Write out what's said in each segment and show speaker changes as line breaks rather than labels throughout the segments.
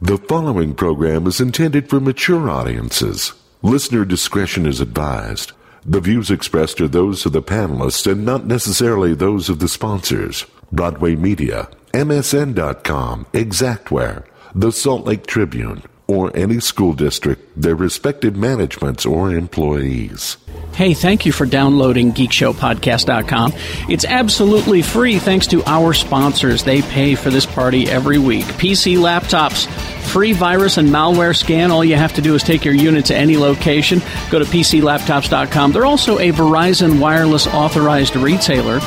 The following program is intended for mature audiences. Listener discretion is advised. The views expressed are those of the panelists and not necessarily those of the sponsors. Broadway Media, MSN.com, Exactware, the Salt Lake Tribune, or any school district, their respective managements or employees.
Hey, thank you for downloading geekshowpodcast.com. It's absolutely free thanks to our sponsors. They pay for this party every week. PC laptops, free virus and malware scan. All you have to do is take your unit to any location. Go to PCLaptops.com. They're also a Verizon wireless authorized retailer.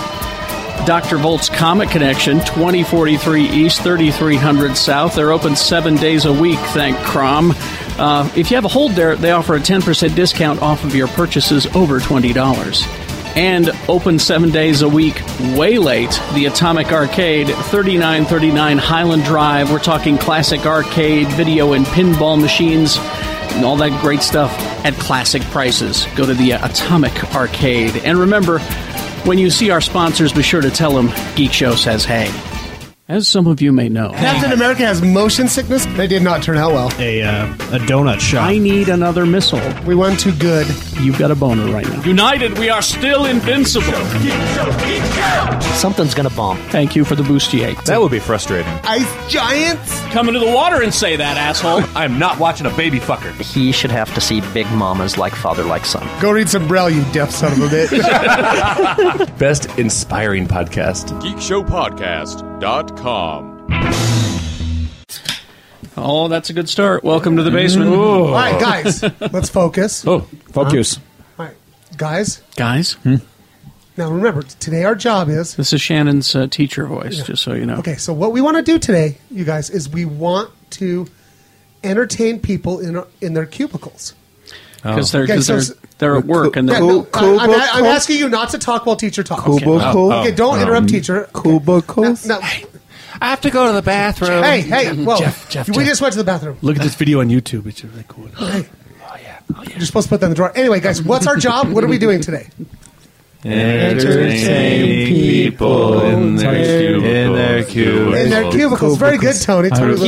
Dr. Volt's Comet Connection, 2043 East, 3300 South. They're open seven days a week, thank Crom. Uh, if you have a hold there, they offer a 10% discount off of your purchases over $20. And open seven days a week, way late, the Atomic Arcade, 3939 Highland Drive. We're talking classic arcade, video, and pinball machines and all that great stuff at classic prices. Go to the uh, Atomic Arcade. And remember, when you see our sponsors, be sure to tell them Geek Show says hey. As some of you may know,
Captain America has motion sickness. They did not turn out well.
a uh, a donut shop.
I need another missile.
We went too good.
You've got a boner right now.
United, we are still invincible.
Something's gonna bomb.
Thank you for the bustier.
That would be frustrating.
Ice giants.
Come into the water and say that, asshole.
I am not watching a baby fucker.
He should have to see Big Mamas like father like son.
Go read some Braille, you deaf son of a bitch.
Best inspiring podcast.
Geekshowpodcast.com.
Oh, that's a good start. Welcome to the basement.
All right, guys, let's focus. All
Oh, focus.
right, guys.
Guys,
Now remember, today our job is
this is Shannon's uh, teacher voice, just so you know.
okay. So what we want to do today, you guys, is we want to entertain people in in their cubicles.
Because they're,
Okay,
'cause
so
they're,
s-
they're at work and they're.
Yeah, no,
cool,
I, am
cool,
I'm
cool.
asking you not to talk while teacher talks.
Cubicles.
Okay, Oh, don't interrupt teacher.
Cubicles.
No,
I have to go to the bathroom. Mm-hmm.
hey, hey, well,
Jeff, Jeff,
we
Jeff. Oh,
just went to the bathroom.
Look at this video on YouTube. It's really cool.
You're supposed to put that in the drawer. Anyway, guys, what's our job? What are we doing today?
Entertain people in their
In their cube.
In their cubicles. Very good, Tony. Tony was-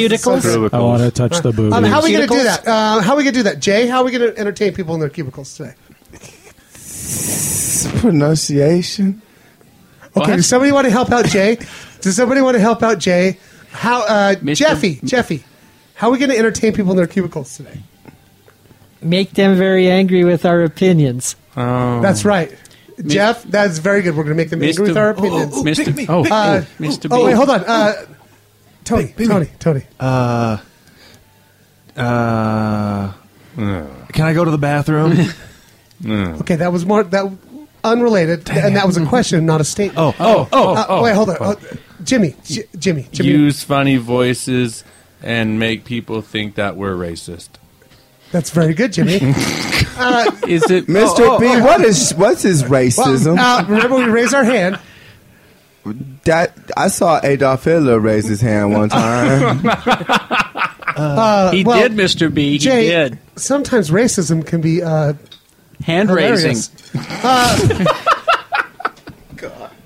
I want to touch the boobies.
Um, how are we going to do that? Uh, how are we going to do that, Jay? How are we going to entertain people in their cubicles today?
Pronunciation.
Okay, does somebody want to help out Jay? does somebody want to help out Jay? How, uh,
Mr.
Jeffy, Jeffy, how are we going to entertain people in their cubicles today?
make them very angry with our opinions.
Oh.
That's right. Jeff, that's very good. We're going to make them angry with our opinions.
Mr. Oh,
Uh,
Mr. B.
oh, wait, hold on. Uh, Tony, Tony, Tony.
Uh, can I go to the bathroom?
Uh. Okay, that was more that unrelated, and that was a question, not a statement.
oh, oh, oh,
Uh, wait, hold on. Oh, Jimmy, J- Jimmy, Jimmy.
use funny voices and make people think that we're racist.
That's very good, Jimmy. Uh,
Is it
Mr.
Oh,
B, what is what's his racism?
Uh, remember, we raised our hand.
that I saw Adolf Hitler raise his hand one time.
Uh,
he
Uh, well,
did, Mr. B. He
Jay,
did.
sometimes racism can be uh,
Hand raising.
hilarious.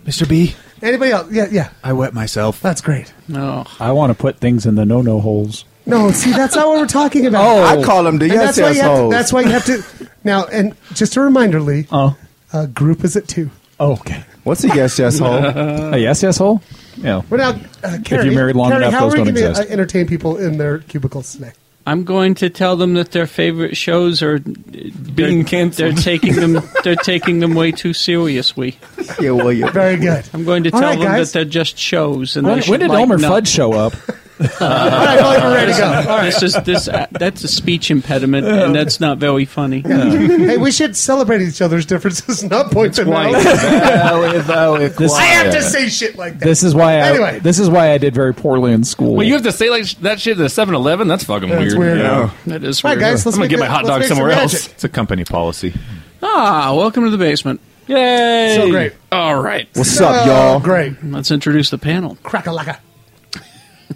Mr. B,
Anybody else? Yeah, yeah.
I wet myself.
That's great.
Oh.
I want to put things in the no-no holes.
No, see, that's not what we're talking about.
Oh, I call him the
And
yes
that's why you have to,
assholes.
That's why you have to. Now, and just a reminder, Lee.
Oh.
Uh, group is at two.
Oh, okay.
What's a yes yes hole?
A yes, yes hole? Yeah.
We're now, uh, Carrie,
you're married long
Carrie,
enough,
how
those
are we
don't
gonna,
exist.
Uh, entertain people in their cubicles today?
I'm going to tell them that their favorite shows are being canceled. They're taking them. They're taking them way too seriously.
yeah, well, you
Very good.
I'm going to
All
tell
right,
them
guys.
that they're just shows. And
When,
they
when
should
did
lighten
Elmer
up.
Fudd show up?
All right, well, we're ready to go.
This is this. Uh, that's a speech impediment, and that's not very funny.
hey, we should celebrate each other's differences, not point them
Why?
out. Oh,
This,
I have to say shit like that.
this is why I.
Anyway.
This is why I did very poorly in school.
Well, you have to say like sh- that shit at a 7-Eleven? That's fucking
That's weird.
weird. Yeah.
That is
All right,
weird.
guys, let's
I'm gonna
make
get
the-
my hot
let's
dog
make some
somewhere
magic.
else.
It's a company policy.
Ah, welcome to the basement.
Yay!
So great.
All right,
what's up, y'all?
Great.
let's introduce the panel
Crack-a-lacka.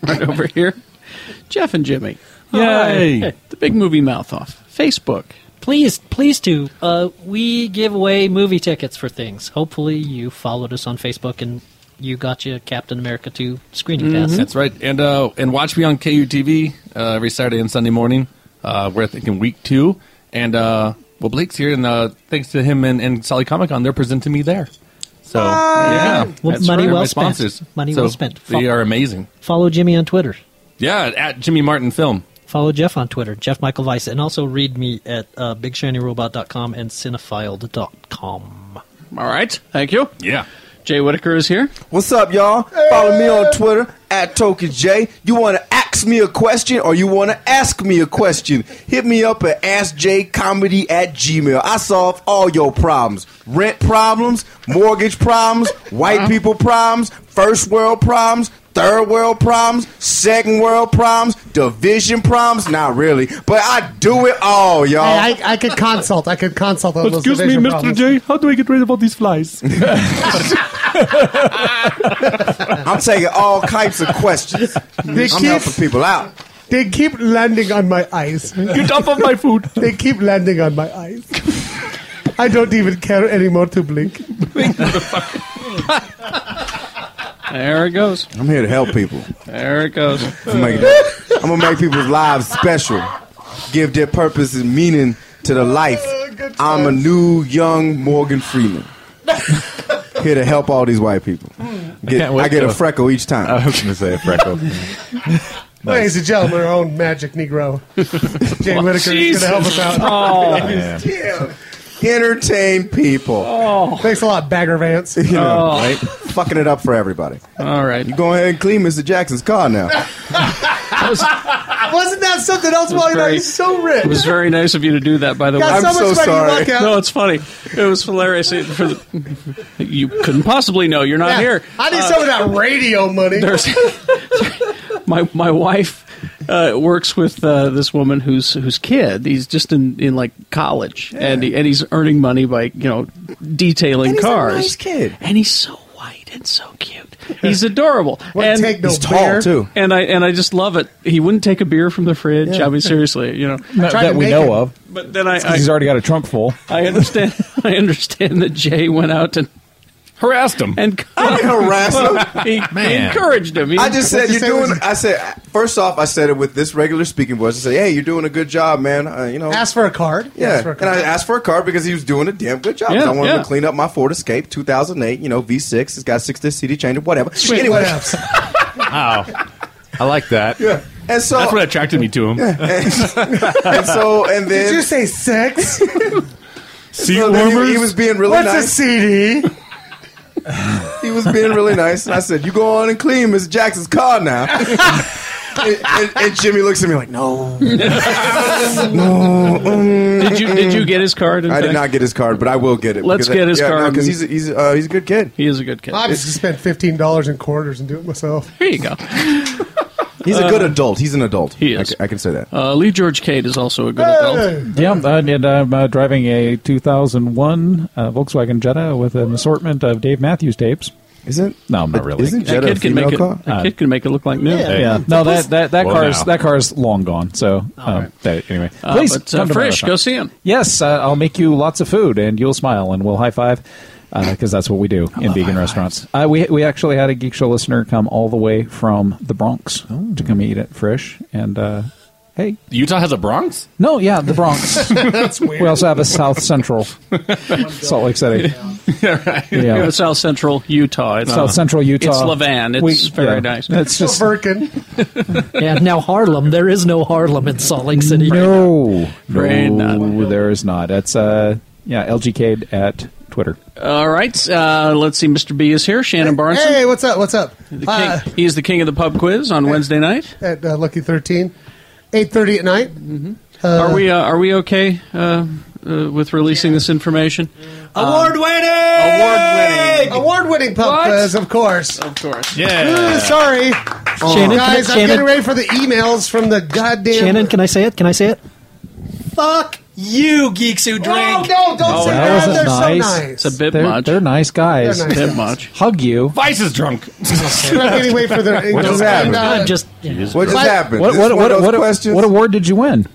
right over here. Jeff and Jimmy.
Yay.
Hi. The big movie mouth off. Facebook.
Please, please do. Uh, we give away movie tickets for things. Hopefully, you followed us on Facebook and you got your Captain America 2 screening
Mm-hmm.
pass.
That's right. And uh, and watch me on KUTV uh, every Saturday and Sunday morning. Uh, we're thinking week two, and uh, well, Blake's here, and uh, thanks to him and, and Sally Comic Con, they're presenting me there. So yeah,
Well,
that's
money
right.
well
My
spent.
Sponsors.
Money
So
well spent.
They are amazing.
Follow Jimmy on Twitter.
Yeah, at Jimmy Martin Film.
Follow Jeff on Twitter, Jeff Michael Weiss, and also read me at uh, BigShinyRobot.com and Cinephiled.com.
All right. Thank you.
Yeah.
Jay Whitaker is here.
What's up, y'all? Follow me on Twitter at Token J. You want to ask me a question or you want to ask me a question? Hit me up at AskJComedy at Gmail. I solve all your problems rent problems, mortgage problems,
Uh-huh.
white people problems, first world problems. Third world problems, second world problems, division problems, not really, but I do it all, y'all.
Hey, I, I could consult. I could consult on those
Excuse me,
division
Mr.
problems.
J,
how do I get rid of all these flies?
I'm taking all kinds of questions.
They
I'm
keep-
helping people out.
They keep landing on my eyes.
Get off of my food.
They keep landing on my eyes. I don't even care anymore to blink.
There it goes.
I'm here to help people.
There it goes.
I'm, making- I'm gonna make people's lives special. Give their purpose and meaning to the life. I'm a new young Morgan Freeman. Here to help all these white people. Get-
can't
I,
wait
get a
to-
freckle each time. I was gonna say a freckle.
Ladies and gentlemen, our own magic Negro, Jay
Well,
Whitaker, is going to help us
Jesus.
out.
Oh. Yeah. Entertain people.
Thanks a lot, Bagger Vance.
You know,
Oh.
right? Fucking it up for everybody.
All right.
You go ahead and clean Mr. Jackson's car now. Oh.
Wasn't that something else?
It was
Why are
very-
you so rich?
It was very nice of you to do that, by the
Got
way.
so I'm much so better sorry. luck out.
No, it's funny. It was hilarious. It- for the- you couldn't possibly know. You're not
Yeah.
here.
I need
Uh,
some of that radio money.
there's- my my wife uh, works with uh, this woman who's whose kid he's just in, in like college and he, and he's earning money by you know detailing
And he's a
cars.
nice
kid and he's so white and so cute. He's adorable. and
take no He's tall, beer? too.
And I and I just love it. He wouldn't take a beer from the fridge.
Yeah.
I mean seriously, you know
Not that we know of.
But then I,
It's 'cause
I
he's already got a trunk full.
I understand. I understand that Jay went out and harassed him and
I didn't harass him.
He, he encouraged him. He-
I just said you're doing. I said first off, I said it with this regular speaking voice. I said, "Hey, you're doing a good job, man. Uh, you know,
Ask for a card.
yeah."
Ask for a
and
card.
I asked for a card because he was doing a damn good job. 'Cause
Yeah,
I wanted
yeah.
to clean up my Ford Escape 2008. You know, V6. It's got six disc CD changer, whatever.
Sweet,
anyway,
what else?
Wow. I like that.
Yeah. And so
that's what attracted me to him.
and so and then
Did you say sex?
Seat So then he- warmers? he was being really
What's
nice.
a CD?
he was being really nice, and I said, "You go on and clean Miss Jackson's car now." and, and- and Jimmy looks at me like, "No, no." mm,
Did you- did you
mm.
get his card, in
I did
fact?
not get his card, but I will get it.
Let's
because I-
get his
yeah,
card.
because he's a, he's a, uh, he's a good kid.
He is a good kid.
I just spent fifteen dollars in quarters and do it myself.
Here you go.
He's a
Uh,
good adult. He's an adult.
He is.
I, ca- I can say that. Uh,
Uh, Lee George Cade is also a good adult.
Yeah, and I'm uh, driving a 2001 uh, Volkswagen Jetta with an assortment of Dave Matthews tapes.
Is it?
No, not really. Uh,
That kid can make it. That kid can make it look like new.
yeah. No, that that that
Well,
car's
now.
that car's long gone. So um, that, anyway,
Uh,
please
but, uh,
come to my
Frisch,
restaurant.
go see him.
Yes, uh, I'll make you lots of food, and you'll smile, and we'll high five. Because that's what we do in vegan restaurants. Uh, we we actually had a geek show listener come all the way from the Bronx to come eat at Frisch, and uh, hey,
Utah has a Bronx.
no, yeah, the Bronx.
That's weird.
We also have a South Central, Salt Lake City.
You
Yeah.
have South Central Utah. It's
South Central Utah.
It's Levan. It's
We-
very
yeah.
nice.
It's just
Birkin.
yeah, now Harlem. There is no Harlem in Salt Lake City.
no,
Right
no, there is not. That's uh, yeah, LGK at Twitter.
All right. Uh, let's see. Mr. B is here. Shannon Barnes.
Hey, what's up? What's up? Uh,
he is the king of the pub quiz on Wednesday night.
at uh, Lucky Thirteen, eight thirty at night.
Mm-hmm.
Uh,
Are we uh, are we okay uh, uh, with releasing this information? Um,
Award winning! Award winning! Award winning pub
What?
quiz, of course.
Of course.
Ooh, sorry.
Shannon,
Guys,
can I-
I'm getting
Shannon-
ready for the emails from the goddamn.
Shannon, can I say it? Can I say it?
Fuck
you, geeks who
drink. Oh, no, don't say that. They're so nice.
It's a bit they're, much. They're nice guys.
They're nice Bit guys.
much.
Hug you.
Vice is drunk.
anyway, for their
What just
And,
happened?
uh,
just
What just happened?
What
Is
what
this one
what,
of those
what,
questions?
what award did you win?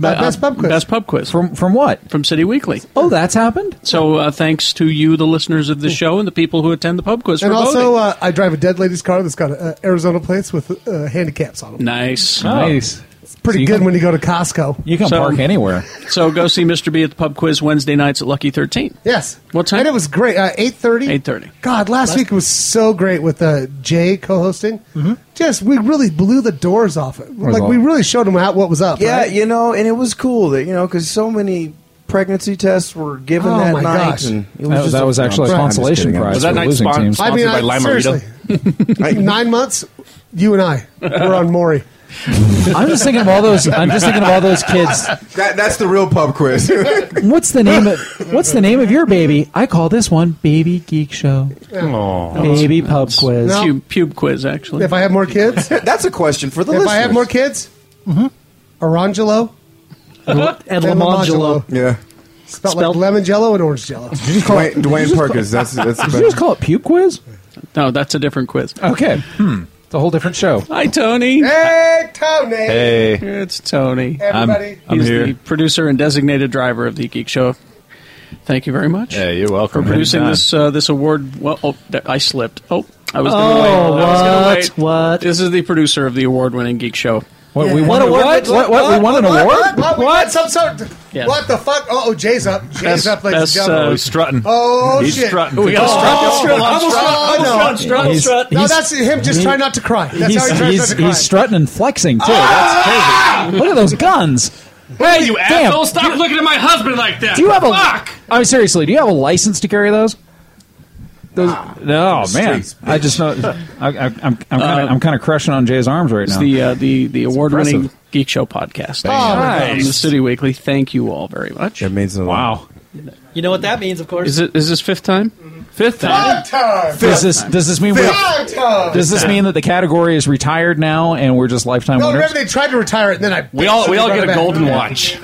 Uh, Best pub quiz. From
from what?
From City Weekly.
Oh, that's happened.
So uh, thanks to you, the listeners of the show, and the people who attend the pub quiz.
And
for
also,
voting.
uh, I drive a dead lady's car that's got uh, Arizona plates with uh, handicaps on them.
nice,
Nice. It's pretty good when you go to Costco.
You
So-
anywhere.
So go see Mr. B at the pub quiz Wednesday nights at Lucky Thirteen.
Yes.
What time?
And it was great. Uh, Eight thirty.
Eight thirty.
God, last,
Last-
week was so great with uh, Jay co-hosting.
Mm-hmm.
Just we really blew the doors off it.
Was
Like
all-
we really showed him out what was up.
Yeah,
right?
you know, and it was cool that you know because so many pregnancy tests were given
Oh
that
my
night.
gosh.
and it
That-
just
that was actually a
I'm just
consolation
kidding.
prize Was that for night losing spon- teams.
I mean, I, seriously, nine months. You and I, we're on Maury.
I'm just thinking of all those. I'm just thinking of all those kids.
That, that's the real pub quiz.
What's the name of What's the name of your baby? I call this one Baby Geek Show. Baby Pub Quiz.
Pube, pube quiz, actually.
If I have more kids,
that's a question for the
if I
listeners.
have more kids, Orangelo,
Edlamangelo. Yeah.
spelled, like lemon jello and orange jello.
Dwayne, Dwayne Perkins. That's that's
Did you just call it Pube Quiz?
No, that's a different quiz.
Okay. Hmm. It's a whole different show.
Hi, Tony.
Hey, Tony.
It's Tony.
Everybody. I'm- I'm
He's
here.
the producer and designated driver of the Geek Show. Thank you very much.
Yeah, you're welcome.
for producing
Anytime.
this uh, this award. Well, oh, th- I slipped. Oh, I was
Oh,
going to wait. I was gonna
what?
wait. What? This is the producer of the award-winning Geek Show.
What, we won a- what? What? What? We won an
What?
award?
What? What? We got Some sort.
Yeah.
What the fuck? Oh, oh, Jay's up. Jay's
That's-
up, ladies and
that's,
gentlemen.
uh, Oh, he's strutting.
Oh
He's
shit!
strutting. We got a strut.
Oh,
Strut,
I'm
strut,
strut. I know.
strut, strut, He's- strut.
No,
he's-
that's him. Just
he-
trying not to cry. That's
He's,
how he tries
he's,
not to cry.
he's strutting and flexing too. That's crazy. Look at those guns.
Hey, you
Damn.
asshole! Stop looking at my husband like that.
Do you have a?
Fuck!
I'm seriously. Do you have a license to carry those? Those, no man,
streets,
I just know. I, I, I'm I'm kind of I'm kind of crushing on Jay's arms right
Uh, It's
now.
the uh, the the award-winning
impressive.
Geek Show podcast.
Bang. Oh, my
From
gosh.
the City Weekly. Thank you all very much. It
means a
lot. Wow.
You know what that means, of course.
Is it is this fifth time? Fifth time.
Does this does this mean we're,
Five
uh,
times.
does this mean that the category is retired now and we're just lifetime
No, remember they
winners?
tried to retire it, and then I.
We all- we all
brought it
get a
back.
golden watch.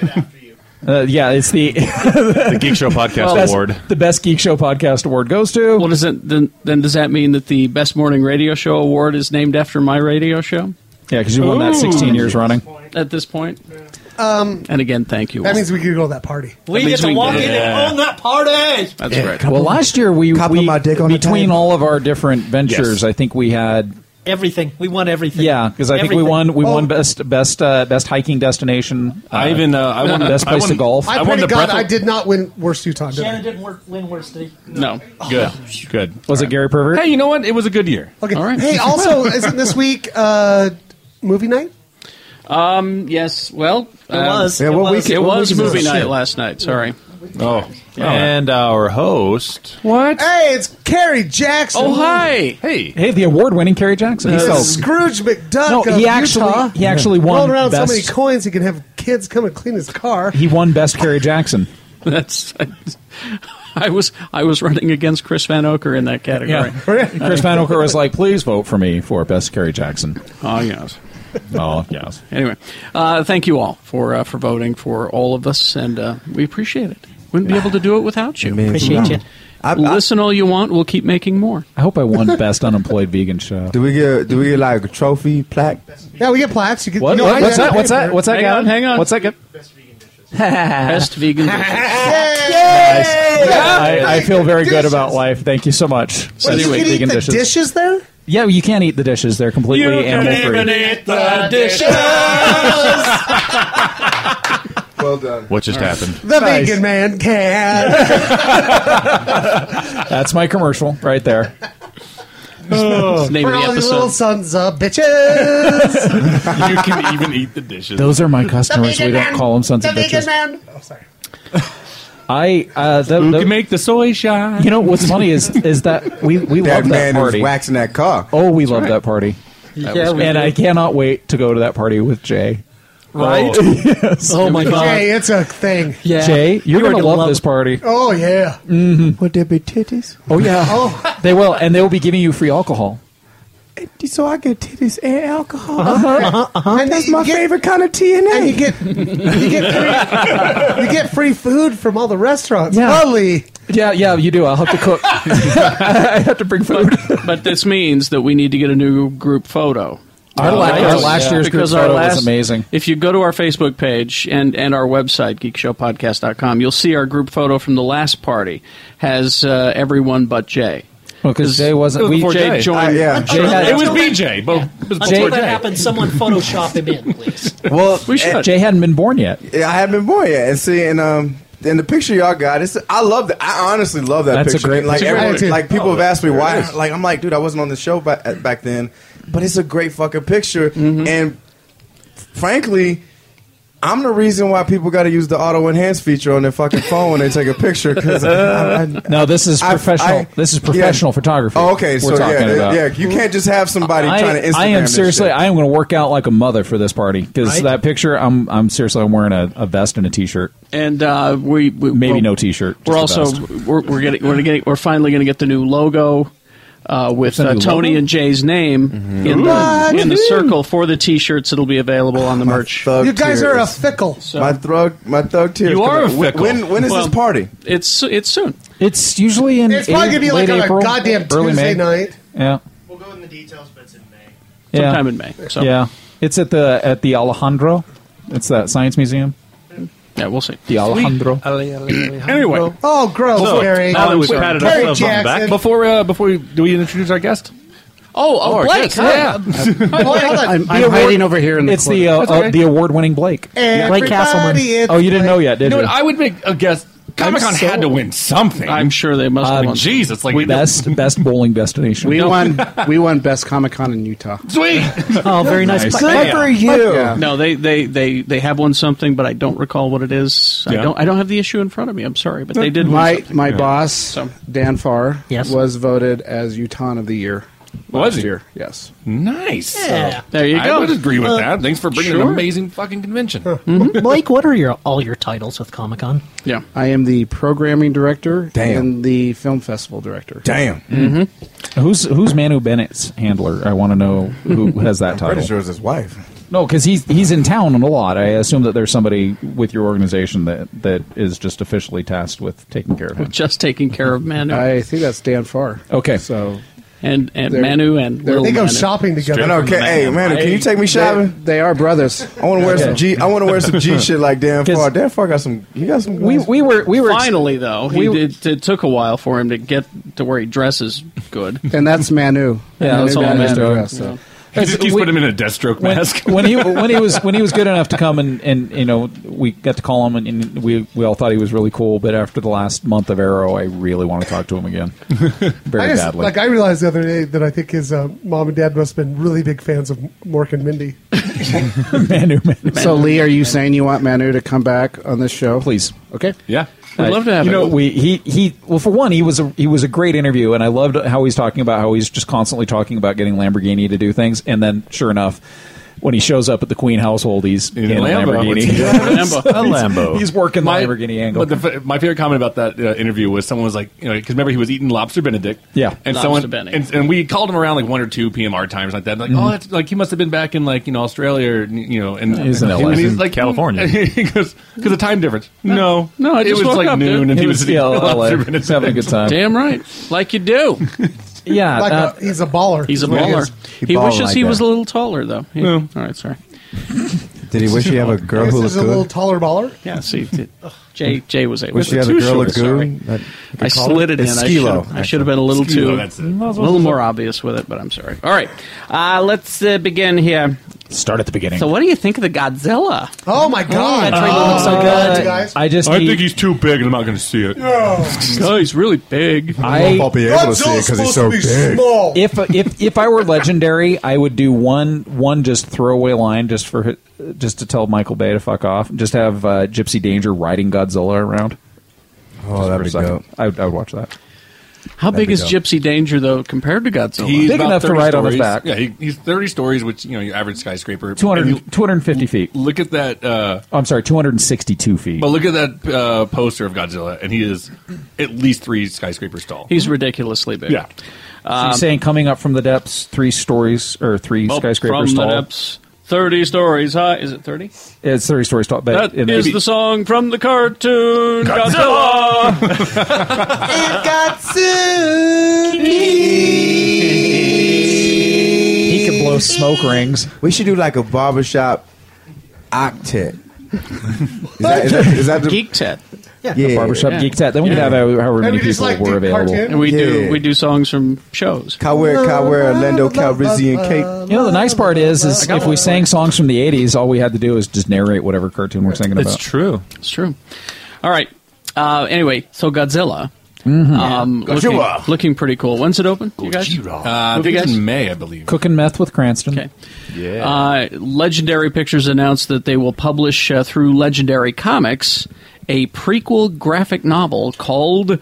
Uh, yeah, it's the the
Geek Show Podcast
best-
Award.
The best Geek Show Podcast Award goes to.
Well, does it, then then does that mean that the Best Morning Radio Show award is named after my radio show?
Yeah, because you won that 16 years running.
At this point,
Um,
and again, thank you.
that
all.
means we could go to that party.
We That means get to we walk can- in and Yeah. own
that party.
That's right.
Well, last year we, we between all of our different ventures,
Yes.
I think we had
Everything. We won everything.
yeah, because I think we
Everything.
won we
Oh.
won best best uh, best hiking destination.
I even, uh, I won-
best
I
place to
won-
golf.
I, pray to God I did not win worst Utah. Did I?
Oh, Shannon didn't work, win worst city.
No. Oh,
Good. Good.
Was it Gary Pervert?
Hey, you know what? It was a good year.
Okay.
All right.
Hey, also, isn't this week uh, movie night?
Um. Yes. Well, um,
It was.
It
Yeah, what
was,
week-
it
what
was
week is
movie
this?
night
Shit.
last night. Sorry.
Oh.
And our host.
What?
Hey, it's Carrie Jackson.
Oh, hi. Hey.
Hey, the award-winning Carrie Jackson.
Uh,
He's
So-
a Scrooge McDuck.
No,
of
he actually-
Utah.
he actually won
Rolled around so many
best-
coins, he can have kids come and clean his car.
he won best Carrie Jackson.
That's. I was I was running against Chris Van Oker in that category.
Chris Van Oker was like, "Please vote for me for best Carrie Jackson."
Oh yes.
Oh yes.
Anyway, uh, thank you all for uh, for voting for all of us, and uh, we appreciate it. Wouldn't be able to do it without you.
means Appreciate a lot. you.
Listen all you want. We'll keep making more.
I hope I won best unemployed vegan chef.
Do we get do we get like a trophy plaque?
Yeah, we get plaques. You get,
What?
you know,
What?
I
What's
got-
that? What's that? What's that?
Hang
Gavin?
on, hang on.
What's that? Gav-
Best vegan dishes.
Nice. I, I feel very good about life. Thank you so much.
Wait, you can eat the dishes. there?
Yeah, well, you can't eat the dishes. They're completely animal free.
eat
the dishes.
Well done.
What just happened?
The vegan man can.
That's my commercial right there.
Oh.
Oh.
It's the name
For
of the
all you little
episode.
sons of bitches.
you can even eat the dishes.
Those are my customers. We don't call them sons
the
of
vegan
bitches.
man. Oh, sorry.
I uh, the,
Who
the-
can make the soy shine?
you know what's funny is is that we we
That
love that
man was
party.
waxing that car.
Oh, we love that party.
yeah, we did.
and I cannot wait to go to that party with Jay.
Oh.
Right?
yes.
Oh, my God.
Jay, it's a thing.
Yeah.
Jay, you're
You are
gonna love, this party.
Oh yeah.
Would there be titties?
Oh yeah,
Oh,
they will, and they will be giving you free alcohol.
So I get titties and alcohol.
Uh-huh.
Uh-huh.
and
Uh-huh. That's
you
my
get-
favorite kind of TNA.
And you get you get free, you get free food from all the restaurants.
Yeah.
Holy.
Yeah, yeah, you do. I'll have to cook. I have to bring food.
But this means that we need to get a new group photo.
Our
Uh,
la-
right?
our last year's group
Because our
photo was
last-
amazing.
If you go to our Facebook page and, and our website, geekshowpodcast.com, you'll see our group photo from the last party has uh, everyone but Jay.
Well, because Jay wasn't.
Jay, joined. Jay had-
BJ, but
until that happens, someone Photoshop him in, please.
Well, eh,
we should. Jay hadn't been born yet.
Yeah, I haven't been born yet. And see, and um, and the picture y'all got, it's I love that. I honestly love that
That's a
picture.
great
like
picture.
everyone,
Attitude.
like people
Oh,
have asked me
there it
why.
is.
Like I'm like, dude, I wasn't on the show back, back then, but it's a great fucking picture.
Mm-hmm.
And frankly. I'm the reason why people got to use the auto enhance feature on their fucking phone when they take a picture. Because
no, this is
I-
professional.
I-
this is professional photography.
Oh, okay,
we're
so
talking
yeah,
about.
yeah, you can't just have somebody
I,
trying to Instagram.
I am
this
seriously.
shit.
I am going to work out like a mother for this party because
Right?
that picture. I'm. I'm seriously. I'm wearing a, a vest and a t-shirt.
And uh, we, we
Maybe
well,
no t-shirt.
We're
just a
also
vest.
we're, we're getting we're getting we're finally going to get the new logo uh, with
The
uh,
new
Tony
logo? Mm-hmm.
and Jay's name in
What?
the in the
Ooh.
circle for the t-shirts. It'll be available on the merch.
Oh,
you guys are a fickle.
my thug, my thug tears.
You
come
are
out.
a fickle.
When when is
Well,
this party?
It's it's soon.
It's usually in.
It's probably gonna be like
late
on a
April,
goddamn
early
Tuesday
May.
night.
Yeah. We'll go
Sometime
in
in
the
May.
details, but it's
So.
May. Yeah. Yeah. It's at the at the Alejandro. It's that science museum.
Yeah, we'll see.
The Alejandro.
anyway,
Oh, gross,
Before-
Gary.
Oh,
Wait,
wait, patted
Gary
ourselves on the back.
Jackson.
Before, uh, before we, do we introduce our guest?
Oh, oh,
Or
Blake.
guest,
hi.
yeah.
Hi, Blake.
I'm-
The award-
hiding over here in the
It's
corner.
the uh,
That's
uh,
okay.
the award-winning Blake.
Blake Castleman.
Oh, you didn't know yet,
You
did
know
you?
what? I would make a guess. Comic Con had to win something.
I'm sure they must.
have
won.
Jesus, like
best best bowling destination.
We won. We won best Comic Con in Utah.
Sweet.
Oh, very nice.
Good for you.
No, they, they, they, they have won something, but I don't recall what it is.
Yeah.
I don't I don't have the issue in front of me. I'm sorry, but they did. win
My
something.
my boss Dan Farr
Yes.
was voted as Utah of the year.
Was
last
he?
year? Yes.
Nice.
Yeah.
There you
I
go.
would agree with
Uh,
that. Thanks for bringing an
sure.
amazing fucking convention.
Mm-hmm.
Mm-hmm.
Blake, what are your all your titles with Comic Con?
Yeah.
I am the programming director
Damn.
and the film festival director.
Damn.
Mm-hmm. Who's who's Manu Bennett's handler? I want to know who has that title.
Pretty sure it's his wife.
No, because he's he's in town a lot. I assume that there's somebody with your organization that that is just officially tasked with taking care of him.
just taking care of Manu.
I think that's Dan Farr.
Okay,
so
and and
They're-
Manu and
they're-
Little
They go
Manu.
shopping together.
I know, can, hey man, can you take me shopping?
They, they are brothers.
I want to wear some G. I want to wear some G shit like Dan Farr. Dan Farr got some. He got some.
We we were we
were finally though. He
we-
did, it took a while for him to get to where he dresses good.
and that's Manu.
Yeah,
Manu
that's all
Dan
Manu.
Andreas, so.
He just keeps putting him in a Deathstroke
when,
mask.
when he when he was when he was good enough to come and, and you know we got to call him and, and we we all thought he was really cool. But after the last month of Arrow, I really want to talk to him again, very
I just,
badly.
Like I realized the other day that I think his uh, mom and dad must have been really big fans of Mork and Mindy.
Manu, Manu.
So, Lee, are you saying you want Manu to come back on this show?
Please.
Okay.
Yeah.
I- you know, we he he well for one he was a he was a great interview and I loved how he's talking about how he's just constantly talking about getting Lamborghini to do things and then sure enough when he shows up at the Queen household he's in, a
Lambo.
Lamborghini
It's- Lambo.
He's- he's, working the
My-
Lamborghini angle
But the, f- my favorite comment about that uh, interview was someone was like, you know, because remember he was eating lobster Benedict.
Yeah.
and
Lobster
someone
Benedict.
and, and we called him around like one or two PM our times like that. Like,
Mhm.
oh, that's like he must have been back in like you know Australia, or, you know, and
He's in LA.
and
He's
he's
in
like
California.
because because the time difference. No,
No, I
it
just
was
woke
like
up, dude.
noon, and he
It
was,
was-
eating
yeah,
lobster
LA.
Benedict.
He's having a good time.
Damn right, like you do.
yeah
Like
uh,
a, he's a baller.
He's a
Yeah,
baller.
he is.
He,
He
wishes
balled like
he was
that.
a little taller though. He-
Yeah.
All right, sorry.
Did he wish he have a girl
This
who
is
looked
a little
good?
taller baller.
Yeah, see, it- Jay Jay was able.
Wish
to
he had a
too
girl
short,
look
sorry.
good. That- you
I
could call
slid
it-
it in.
It's
I
Skilo,
should, I should have been a little
Skilo,
too,
that's it.
a little more obvious with it, but I'm sorry. All right, uh, let's uh, begin here.
Start at the beginning.
So, what do you think of the Godzilla?
Oh my god! Oh,
that trailer looks so
Uh,
good.
I just
I
need,
think he's too big, and I'm not going to see it.
No, he's really big.
I
I'll be able to see it 'cause he's so big.
If if if I were legendary, I would do one one just throwaway line just for hi- just to tell Michael Bay to fuck off. Just have uh, Gypsy Danger riding Godzilla around.
Oh,
that'd
be
good. I, would- I would watch that.
How
That'd
big
be
is
dope.
Gypsy Danger though compared to Godzilla?
He's
Big
about
enough to
30
ride on his
stories.
back.
Yeah, he, he's 30 stories, which you know your average skyscraper.
200,
And
250 feet.
you Look at that. Uh,
Oh, I'm sorry, 262 feet.
But look at that uh, poster of Godzilla, and he is at least three skyscrapers tall.
He's ridiculously big.
Yeah.
Um,
so
um,
you're saying coming up from the depths, three stories or three
Up
skyscrapers
from
tall.
the depths, thirty stories high. Is it thirty?
It's three stories tall. But
That
it
is the song from the cartoon Godzilla.
it got soon.
he can blow yellow smoke rings.
We should do like a barbershop octet.
Is that,
is that- is that the-
Geek Tet.
Yeah.
The barbershop
Yeah.
geek tet. Then we could
Yeah.
have uh, however
And
many
we just,
people
like,
were
do
available.
cartoons. And we do-
Yeah.
we do songs from shows.
Coware, Coware, Lando Calrissian, Cake.
You know, the nice part is, is if we sang songs from the '80s, all we had to do is just narrate whatever cartoon we're singing about.
It's true. It's true. All right. Uh, anyway, so Godzilla.
Mm-hmm.
Um, looking,
Godzilla.
looking pretty cool. When's it open? You guys?
Uh, I
Movie
think it's
guys?
in May, I believe.
Cooking meth with Cranston. Okay.
Yeah.
Uh, Legendary Pictures announced that they will publish uh, through Legendary Comics a prequel graphic novel called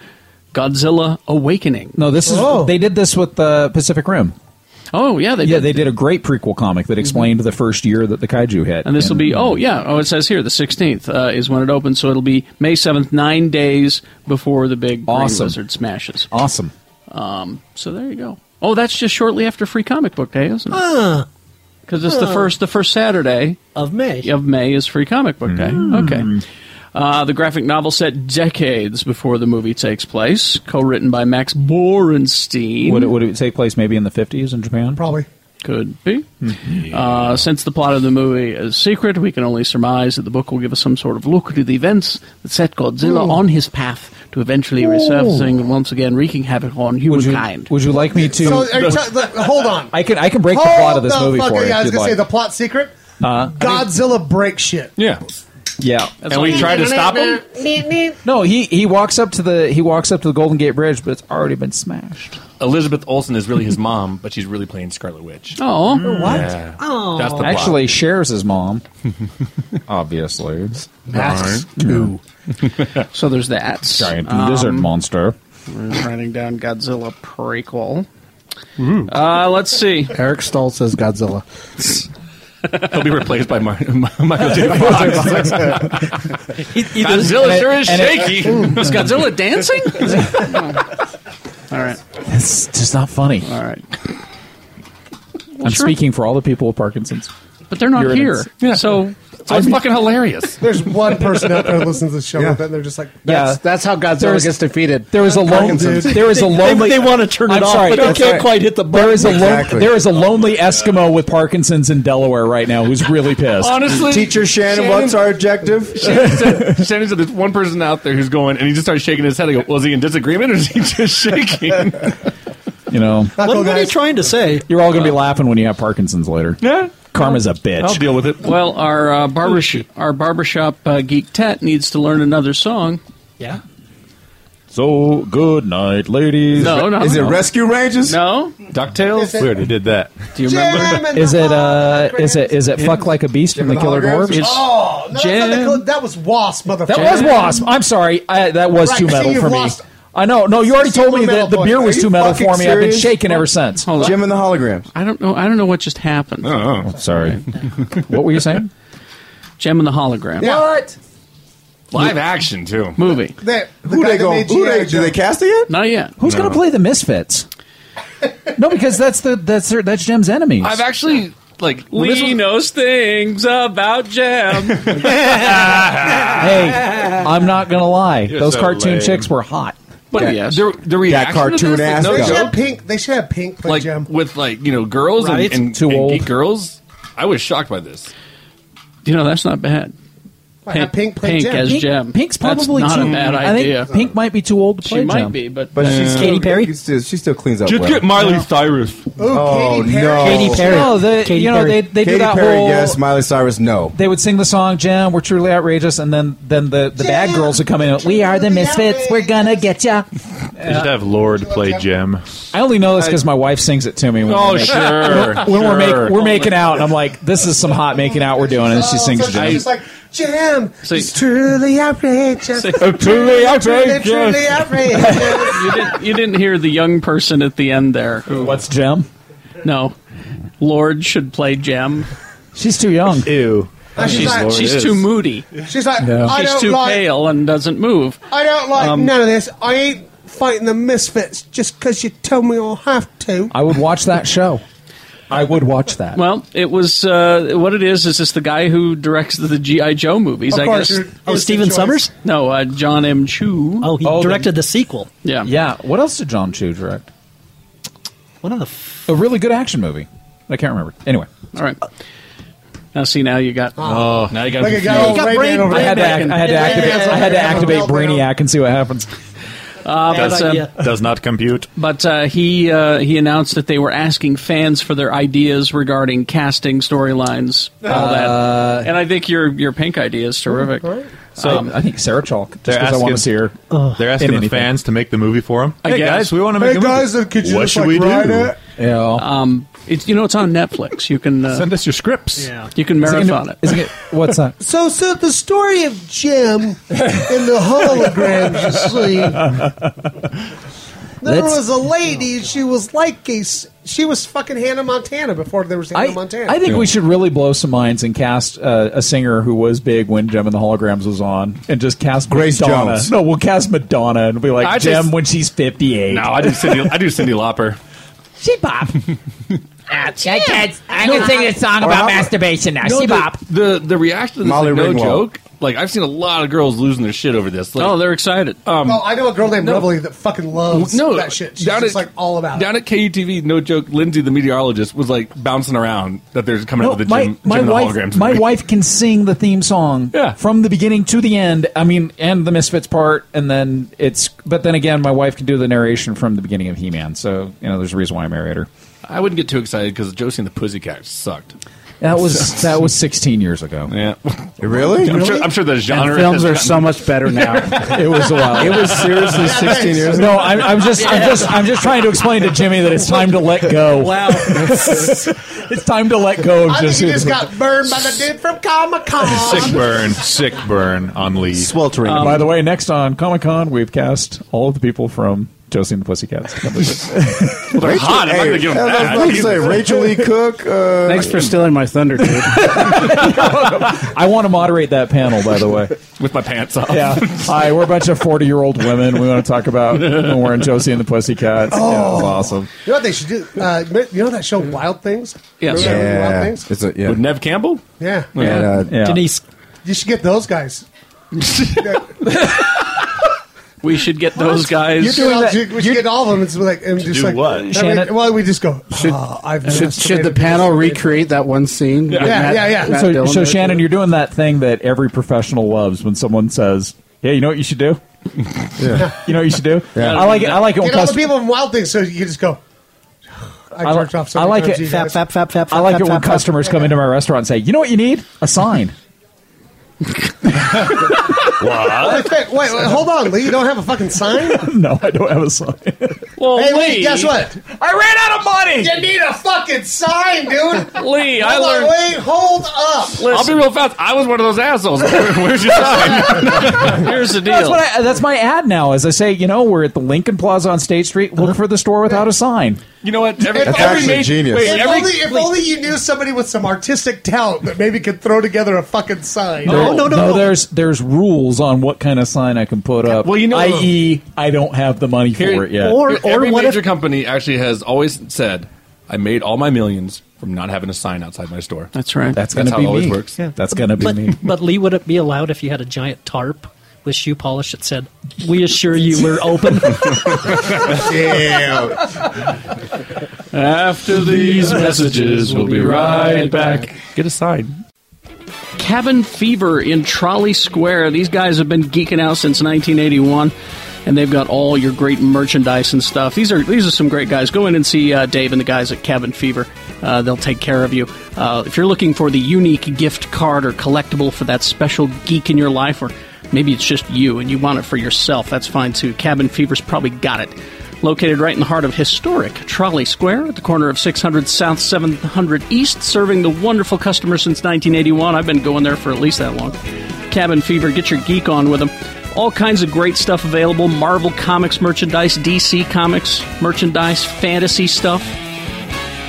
Godzilla Awakening.
No, this is they did this with uh, Pacific Rim.
Oh yeah, they Mm-hmm.
yeah they did a great prequel comic that explained the first year that the kaiju hit.
And this will be oh yeah oh it says here the sixteenth uh, is when it opens so it'll be May seventh nine days before the big
Awesome.
green lizard smashes
awesome
um, so there you go oh that's just shortly after Free Comic Book Day isn't it because it's the
Huh.
first the first Saturday of May of May is Free Comic Book Day okay uh, the graphic novel set decades before the movie takes place co-written by Max Borenstein
Would it, would it take place maybe in the 50s in Japan? Hmm.
Probably.
Could be. Uh, since the plot of the movie is secret, we can only surmise that the book will give us some sort of look into the events that set Godzilla
Ooh.
on his path to eventually resurfacing and once again wreaking havoc on humankind.
Would you like me to?
So, are you try- look, hold on.
I can I can break the plot of this
Hold
movie
the fuck-
for you.
Yeah, I was
if you'd
gonna
like.
say the plot secret.
Uh,
Godzilla breaks shit.
yeah, yeah.
And we tried to stop him?
No, he he walks up to the he walks up to the Golden Gate Bridge, but it's already been smashed.
Elizabeth Olsen is really his mom, but she's really playing Scarlet Witch.
Oh. What?
Yeah.
Oh.
That's the plot.
Actually, shares his mom. Obviously,
Masks
two.
so there's that
giant
Um,
lizard monster.
We're writing down Godzilla prequel. Uh, let's see.
Eric Stoltz as Godzilla.
He'll be replaced by Mar- Michael J.
Fox.
Fox. Godzilla sure is
and it-
shaky.
is Godzilla dancing? All right.
It's just not funny.
All right.
I'm speaking for all the people with Parkinson's.
But they're not
You're in
here.
it.
So, so it's
I'm-
fucking hilarious.
There's one person out there that listens to the show, and then they're just like,
That's, that's how Godzilla
There's-
gets defeated.
There was a lonely.
Parkinson's.
There was a
They-
lonely.
they wanna turn it
I'm
off,
sorry,
but they
that's
can't quite hit the button.
There is a lon-
Exactly.
there is a lonely Eskimo with Parkinson's in Delaware right now who's really pissed.
Honestly,
Teacher Shannon, what's our objective?
Shannon said, Shannon said there's one person out there who's going, and he just starts shaking his head. I go, was he in disagreement or is he just shaking?
you know,
What, what are you trying to say?
you're all gonna be laughing when you have Parkinson's later.
Yeah,
karma's a bitch.
I'll deal with it.
Well, our uh, barbershop, our barbershop uh, geek Tet needs to learn another song.
Yeah.
So good night, ladies.
No, no, no.
Rangers?
No.
Ducktales.
Weird,
who did that?
Do you remember?
Is it uh? Is it is it fuck like a beast from the Killer Dwarf?
oh, no, that's not the
Jam.
cl- that was Wasp, motherfucker.
That was Wasp. I'm sorry. I, that was
Oh. Right,
too
see,
metal
you've
for me.
lost-
I know. No, you already
See,
told
we're
me
metal
that the
boys.
beer
Are
was
you
too metal
fucking
for me. I've been
serious?
shaking ever since.
Hold on.
Jim and the holograms.
I don't know. I don't know what just happened.
Oh, sorry. what were you saying?
Gem and the hologram.
What?
Live action too.
Movie.
They, the
Who
guy
they
that
go?
made
Who
G.I.
they? Do they
Joe.
cast it yet?
Not yet.
Who's going to play the Misfits? no, because that's the that's their, that's Jim's enemies.
I've actually like when this was-
Lee knows things about Gem.
hey, I'm not going to lie.
You're
Those
so
cartoon
lame.
chicks were hot.
But
Yeah,
yes.
the, the reaction to
cartoon
this,
ass
like,
They
no
should have
joke,
pink. They should have pink play
like
Jim.
with like you know girls
Right?
and, and,
Too
and
old.
geek girls. I was shocked by this.
You know that's not bad.
Why not pink play
pink
Jim?
as
Pink-
Gem.
Pink's
That's
probably
not
too,
a bad
I
idea.
think Pink might be too old to play.
she might
Jim.
be, but,
But she's still,
Katy Perry?
she's Still, she still cleans up. well.
Miley Cyrus.
oh
Katy Perry.
no,
Katy Perry.
No, the,
Katy
you know
Perry.
they they do
Katy
that
Perry,
whole.
yes. Miley Cyrus, no.
They would sing the song "Jim, we're truly outrageous," and then then the, the bad girls would come in. and, We are the misfits. We're gonna get ya.
They should have Lord play Jim.
I only know this because my wife sings it to me. When
Oh,
we're making,
sure,
when we're,
sure.
make, we're making out, and I'm like, "This is some hot making out we're doing," and
Oh,
she sings
Oh, so she's
"Jim."
just like Jim.
See-
It's truly outrageous.
Oh, Truly
Truly, truly outrageous.
you didn't. You didn't hear the young person at the end there. Who?
What's Jim?
No. Lord should play Gem.
She's too young.
Ew.
And she's,
She's,
like,
she's too moody.
she's like,
No.
I
She's
don't
too
like,
pale and doesn't move.
I don't like
Um,
none of this. I ain't fighting the misfits just because you told me I'll have to.
I would watch that show. I would watch that.
Well, it was uh, what it is. Is this the guy who directs the GI Joe movies?
Of
I
course,
guess.
you're-
Oh,
It's
Steven
the choice.
Summers?
No, uh, John M. Chu.
Oh, he
Oh, the-
directed the sequel.
yeah.
yeah. What else did John Chu direct?
One of the f-
A really good action movie. I can't remember. Anyway,
All right. Now see, now you got.
Oh.
now
you got Like it got confused. all right
brain-
I had to,
brain
ac- I had to
back in.
activate. I had to activate Brainiac and see what happens.
Uh, but,
does,
um,
does not compute.
But uh, he uh, he announced that they were asking fans for their ideas regarding casting storylines, all
Uh,
that. And I think your your pink idea is terrific.
So Oh, Um, I, think Sarah Chalk.
They're
because I
asking,
want to see her.
they're asking
in
the
anything.
fans to make the movie for them.
I
hey
guess.
guys, we want to make
Hey,
a movie.
guys, uh, could you
what
just,
should
like,
we
write
do?
it? Yeah.
Um, it's you know it's on Netflix. You can uh,
send us your scripts. Yeah.
you can
Is it gonna-
marathon it.
is it What's that?
So, so the story of Jim and the holograms, you see. There
Let's-
was a lady, she was like a. s- She was fucking Hannah Montana before there was Hannah Montana.
I think we should really blow some minds and cast uh, a singer who was big when Gem and the Holograms was on, and just cast
Grace
Madonna.
Jones.
No, we'll cast Madonna and be like
I
Gem
just-
when she's fifty-eight.
No, I do Cindy. I do Cindy Lauper.
She bop. I can, I
No,
can sing a song
or
about
how-
masturbation now.
No,
she
the-
bop.
The, the reaction to this
Molly
is like, no
Ringwald.
joke. Like I've seen a lot of girls losing their shit over this. Like,
oh, they're excited.
Um,
Well, Oh, I know a girl named
no.
Reveille that fucking loves
No,
that shit. She's
down
just
at-
like all about it.
Down at KUTV, no joke, Lindsay the meteorologist was like bouncing around that there's coming out
No,
of the
my
gym,
my
gym and
wife
the holograms.
my
movie.
wife can sing the theme song from the beginning to the end. I mean, and the Misfits part, and then it's. But then again, my wife can do the narration from the beginning of He Man. So you know, there's a reason why I married her.
I wouldn't get too excited because Josie and the Pussycat sucked.
That was that was 16 years ago.
Yeah,
really?
I'm sure, I'm sure the genre
And films
has
are
gotten-
so much better now. it was a while.
It was seriously 16 years ago.
No, I'm, I'm just I'm just I'm just trying to explain to Jimmy that it's time to let go. Wow, it's time to let go of
I think
just.
he just got burned by the dude from Comic
Sick
Con.
burn. Sick burn on Lee.
Sweltering.
Um,
By the way, next on Comic Con, we've cast all of the people from Josie and the Pussycats.
they're hot. I'm not gonna give them
I was
that.
about to say, Rachel Lee Cook. Uh,
Thanks for
stealing my thunder, dude.
I want to moderate that panel, by the way.
with my pants off.
Yeah. Hi, we're a bunch of 40 year old women. We want to talk about when we're in Josie and the Pussycats. Oh. Yeah, it's awesome.
You know what they should do? Uh, you know that show Wild Things? Remember that movie, Wild Things?
It's a, yeah.
With Nev Campbell?
Yeah.
And, uh,
Denise.
You should get those guys.
We should get those guys.
You're doing that. We should get all of them. It's like and just
do
like
what?
I mean,
Shannon-
well, we just go.
Should,
"Ah, I've
should, should the panel recreate that one scene?
Yeah.
With
Yeah,
Matt-
yeah, yeah.
Matt
so,
Dillon
so
there?
Shannon, you're doing that thing that every professional loves when someone says, "Yeah, you know what you should do."
Yeah.
you know what you should do. I like it. I like it. When
Get all the
customers.
people from Wild Things, so you just go. I,
I,
jerked off so
I
many
like it.
times, you guys."
I like it when
fap, fap,
customers come into my restaurant and say, "You know what you need? A sign."
Wait, wait, wait, wait, hold on, Lee. You don't have a fucking sign?
no, I don't have a sign.
Well,
hey, Lee,
Lee-
guess what?
I ran out of money.
You need a fucking sign, dude.
Lee, I
Hold on,
learned-
Wait, hold up.
I'll be real fast. I was one of those assholes. Where- Where's your sign?
Here's the
That's what I, that's my ad now. As I say, you know, we're at the Lincoln Plaza on State Street. Look for the store without a sign.
You know what? Every,
That's
every
actually
made-
genius.
wait,
if
every-
only, if only you knew somebody with some artistic talent that maybe could throw together a fucking sign. Oh,
There- There's there's rules on what kind of sign I can put up.
Well, you know-
i.e., I don't have the money
Here-
for it yet.
every major company actually has always said, "I made all my millions from not having a sign outside my store."
That's right.
That's gonna
how
be
it always
me.
works.
Yeah. That's gonna be
But-
me.
But Lee, would it be allowed if you had a giant tarp with shoe polish that said, "We assure you, we're open."
After
these messages, we'll be right back.
Get a sign.
Cabin Fever in Trolley Square. These guys have been geeking out since 1981, and they've got all your great merchandise and stuff. These are these are some great guys. Go in and see uh, Dave and the guys at Cabin Fever. Uh, they'll take care of you. Uh, if you're looking for the unique gift card or collectible for that special geek in your life, or maybe it's just you and you want it for yourself, that's fine too. Cabin Fever's probably got it. Located right in the heart of historic Trolley Square at the corner of 600 South, 700 East, serving the wonderful customer since 1981. I've been going there for at least that long. Cabin Fever, get your geek on with them. All kinds of great stuff available Marvel Comics merchandise, DC Comics merchandise, fantasy stuff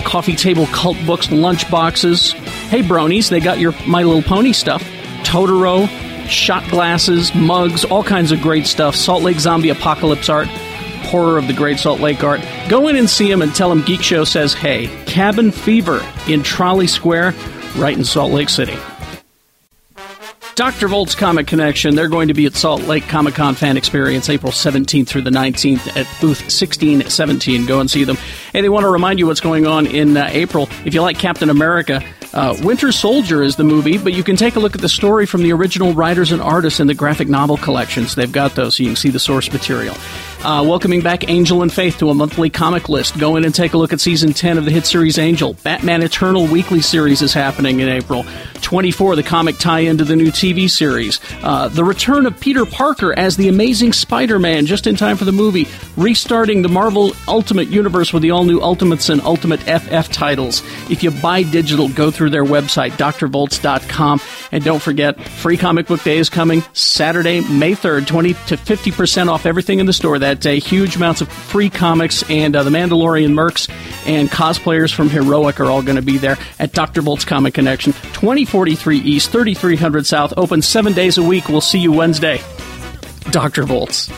coffee table cult books, lunch boxes. Hey, bronies, they got your My Little Pony stuff, Totoro, shot glasses, mugs, all kinds of great stuff. Salt Lake Zombie Apocalypse art, horror of the Great Salt Lake art. Go in and see them and tell them Geek Show says hey. Cabin Fever in Trolley Square, right in Salt Lake City. Dr. Volt's Comic Connection, they're going to be at Salt Lake Comic Con Fan Experience April 17th through the 19th at booth 1617. Go and see them. Hey, they want to remind you what's going on in uh, April. If you like Captain America, uh, Winter Soldier is the movie, but you can take a look at the story from the original writers and artists in the graphic novel collections. They've got those, so you can see the source material. Uh, welcoming back Angel and Faith to a monthly comic list. Go in and take a look at season 10 of the hit series Angel. Batman Eternal weekly series is happening in April. 24, the comic tie in to the new TV series. Uh, the return of Peter Parker as the amazing Spider Man just in time for the movie. Restarting the Marvel Ultimate Universe with the all new Ultimates and Ultimate FF titles. If you buy digital, go through their website, drvolts.com. And don't forget, free comic book day is coming Saturday, May 3rd, 20 to 50% off everything in the store that day. Huge amounts of free comics and uh, The Mandalorian Mercs and cosplayers from Heroic are all going to be there at Dr. Volt's Comic Connection, 2043 East, 3300 South, open seven days a week. We'll see you Wednesday. Dr. Volts.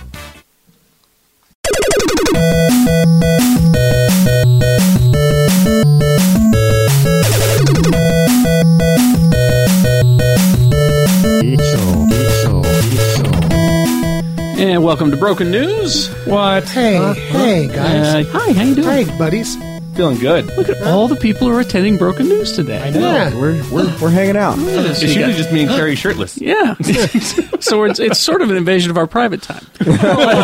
And welcome to Broken News. What?
Hey,
Uh-huh.
hey guys.
hi, how you doing?
Hey, buddies.
Feeling good. Look at all the people who are attending Broken News today. I
know. We're, we're, we're hanging out.
It's usually just me and Carrie
shirtless.
Yeah. so it's, it's sort of an invasion of our private time. Uh,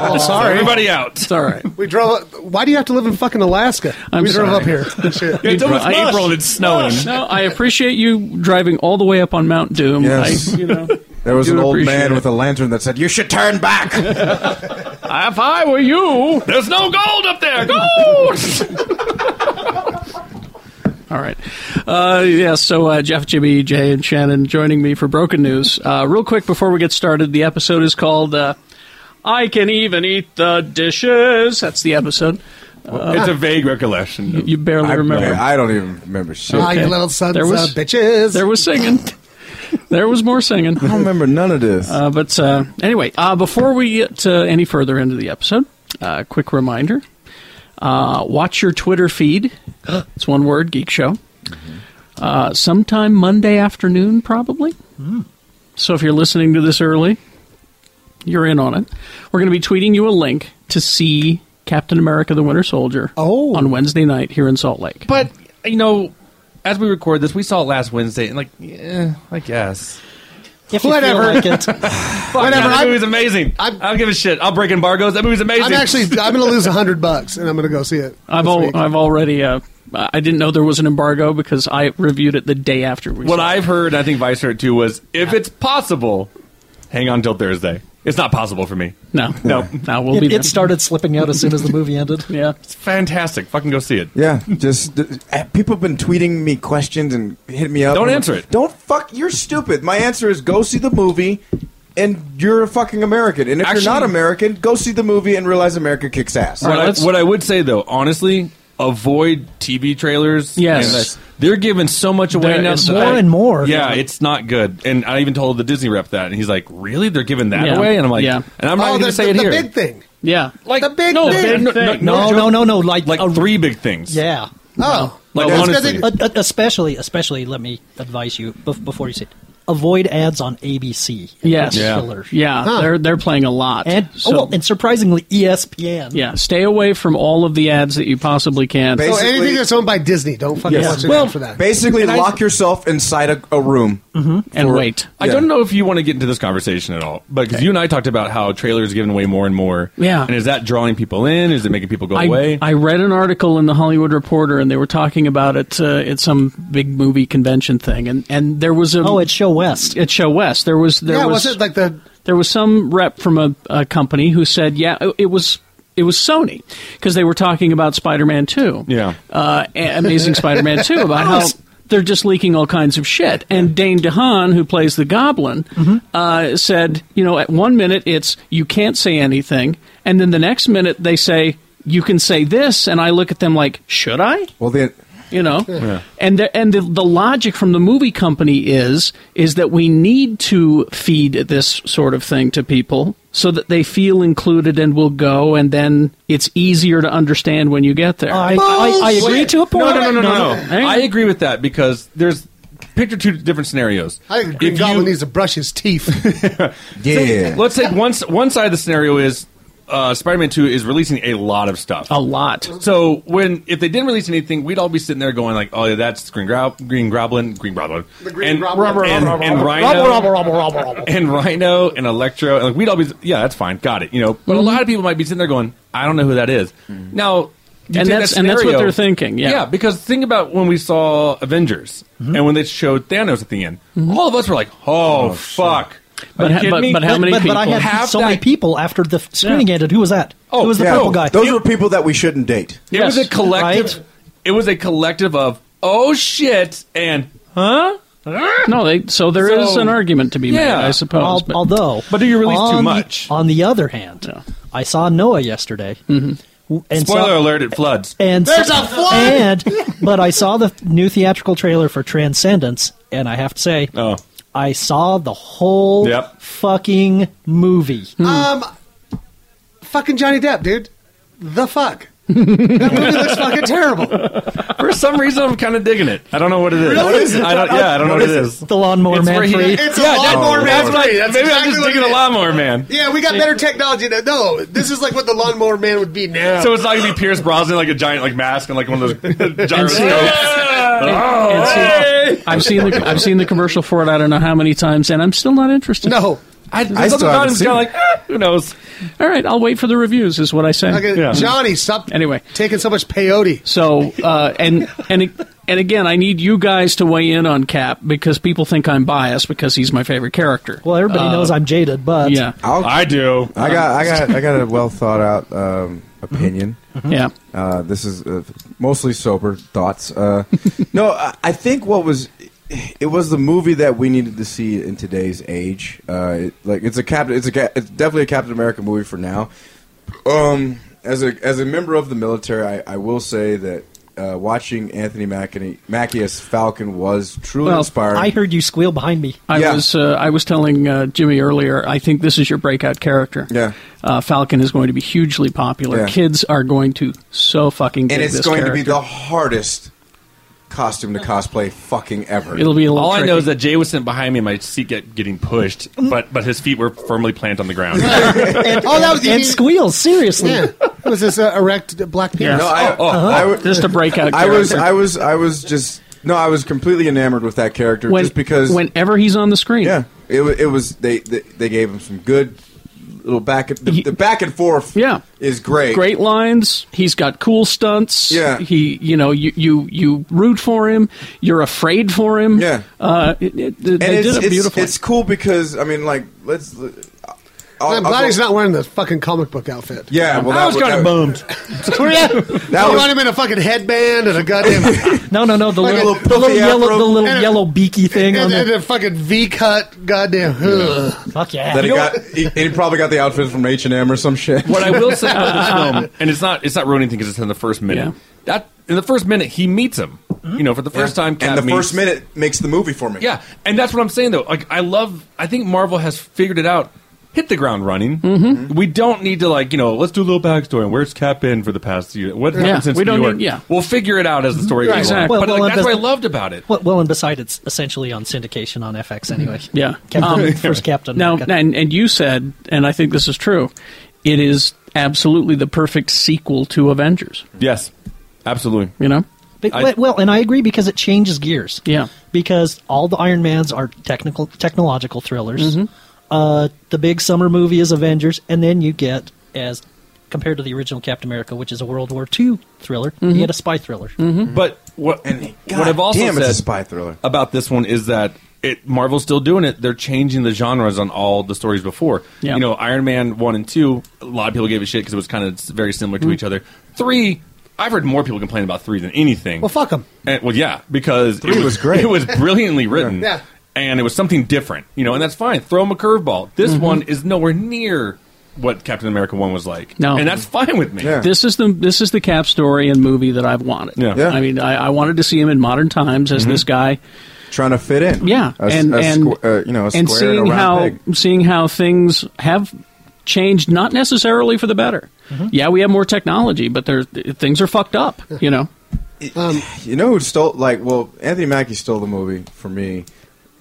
Oh, sorry.
Everybody out.
It's all right.
We drove. Up, why do you have to live in fucking Alaska?
I'm
we drove
sorry.
up here. Shit.
You dro- I- No, I appreciate you driving all the way up on Mount Doom.
Yes.
I, you know,
There was
do
an old
appreciate
man
it.
with a lantern that said, "You should turn back."
if I were you,
there's no gold up there. Gold.
All right. Uh, yeah, so uh, Jeff, Jimmy, Jay, and Shannon joining me for Broken News. Uh, real quick before we get started, the episode is called uh, I Can Even Eat the Dishes. That's the episode. Uh,
it's a vague recollection.
you barely
I,
remember.
I don't even remember shit.
Ah, you little sons of bitches.
There was singing. there was more singing. I don't
remember none of this.
Uh, but uh, anyway, uh, before we get uh, any further into the episode, uh, quick reminder: uh, watch your Twitter feed. it's one word, Geek Show.
Mm-hmm.
Uh, sometime Monday afternoon, probably. So if you're listening to this early, you're in on it. We're going to be tweeting you a link to see Captain America: The Winter Soldier oh. on Wednesday night here in Salt Lake.
But you know, as we record this, we saw it last Wednesday, and like, yeah, I guess.
If
you Whatever. feel like it.
Whatever.
Whatever,
That
I'm-
movie's amazing. I'm, I do not give a shit. I'll break embargoes. That movie's amazing.
I'm actually. I'm going to lose a hundred bucks, and I'm going to go see it.
I've
this
al-
week.
I've already uh, I didn't know there was an embargo because I reviewed it the day after we.
What I've heard, I think Vice heard too, was if it's possible, hang on till Thursday. It's not possible for me.
No,
no,
no.
We'll
it,
be.
it started slipping out as soon as the movie ended.
yeah.
It's fantastic. Fucking go see it.
Yeah, just uh, people have been tweeting me questions and hitting me up.
Don't
I'm
answer
like, Don't fuck. You're stupid. My answer is go see the movie, and you're a fucking American. And if
Actually-
you're not American, go see the movie and realize America kicks ass.
What, I, what I would say though, honestly, avoid TV trailers.
Yes.
And they're giving so much away
There
now.
is
that
more
I-
and more.
Yeah, it's not good. And I even told the Disney rep that, and he's like, "Really? They're giving that
Yeah.
away?" And I'm like,
Yeah.
And I'm not
Oh,
going
the-
to say
the-
it
the
here.
big
thing.
Yeah.
Like the big
no,
thing.
no, no,
No, no, no, no. Like
like three big things.
Yeah.
Oh.
Like, Well, honestly. it's
Uh, uh, especially, especially, let me advise you bef- before you say it. Avoid ads on ABC.
Yes.
Yeah.
Yeah, yeah they're they're playing a lot.
And, oh, well, and surprisingly, E ESPN.
yeah, stay away from all of the ads that you possibly can.
So anything that's owned by Disney, don't fucking watch it for that.
Basically,
And I-
lock yourself inside a, a room
and wait.
I
Yeah.
don't know if you want to get into this conversation at all, but because you and I talked about how trailers are giving away more and more.
Yeah.
And is that drawing people in? Is it making people go
I,
away?
I read an article in the Hollywood Reporter, and they were talking about it uh, at some big movie convention thing, and, and there was a
Oh, at Show West.
At Show West, there was there
yeah,
was,
was it like the
there was some rep from a, a company who said, yeah, it- it was it was Sony because they were talking about Spider-Man Two,
Yeah.
uh, A- Amazing Spider-Man Two, about how they're just leaking all kinds of shit. And Dane DeHaan, who plays the Goblin,
Mm-hmm.
uh, said, you know, at one minute it's you can't say anything, and then the next minute they say you can say this, and I look at them like, should I?
Well, then.
You know,
Yeah.
and the, and the, the logic from the movie company is is that we need to feed this sort of thing to people so that they feel included and will go, and then it's easier to understand when you get there.
I- I- I agree to a point.
No, no, no, no. no. I agree with that because there's picture two different scenarios.
I think Green
If
Goblin
you-
needs to brush his teeth.
Say- let's say one s- one side of the scenario is uh, Spider-Man Two is releasing a lot of stuff. A
lot.
So when if they didn't release anything, we'd all be sitting there going like, "Oh yeah, that's Green, Gro- Green Goblin, Green Goblin, the Green and,
Goblin.
and, and,
Rubber,
Rhino,
rubber, rubber, rubber, rubber.
and Rhino and Electro." And like we'd all be, "Yeah, that's fine, got it," you know. But a lot of people might be sitting there going, "I don't know who that is." Now, you
And
take
that's-
that
and that's what
scenario-
they're thinking, yeah.
yeah, because think about when we saw Avengers and when they showed Thanos at the end. All of us were like, "Oh, fuck." Are
But,
you
ha-
kidding
but,
me?
but how many
but
people?
I had
Half so
that-
many people after the f- screening
Yeah.
ended. Who was that?
Oh,
Who was the
yeah.
purple guy?
Those were people that we shouldn't date.
It was a collective. It was a collective of oh shit and huh?
No, they. So there is an argument to be made, I suppose.
Al-
but-
although,
But do you release too
on the-
much?
on the other hand, I saw Noah yesterday.
Mm-hmm.
W- And
Spoiler
saw-
alert! It floods.
And
There's
saw-
a flood!
And but I saw the new theatrical trailer for Transcendence, and I have to say, I saw the whole
Oh. Yep.
fucking movie.
Um, fucking Johnny Depp, dude. The fuck. that movie looks fucking terrible.
For some reason, I'm kind of digging it. I don't know what it is.
Really? What is it?
I don't, yeah, I don't know what, it is.
The lawnmower
It's
man.
where he-
free.
It's a
yeah,
lawnmower man
That's, that's
free.
right.
That's
Maybe
exactly
I'm just
what
digging
it
a
is.
lawnmower man.
Yeah, we got better technology. now. No, this is like what the lawnmower man would be now.
So it's not gonna be Pierce Brosnan like a giant like mask and like one of those Oh, gyroscopes.
And see, I've seen the I've seen the commercial for it. I don't know how many times, and I'm still not interested.
No,
I,
I still haven't
kind
seen
of
it.
like
"Ah, who knows.
All right, I'll wait for the reviews. Is what I say.
Okay, Johnny, stop
anyway
taking so much peyote.
So uh, and and and again, I need you guys to weigh in on Cap because people think I'm biased because he's my favorite character.
Well, everybody
Uh,
knows I'm jaded, but
yeah.
I'll-
I do.
I got, I got, I got a well thought out um, opinion.
Mhm. Yeah.
uh, this is uh, mostly sober thoughts. Uh, no, I, I think what was it was the movie that we needed to see in today's age. Uh, it, like it's a captain, it's a ca- it's definitely a Captain America movie for now. Um, as a as a member of the military, I, I will say that. Uh, watching Anthony Mackie, Mackie as Falcon was truly
Well,
inspiring.
I heard you squeal behind me.
I was uh, I was telling uh, Jimmy earlier. I think this is your breakout character.
Yeah.
uh, Falcon is going to be hugely popular.
Yeah.
Kids are going to so fucking. dig
and it's
this
going to be
character.
the hardest costume to cosplay fucking ever.
It'll be a little
All I
tricky.
know is that Jay was sitting behind me, and my seat get, getting pushed, but but his feet were firmly planted on the ground.
oh, that was
and squeals seriously.
Yeah, Oh, uh-huh. it was this uh, erect black penis.
No, I, oh, I w-
Oh, Just a breakout
I was,
character.
I was, I was just no, I was completely enamored with that character
When-
just because
whenever he's on the screen,
yeah, it, wa- it was they, they they gave him some good little back and- the, the back and forth
yeah
is great.
Great lines. He's got cool stunts.
Yeah.
He, you know, you you you root for him. You're afraid for him. Yeah. Uh, it, it,
and
they
it's,
did it
it's,
beautifully.
it's cool because I mean, like, let's. I'll-
I'm
I'll
glad
go-
he's not wearing the fucking comic book outfit.
Yeah, well, that was
kinda
that-
bummed.
That
was-
run him in a fucking headband and a goddamn
No, no, no. The
Like a
little,
little
the little
puffy
yellow,
afro.
the little
And-
yellow beaky thing. on
and,
the,
and a fucking V cut. Goddamn. ugh.
fuck yeah.
That he got, he, and he probably got the outfit from H and M or some shit.
what I will say about this film, and it's not it's not ruining anything because it's in the first minute. That in the first minute he meets him, you know, for the first time. Cap
and the
meets-
first minute makes the movie for me.
yeah, and that's what I'm saying though. Like I love, I think Marvel has figured it out. Hit the ground running. Mm-hmm. We don't need to like you know. Let's do a little backstory. and Where's Cap been for the past year? What happened
Yeah,
since
we
New
don't
York?
need- yeah.
we'll figure it out as the story
Right.
goes on.
Exactly.
but
Well,
like,
well,
that's
that's-
what I loved about it.
Well, well, and besides, it's essentially on syndication on FX anyway.
Mm-hmm.
yeah.
Captain,
Um,
first Captain.
Now,
America.
and and you said, and I think this is true. It is absolutely the perfect sequel to Avengers.
Yes, absolutely.
You know.
But,
I-
well, and I agree because it changes gears.
Yeah.
Because all the Iron Mans are technical technological thrillers.
Mm-hmm.
Uh, the big summer movie is Avengers, and then you get as compared to the original Captain America, which is a World War II thriller,
Mm-hmm.
you get a spy thriller.
But what
God
what I've also
damn,
said
it's a spy thriller.
about this one is that it Marvel's still doing it. They're changing the genres on all the stories before.
Yeah.
You know, Iron Man one and two. A lot of people gave a shit because it was kind of very similar to each other. Three. I've heard more people complain about three than anything.
Well, fuck him.
And, well, yeah, because
Three was great.
It was brilliantly written,
Yeah.
and it was something different, you know. And that's fine. Throw them a curveball. This one is nowhere near what Captain America one was like,
No.
and that's fine with me.
This is the this is the Cap story and movie that I've wanted.
Yeah. Mm-hmm. Yeah.
I mean, I, I wanted to see him in modern times as this guy
trying to fit in.
Yeah,
A s-
and
a
and
squ- uh, you know, a
and
square
seeing
and a round
how
peg.
seeing how things have changed, not
Mm-hmm.
necessarily for the better. Yeah, we have more technology, but there things are fucked up. You know,
you know who stole? Like, well, Anthony Mackie stole the movie for me,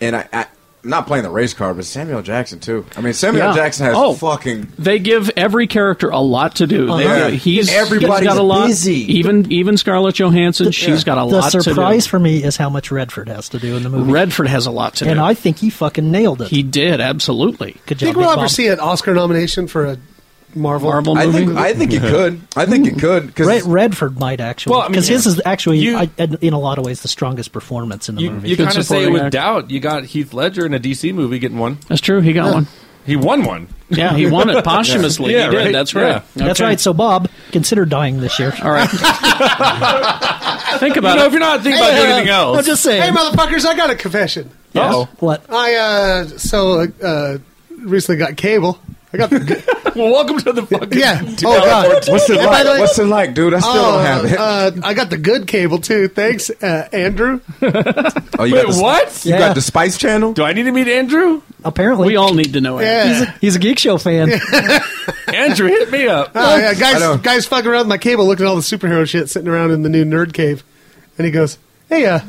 and I. I I'm not playing the race card, but Samuel Jackson too. I mean, Samuel
Yeah.
Jackson has
Oh.
fucking
They give every character a lot to do. They-
Uh-huh.
He's
Everybody's
he's got a lot.
busy.
Even even Scarlett Johansson, she's got a
the
lot
surprise
to
for me is how much Redford has to do in the
do.
movie.
Redford has a lot to
and
do.
I think he fucking nailed it.
he did absolutely. Good
think we'll ever see an Oscar nomination for a Marvel
Marvel I think- movie? I think
you could. I think you could. Cause
Red, Redford might actually.
Well, I mean,
because his
yeah.
is actually,
You-
I, in a lot of ways, the strongest performance in the
You,
movie.
you kind of say it with doubt. You got Heath Ledger in a DC movie getting one.
That's true. He got one.
He won one.
Yeah, he won it posthumously. He did, that's right.
That's
Okay.
right. So, Bob, consider dying this year. All
right. Think about
You know,
it.
if you're not thinking about
uh,
doing anything else,
I'm just saying.
Hey, motherfuckers! I got a confession.
Yes? Uh-oh.
What?
I uh, so uh, recently got cable. I got
well, welcome to the fucking
yeah. Oh god,
What's it
And by
like?
the way-
What's it like, dude? I still
Oh,
don't have it.
Uh, I got the good cable too. Thanks, uh, Andrew.
Oh, you
wait,
the,
what?
You
Yeah.
got the Spice Channel? Do
I need to meet Andrew?
Apparently,
we all need to know.
Yeah.
He's, a, he's a geek show fan.
Andrew, hit me up.
Oh, yeah, guys,
I know.
guys, fucking around with my cable, looking at all the superhero shit sitting around in the new nerd cave, and he goes, "Hey, uh,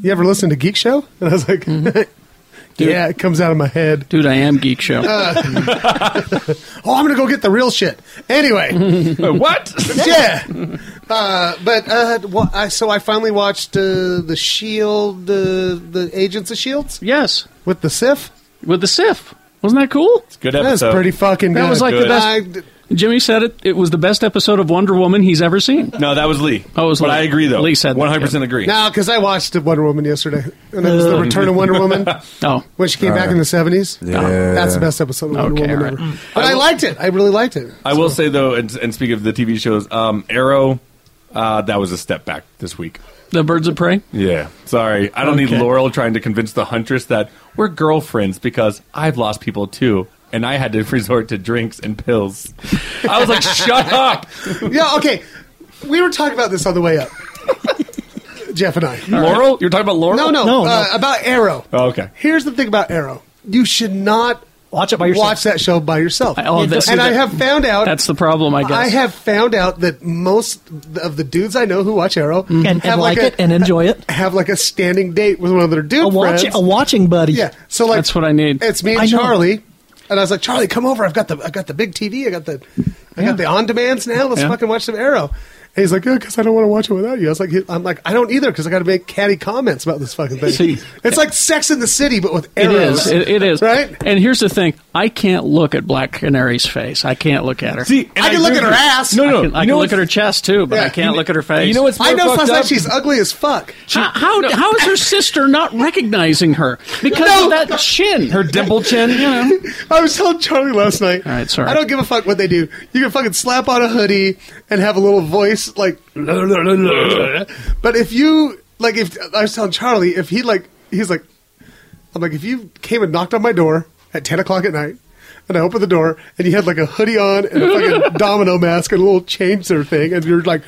you ever listen to Geek Show?" And I was like, "Yeah, it comes out of my head,
Mm-hmm. dude. I am Geek Show."
oh, I'm gonna go get the real shit. Anyway,
Uh,
what?
yeah, uh, but uh, wha- I, so I finally watched uh, the Shield, uh, the Agents of Shields.
Yes,
with the Sif.
With the Sif, wasn't that cool? It's
good
That was episode. pretty fucking
That
good.
was like
Good.
the best.
I-
Jimmy said it. It was the best episode of Wonder Woman he's ever seen.
No, that was Lee.
Oh, it was
But
Lee.
I agree, though.
Lee said that,
100%
yeah.
agree.
No, because I watched Wonder Woman yesterday, and it was the
Ugh.
Return of Wonder Woman.
oh,
when she came back
Alright.
in the seventies.
Yeah.
that's the best episode of Wonder
Okay,
Woman
alright.
ever. But I, liked it. I really liked it.
I will say though, and, and speak of the TV shows, um, Arrow, uh, that was a step back this week.
The Birds of Prey.
Yeah, sorry, I don't
Okay.
need Laurel trying to convince the Huntress that we're girlfriends because I've lost people too, and I had to resort to drinks and pills. I was like, shut up.
yeah. Okay. We were talking about this on the way up. Jeff and I.
Laurel, you're talking about Laurel?
No, no, uh, about Arrow.
Oh, okay.
Here's the thing about Arrow. You should not watch
it by yourself.
Watch that show by yourself.
oh, that's-
and I have found out
That's the problem, I guess.
I have found out that most of the dudes I know who watch Arrow
And- Mm. and
have
like it and enjoy it.
Have like a standing date with one of their dude
a, watch,
friends.
a watching buddy.
Yeah. So like
That's what I need.
It's me
I
and
know.
Charlie. And I was like, Charlie, come over. I've got the I got the big TV. I got the I got the on demands now. Let's
Yeah.
fucking watch some Arrow. And he's like, yeah, because I don't want to watch it without you. I was like, I'm like, I don't either because I got to make catty comments about this fucking thing.
See-
it's like Sex in the City, but with
It
arrows.
is. It, it is.
Right?
And here's the thing: I can't look at Black Canary's face. I can't look at her.
See, and I can I look do- at her ass.
No, no. I
You
can, I
know
can look
what's-
at her chest too, but
Yeah.
I can't
You-
look at her face.
you know what's
I know
more
plus
fucked
that
up?
she's ugly as fuck.
how how, how is her sister not recognizing her because of that chin, her dimple chin? You know.
I was telling Charlie last night. All
right, sorry.
I don't give a fuck what they do. You can fucking slap on a hoodie and have a little voice like. but if you like, if I was telling Charlie, if he like, he's like, I'm like, if you came and knocked on my door at 10 o'clock at night. And I opened the door, and you had like a hoodie on and a fucking domino mask and a little chainsaw thing, and you're like,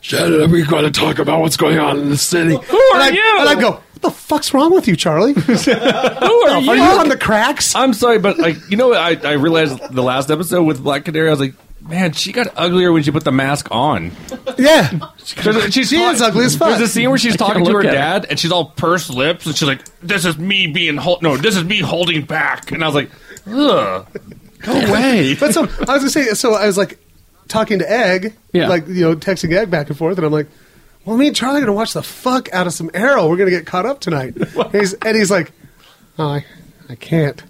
"Shut up, we got to talk about what's going on in the city." Who
are
and I,
you?
And I go, "What the fuck's wrong with you, Charlie?"
Who are you?
Are you on the cracks?
I'm sorry, but like you know, what I I realized the last episode with Black Canary, I was like, man, she got uglier when she put the mask on.
Yeah,
she's
she is ugly as fuck.
There's a scene where she's
I can't
talking to her
look at
dad, and she's all pursed lips, and she's like, "This is me being hol- no, this is me holding back." And I was like, "Ugh, go away."
But so I was gonna say, so I was like talking to Egg,
Yeah.
like you know, texting Egg back and forth, and I'm like, "Well, me and Charlie are gonna watch the fuck out of some Arrow. We're gonna get caught up tonight." And he's, and he's like, oh, "I, I can't.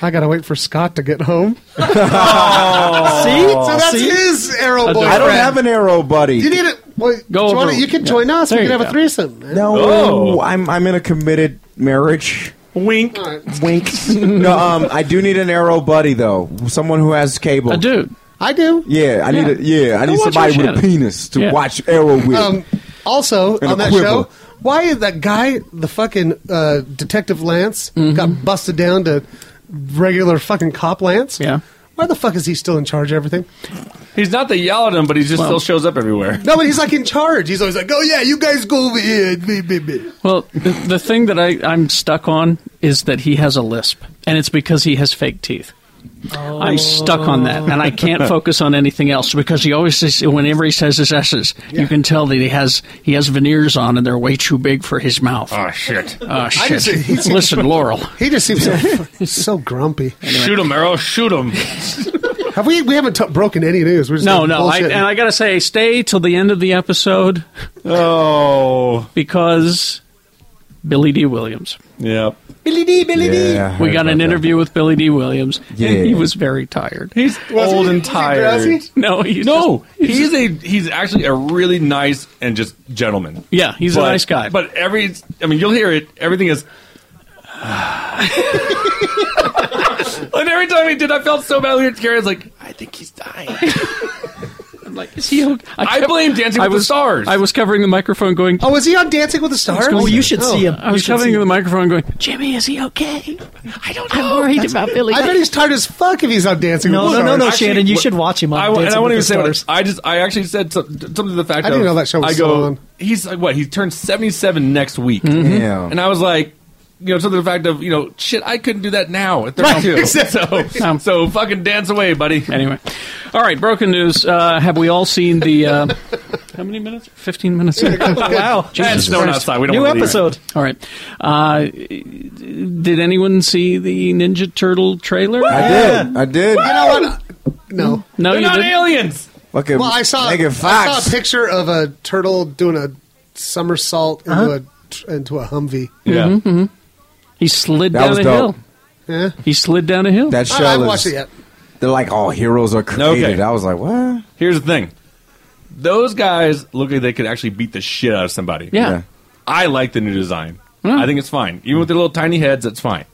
I gotta wait for Scott to get home." See, so that's
uh, oh, See?
his Arrow boy.
I don't have an Arrow buddy.
You need it. Well, Go Joanna,
over-
you can
yeah.
join us.
There
we can
you
have a
go. Oh.
threesome. man.
No, I'm I'm in a committed marriage.
Wink,
wink. no, um, I do need an arrow buddy though. Someone who has cable. I
do.
I do.
Yeah, I need. A, yeah, I
Go
need
watch
somebody
your
with a
shit.
penis to
Yeah.
watch Arrow with.
Um, also,
And a
on that
quiver.
show, why is that guy, the fucking uh, Detective Lance,
Mm-hmm.
got busted down to regular fucking cop Lance? Yeah. Why the fuck is he still in charge of everything?
He's not that yell at him, but he just
Well-
still shows up everywhere.
No, but he's like in charge. He's always like, oh yeah, you guys go over here. Me, me, me.
Well, the, the thing that I, I'm stuck on is that he has a lisp, and it's because he has fake teeth. I'm stuck on that, and I can't
Oh.
focus on anything else because he always says, whenever he says his S's, you can tell that he has he has veneers on, and they're way too big for his mouth. Oh shit! Oh
I
shit!
just- he seems-
Listen, Laurel.
He just seems so so grumpy.
Shoot him, Arrow. Shoot him.
Have we? We haven't t- broken any news. We're just
No,
like
no, I,
bullshitting.
and I gotta say, stay till the end of the episode. Oh, because Billy D. Williams.
Yep.
Billy D, Billy D.
Yeah, I
we
heard
got an
about
interview with Billy D. Williams,
Yeah.
and he was very tired.
He's old and tired.
No, he's
no. he's a he's actually a really nice and just gentleman.
Yeah, he's a
But-
nice guy.
But every I mean, you'll hear it. Everything is. and every time he did, I felt so bad. Weird, Gary was like, I think he's dying.
I'm like, is he okay?
I, blame Dancing
I
with
was-
the Stars.
I was covering the microphone, going.
Oh, was he on Dancing with the Stars? Oh,
What's going on? I
You
was
should
covering
see him.
the microphone, going.
Jimmy, is he okay? I don't know.
I'm worried about Billy. I bet he's tired as fuck if he's not dancing.
No,
with the
no, no, no,
Stars.
Shannon, you should watch him on
I, and I
Dancing with
won't even
the
say what
Stars.
I, I just. I actually said some- something to the fact.
I didn't
of-
know that show was
I go.
still on.
He's like what? He turns seventy seven next week. Mm-hmm.
Mhm. Yeah.
And I was like, you know, something to the fact of you know, shit, I couldn't do that now at
Right,
thirty two.
exactly.
So, so fucking dance away, buddy.
Anyway, all right. Broken news. Uh, have we all seen the? Uh, how many minutes? Fifteen minutes.
Wow.
Yeah, it's snowing
Christ.
outside. We don't New wanna leave. episode.
All right. Uh, did anyone see the Ninja Turtle trailer?
I did. I did.
You know what? No,
No, you didn't.
aliens.
Look at
Well, I saw.
Megan
I
Fox.
saw a picture of a turtle doing a somersault into
Uh-huh.
a tr- into a Humvee.
Yeah.
Mm-hmm.
Mhm. He slid
That
down
was
a
dope.
hill.
Yeah.
He slid down a hill.
That show
I haven't
is-
watched it yet.
They're like, all heroes are created.
Okay.
I was like, what?
Here's the thing. Those guys look like they could actually beat the shit out of somebody.
Yeah. Yeah.
I like the new design. I think it's fine. Even with their little tiny heads, that's fine.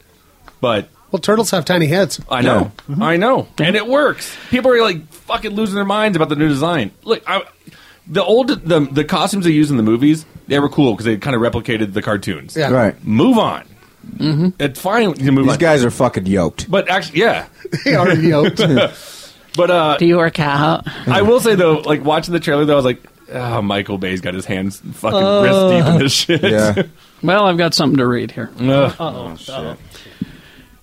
But
Well, turtles have tiny heads. Mm-hmm.
I know. I know. And it works. People are like fucking losing their minds about the new design. Look, I, the old the the costumes they used in the movies, they were cool because they kind of replicated the cartoons.
Yeah. Right.
Move on. Mm-hmm. It's fine. You move
These
on.
guys are fucking yoked.
But actually, yeah,
they are yoked.
but uh,
do you work out?
I will say though, like watching the trailer, though, I was like,
"Ah,
oh, Michael Bay's got his hands fucking
Uh,
wrist deep in this shit.
yeah. Well, I've got something to read here.
Ugh.
oh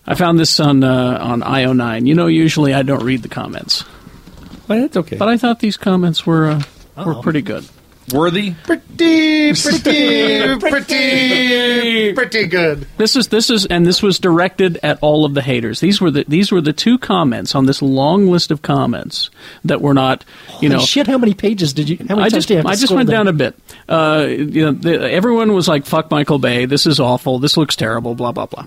I found this on uh, on IO9. You know, usually I don't read the comments.
Well, that's okay.
But I thought these comments were uh, were pretty good.
Worthy.
Pretty, pretty, pretty, pretty good.
This is this is and this was directed at all of the haters. These were the these were the two comments on this long list of comments that were not you
Holy
know
shit, how many pages did you? How many
I
times
just,
did you have to
I just
scroll
went
down?
down a bit. Uh, you know, the, everyone was like, "Fuck Michael Bay. This is awful. This looks terrible." Blah blah blah.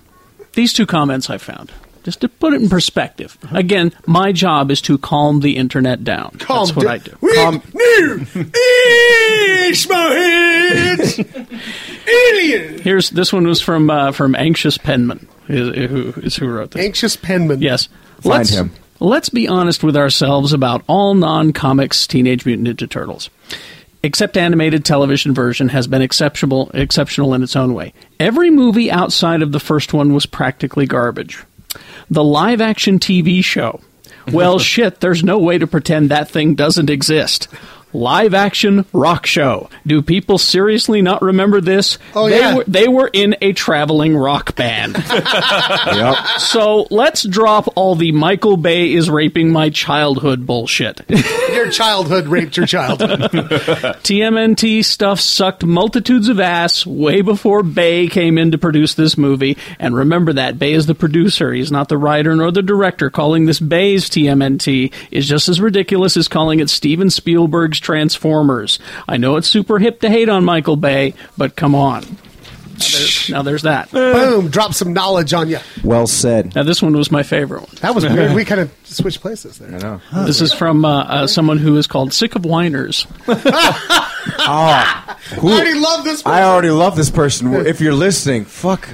These two comments I found. Just to put it in perspective.
Uh-huh.
Again, my job is to calm the internet down.
Calm
That's what
da-
I do.
We knew Ishmael's alien.
Here's this one was from uh, from Anxious Penman, is, who is who wrote this.
Anxious Penman.
Yes.
Find
let's,
him.
Let's be honest with ourselves about all non-comics Teenage Mutant Ninja Turtles. Except animated television version has been exceptional exceptional in its own way. Every movie outside of the first one was practically garbage. The live action TV show. Well, shit, there's no way to pretend that thing doesn't exist. Live action rock show. Do people seriously not remember this?
Oh,
they
yeah.
Were, they were in a traveling rock band. So let's drop all the Michael Bay is raping my childhood bullshit.
Your childhood raped your childhood.
TMNT stuff sucked multitudes of ass way before Bay came in to produce this movie. And remember that Bay is the producer; he's not the writer nor the director. Calling this Bay's TMNT is just as ridiculous as calling it Steven Spielberg's Transformers. I know it's super hip to hate on Michael Bay, but come on. Now there's, now there's that.
Boom! Drop some knowledge on you.
Well said.
Now this one was my favorite one.
That was weird. We kind of switched places there. I know.
This is from uh, uh, someone who is called Sick of Whiners.
Ah, who-
I already love this
I already love this person. If you're listening, fuck.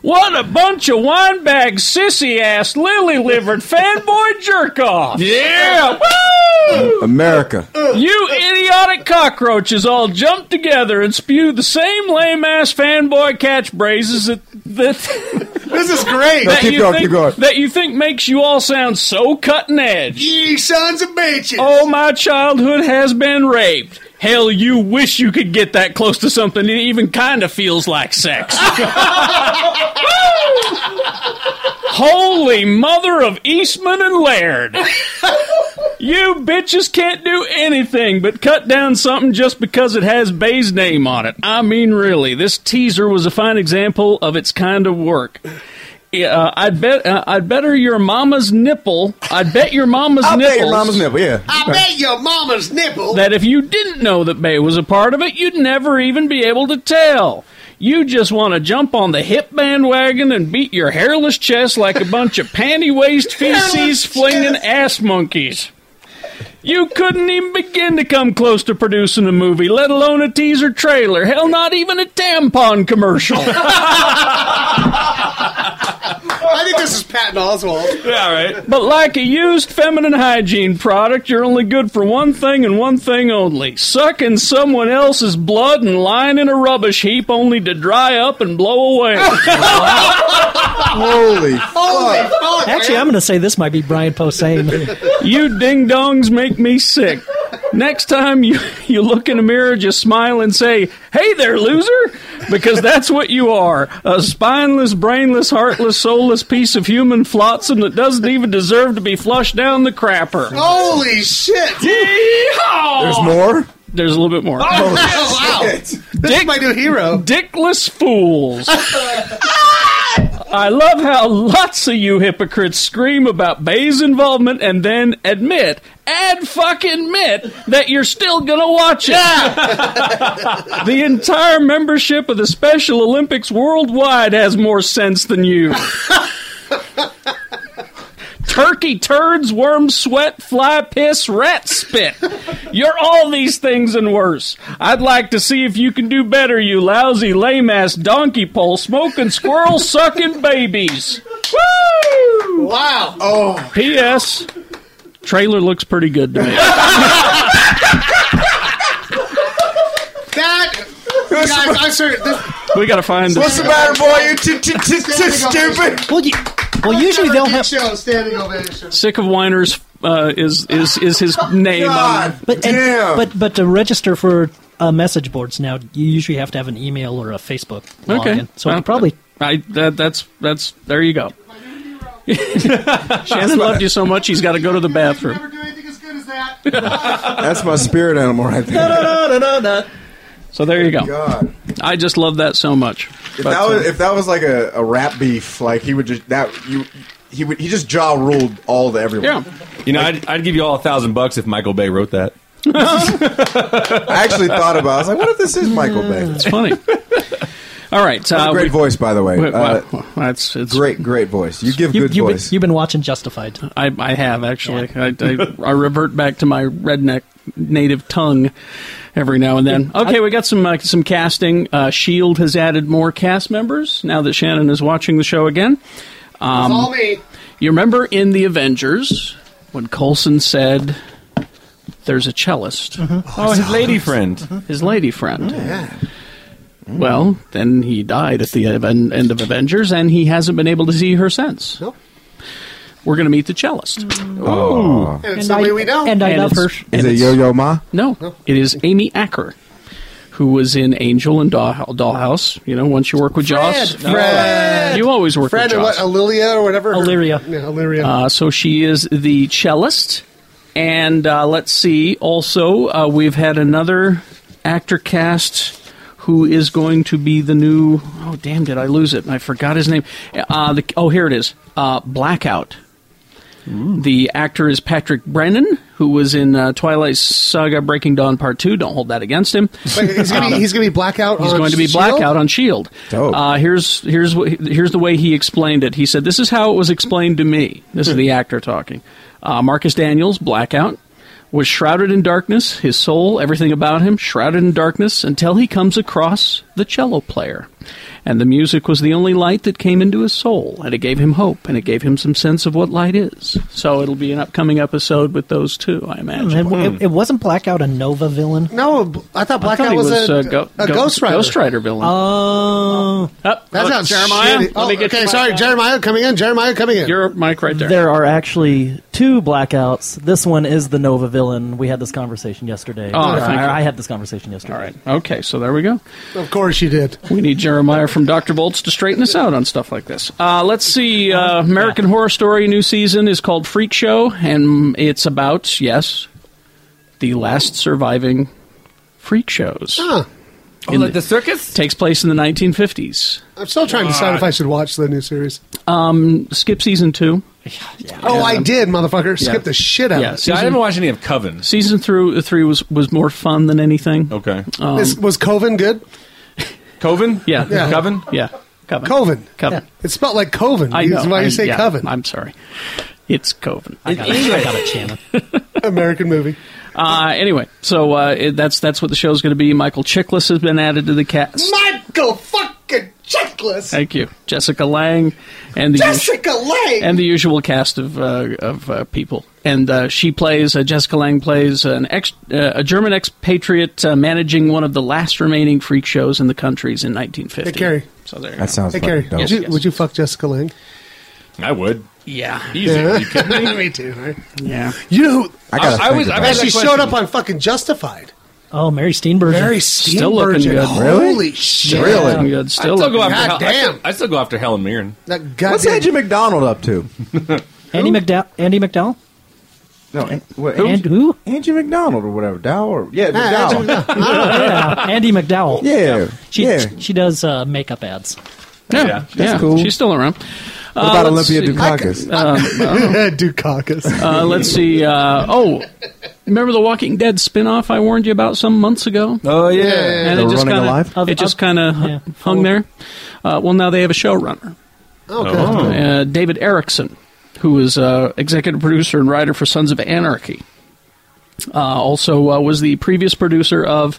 What a bunch of wine bag, sissy ass, lily livered fanboy jerk off! Yeah! Woo!
America.
You idiotic cockroaches all jump together and spew the same lame ass fanboy catchphrases that. that
this is great.
No, keep going,
think,
keep going.
That you think makes you all sound so cut and edge.
Ye sons of bitches!
Oh, my childhood has been raped. Hell, you wish you could get that close to something that even kind of feels like sex. Holy mother of Eastman and Laird! you bitches can't do anything but cut down something just because it has Bay's name on it. I mean, really, this teaser was a fine example of its kind of work. Uh, I'd bet. Uh, I'd better your mama's nipple. I'd bet your mama's
I'll
nipples.
bet your mama's nipple, yeah.
I bet your mama's nipple.
That if you didn't know that Bay was a part of it, you'd never even be able to tell. You just want to jump on the hip bandwagon and beat your hairless chest like a bunch of panty waist feces flinging ass monkeys. You couldn't even begin to come close to producing a movie, let alone a teaser trailer. Hell, not even a tampon commercial.
I think this is Patton Oswald.
Yeah, right.
But like a used feminine hygiene product, you're only good for one thing and one thing only sucking someone else's blood and lying in a rubbish heap only to dry up and blow away.
Holy fuck.
Actually, I'm going to say this might be Brian Poe saying
You ding dongs make me sick. Next time you, you look in a mirror, just smile and say, Hey there, loser! Because that's what you are a spineless, brainless, heartless, soulless piece of human flotsam that doesn't even deserve to be flushed down the crapper.
Holy shit!
Yeehaw!
There's more?
There's a little bit more.
Oh, wow. This is my new hero.
Dickless fools. I love how lots of you hypocrites scream about Bay's involvement and then admit, and fucking admit, that you're still gonna watch it. the entire membership of the Special Olympics worldwide has more sense than you. Turkey turds, worm sweat, fly piss, rat spit. You're all these things and worse. I'd like to see if you can do better, you lousy, lame ass donkey pole smoking squirrel sucking babies. Woo!
Wow.
Oh. P.S. Trailer looks pretty good to me.
That. Guys, I'm sorry. This,
we gotta find this.
What's the matter, boy? You're too, too, too, too stupid.
Well, you, well usually they'll have.
show standing ovation.
Sick of Winers uh, is is is his name. on-
But, and- but but to register for uh, message boards now, you usually have to have an email or a Facebook login.
Okay.
So
Well,
it probably
I that, that's that's there you go. Shannon loved you so much he's got to go to the bathroom.
That's my spirit animal right there.
So there you go.
God.
I just love that so much.
If
But,
that was
uh,
if that was like a, a rap beef, like he would just that you he would he just jaw ruled all to everyone.
Yeah.
You know, I'd, I'd give you all a thousand bucks if Michael Bay wrote that.
I actually thought about. it. I was like, what if this is Michael Bay?
Mm, it's funny. All right.
That's a
Uh,
great
we-
voice, by the way.
Wait,
Uh,
wow. that's it's
great, great voice. You give
you,
good
you've, been,
voice.
you've been watching Justified.
I, I have actually. I, I, I revert back to my redneck native tongue every now and then. Okay, we got some uh, some casting. Uh, Shield has added more cast members now that Shannon is watching the show again. Um,
Call me.
You remember in the Avengers when Coulson said, "There's a cellist."
Oh, his lady friend.
His lady friend. Mm. Well, then he died at the ev- end of Avengers, and he hasn't been able to see her since.
Nope.
We're going to meet the cellist.
Oh.
And it's somebody
I,
we know.
And I
And
love her.
it's-
Is
and
it
it's-
Yo Yo Ma?
no, it is Amy Acker, who was in Angel and Doll, Dollhouse. You know, once you work with Joss,
Fred.
you always work
Fred
with
and what?
Joss.
Illyria or whatever? her-
Illyria.
Yeah, Illyria.
Uh, so she is the cellist, and uh, let's see. Also, uh, we've had another actor cast who is going to be the new. Oh, damn! Did I lose it? I forgot his name. Uh, the, oh, here it is. Uh, Blackout. The actor is Patrick Brennan, who was in uh, Twilight Saga: Breaking Dawn Part Two. Don't hold that against him.
Wait, he's gonna be, he's gonna be blackout.
uh, He's
on
going to be
Shield?
blackout on Shield.
Dope.
Uh, here's here's wh- here's the way he explained it. He said, "This is how it was explained to me." This is the actor talking. Uh, Marcus Daniels, blackout, was shrouded in darkness. His soul, everything about him, shrouded in darkness until he comes across the cello player, and the music was the only light that came into his soul, and it gave him hope, and it gave him some sense of what light is. So it'll be an upcoming episode with those two, I
It,
imagine.
it, it wasn't Blackout a Nova villain.
No, b- I thought
I
blackout
thought he
was,
was,
a,
uh, go-
a
go-
Ghost Rider.
Ghost Rider villain.
Oh,
Up,
That's
up,
not
Jeremiah.
Shitty.
Let
Oh,
me get
okay,
you-
sorry, Jeremiah coming in. Jeremiah coming in.
Your mic right there.
There are actually two blackouts. This one is the Nova villain. We had this conversation yesterday.
Oh,
Or
thank you.
I, I had this conversation yesterday.
All right. Okay, so there we go.
of course you did.
We need Jeremiah from Dr. Bolts to straighten us out on stuff like this. Uh, let's see. Uh, American Horror Story new season is called Freak Show, and it's about, yes, the last surviving freak shows.
Oh, like the
circus? Takes place in the 1950s.
I'm still trying to decide if I should watch the new series.
Um, skip season two.
Oh, I
Yeah.
did, motherfucker!
Yeah.
Skip the shit out
Yeah,
of it.
see, I haven't watched
any of Coven.
Season through three was was more fun than anything.
Okay.
Um,
This- was Coven good?
Coven?
Yeah.
Yeah.
Coven?
Yeah. Coven.
Coven.
Coven.
It's spelled like Coven.
I know.
That's why
I-
you say
yeah,
Coven.
I'm sorry. It's Coven. I
In
got, it. I
English.
got it, Shannon.
American movie.
Uh, anyway, so uh, it, that's that's what the show's going to be. Michael Chiklis has been added to the cast.
Michael fucking checklist.
Thank you, Jessica Lang, and the us-
Jessica Lange.
and the usual cast of uh, of uh, people. And uh, she plays uh, Jessica Lang plays an ex, uh, a German expatriate uh, managing one of the last remaining freak shows in the countries in 1950.
Hey, Carrie.
So there you
That
go.
sounds Hey, Carrie, fucking dope. would you- would you fuck Jessica Lang?
I would.
Yeah.
Easy.
Yeah.
You kidding me?
me too. Right?
Yeah.
You know who?
I gotta I- I think was- about I
Man,
had that
she
question.
showed up on fucking Justified.
Oh, Mary Steenburgen.
Mary
Still looking
Steenburgen.
good.
Holy shit!
Looking good.
I
Still
still
looking
go
good.
after Hel- I
Goddamn.
still- I still go after Helen Mirren.
That
What's
goddamn-
Angie McDonald up to?
Andy McDowell. Andy McDowell.
No, An- what,
Who?
Angie-
who?
Angie McDonald or whatever. Dow or yeah,
Ah,
McDowell.
yeah, Andy McDowell.
Yeah,
She
yeah.
she does uh, makeup ads.
Yeah,
Yeah,
yeah,
that's cool.
She's still around.
What about
let's
Olympia
see.
Dukakis?
Um, I don't know.
Dukakis.
Uh, let's see. Uh, oh, remember the Walking Dead spinoff I warned you about some months ago?
Oh
yeah. Yeah, yeah, yeah.
and
They
it
were
just
running
kind
alive?
of it just kind of hung there. Uh, well, now they have a showrunner,
Okay. Oh.
uh, David Erickson, who is uh, executive producer and writer for Sons of Anarchy. Uh, also, uh, was the previous producer of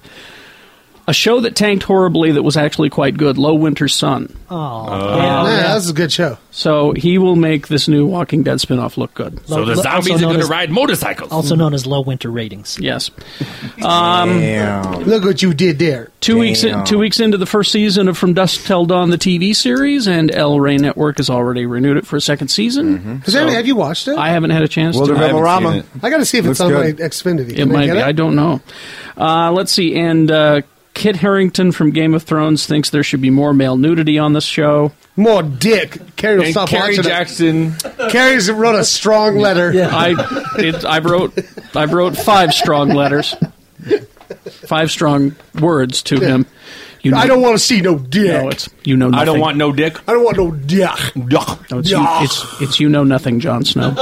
a show that tanked horribly that was actually quite good, Low Winter Sun.
Oh,
Uh, yeah, that's a good show.
So he will make this new Walking Dead spinoff look good.
So the Lo- zombies also are known gonna as- ride
motorcycles.
Also known as low winter ratings.
Yes. Um,
Look what you did there.
Two weeks in, two weeks into the first season of From Dusk Till Dawn, the TV series, and El Rey Network has already renewed it for a second season.
Does anybody- Mm-hmm. have you watched it?
I haven't had a chance.
World
to.
of
I haven't
Revelrama.
seen it.
I gotta see if it's Looks on good. my Xfinity.
It
Can I
might
get
be.
it?
I don't know. Uh, let's see. And uh, Kit Harrington from Game of Thrones thinks there should be more male nudity on this show.
More dick. Carrie will
And
stop
Kerry
watching
Jackson.
it. Carrie's wrote a strong letter.
I it, I wrote I wrote five strong letters, five strong words to him. You
I
know-
don't want to see no dick.
No, it's you know. Nothing.
I don't want no dick.
I don't want no dick.
No, it's, you,
Yeah.
it's it's you know nothing, Jon Snow.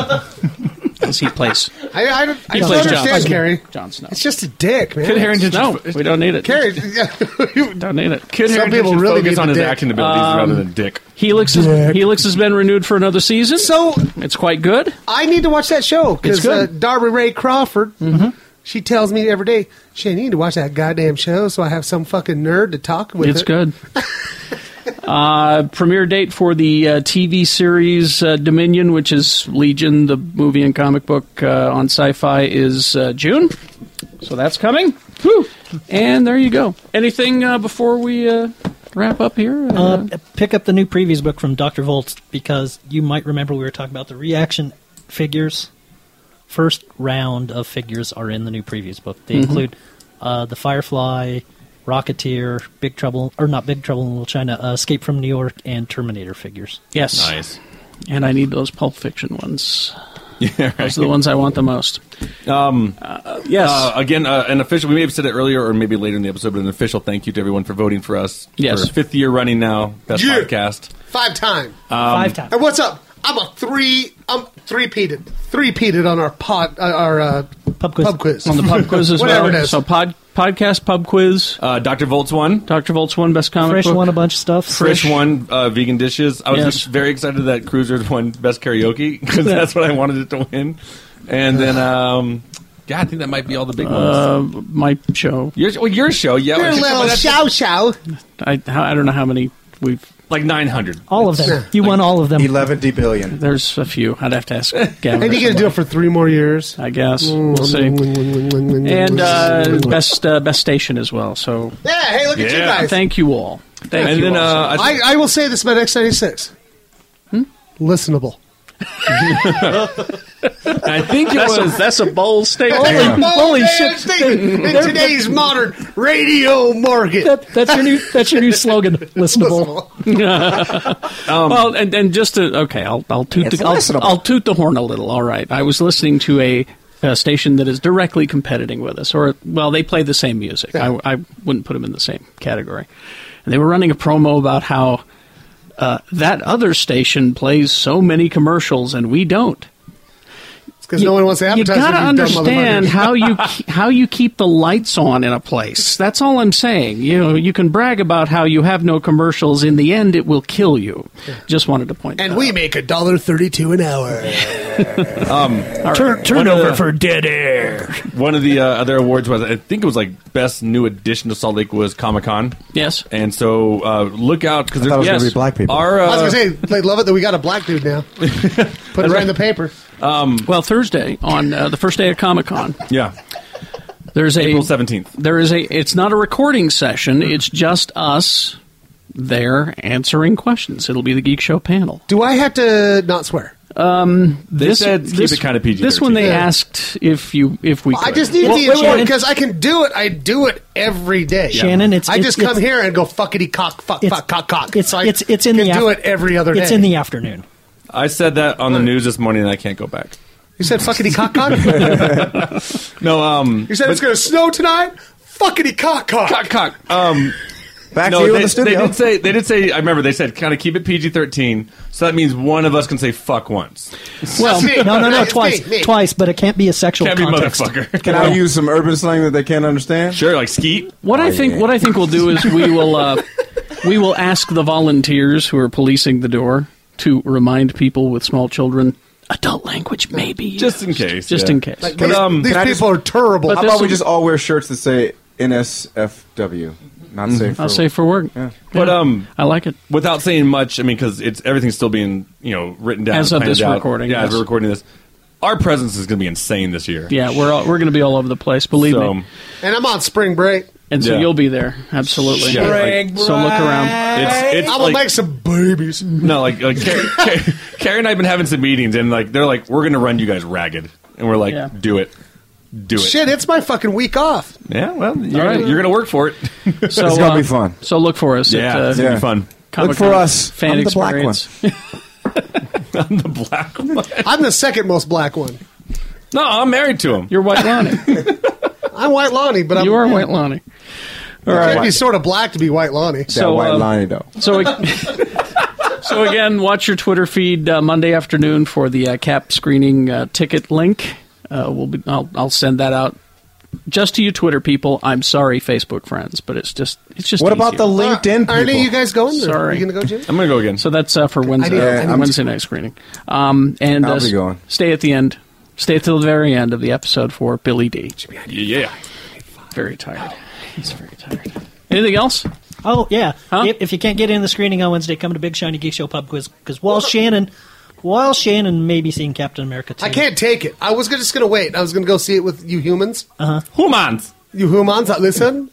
Because he plays.
I, I, don't- I
He
don't
plays John
understand,
Snow.
Carrie.
John Snow.
It's just a dick, man.
Kid Harrington. No, we don't need it.
Carrie,
don't need it.
Kid Some Harington people should really focus need on the his dick. acting abilities
Um,
rather than dick.
Um, Helix, is, Helix has been renewed for another season.
So
it's quite good.
I need to watch that show
It's
because uh,
good. Mm-hmm.
Darby Ray Crawford, she tells me every day, Shane, you need to watch that goddamn show so I have some fucking nerd to talk with.
it's
it."
good. uh, premiere date for the uh, TV series uh, Dominion, which is Legion, the movie and comic book uh, on Sci-Fi, is uh, June. So that's coming. Whew. And there you go. Anything uh, before we uh, wrap up here?
Uh, pick up the new previews book from Dr. Volts because you might remember we were talking about the reaction figures. First round of figures are in the new previews book. They
Mhm.
Mm-hmm.
include uh, the Firefly, Rocketeer, Big Trouble, or not Big Trouble in Little China, uh, Escape from New York, and Terminator figures.
Yes. Nice. And I need those Pulp Fiction ones. Yeah, Those are the ones I want the most.
Um,
yes.
Uh, again, uh, an official. We may have said it earlier, or maybe later in the episode, but an official thank you to everyone for voting for us.
Yes.
for fifth year running now, best
Yeah.
podcast. Um,
Five time.
Um,
Five time.
And what's up? I'm a three. I'm three peated. Three peated on our pod. Uh, our uh,
pub quiz.
Pub quiz.
on the pub quiz as
Whatever
well.
it is.
So pod podcast pub quiz.
Uh, Dr. Volts one.
Dr. Volts one best comic
Fresh
book.
won a bunch of stuff.
Fresh won uh, vegan dishes. I was
Yes.
very excited that Cruisers won best karaoke because that's what I wanted it to win. And then, um, yeah, I think that might be all the big
Uh,
ones.
my show.
Your, well, your show, yeah,
Your
well,
little
that's-
show show.
I I don't know how many we've
like nine hundred.
All of
uh,
them. You won all of them.
11 D billion.
There's a few. I'd have to ask Gavin.
And you get to do it for three more years. Mm,
I guess. We'll see. and uh, best uh, best station as well. So
Yeah, hey, look at you guys.
Thank you all. Thank
And
you. uh,
then,
all.
uh,
I, I will say this about X96. Listenable.
I think it
that's
was.
A, that's a bold statement.
That's a bold damn statement in
They're-
today's modern radio market.
that's your new that's your new slogan. Listenable.
Um, well, and, and just to okay, I'll I'll toot
It's
the, I'll,
listenable.
I'll toot the horn a little. All right, I was listening to a, a station that is directly competing with us, or well, they play the same music. I, I wouldn't put them in the same category. And they were running a promo about how uh, that other station plays so many commercials and we don't.
because no one wants to
You
advertise.
gotta
with you dumb
understand
motherfuckers.
how you ke- how you keep the lights on in a place. That's all I'm saying. You know, you can brag about how you have no commercials. In the end, it will kill you. Just wanted to point.
And we make a dollar thirty-two an hour.
Uh,
Um,
Turn-
turnover
for dead air.
One of the uh, other awards was, I think it was like best new addition to Salt Lake was Comic Con.
Yes,
and so uh, look out
I
because there's
thought it was
yes,
gonna be black
people. Our,
I
uh,
was gonna say they love it that we got a black dude now. Put it right in the paper.
Um, well, Thursday on uh, the first day of Comic Con.
Yeah.
There's a
April Hmm. 17th.
There is a. It's not a recording session. It's just us there answering questions. It'll be the Geek Show panel.
Do I have to not swear?
Um,
They
this,
said keep
this-
it kinda PG-13.
This one they
Yeah.
asked if you if we.
I
could.
just need
Well,
to
wait,
be
wait,
insured
wait.
because I can do it. I do it every day.
Shannon, it's-
I
it's-
just come
it's-
here and go fuckity cock fuck fuck cock cock. It's so I
it's it's in
can
the
do
af-
it every other day.
It's in the afternoon.
I said that on the news this morning, and I can't go back.
You said fuckity cock cock.
No, um,
You said
but-
it's gonna snow tonight. Fuckity cock cock
cock cock. Um,
Back
no, they, They did say they did say. I remember they said kind of keep it PG thirteen, so that means one of us can say fuck once.
Well,
me.
no, no, no,
That's
twice,
me, me.
twice, but it can't be a sexual
Can't be
context.
motherfucker.
Can I use some urban slang that they can't understand?
Sure, like skeet.
What
Oh,
I think what I think we'll do is we will uh, we will ask the volunteers who are policing the door to remind people with small children adult language maybe
just in case
just
yeah.
in case.
Like, But, these- um, these can I people
are terrible.
How about we just all wear shirts that say NSFW? Not
Mhm.
safe.
Not
for-
safe
for work.
But um,
I like it
without saying much. I mean, because it's everything's still being you know written down
As of
planned
this
out.
recording,
Yeah, as
yes.
we're recording this, our presence is going to be insane this year.
yeah we're all, we're going to be all over the place believe
So-
me
And I'm on spring break.
and so
Yeah.
you'll be there absolutely
Yeah, like-
so look around
It's it's
I'm
like,
gonna make some babies.
no like, like Carrie, Carrie, Carrie and I've been having some meetings, and like they're like we're going to run you guys ragged, and we're like
Yeah.
do it, do it.
Shit, it's my fucking week off.
Yeah, well, you're,
right.
gonna, you're gonna work for it.
So, It's gonna be uh, fun. so look for us at,
Yeah,
uh,
it's gonna
Yeah.
be fun.
Comic-Con Look for us. fan I'm the black experience.
I'm the second most black one.
No, I'm married to him.
You're white Lonnie.
I'm white Lonnie, but I'm
you are white Lonnie
You
All
have to
right.
be sort of black to be white Lonnie.
So, um, So, ag- so again, watch your Twitter feed uh, Monday afternoon for the uh, cap screening uh, ticket link. Uh, we'll be, I'll, I'll send that out just to you Twitter people. I'm sorry, Facebook friends, but it's just it's just.
What about
easier.
the LinkedIn
Uh, are any of you guys going? Or
Sorry,
you gonna go, Jim?
I'm gonna go again.
So that's uh, for Wednesday.
need to go.
uh, Wednesday night screening. Um, and
I'll
uh,
be going.
Stay at the end. Stay till the very end of the episode for Billy D.
Yeah.
Very tired. He's very tired. Anything else?
Oh yeah. If, if you can't get in the screening on Wednesday, come to Big Shiny Geek Show Pub Quiz because while Shannon, while Shannon may be seeing Captain America, too.
I can't take it. I was gonna- just gonna wait. I was gonna go see it with you humans.
Uh-huh.
Humans.
You humans out listen.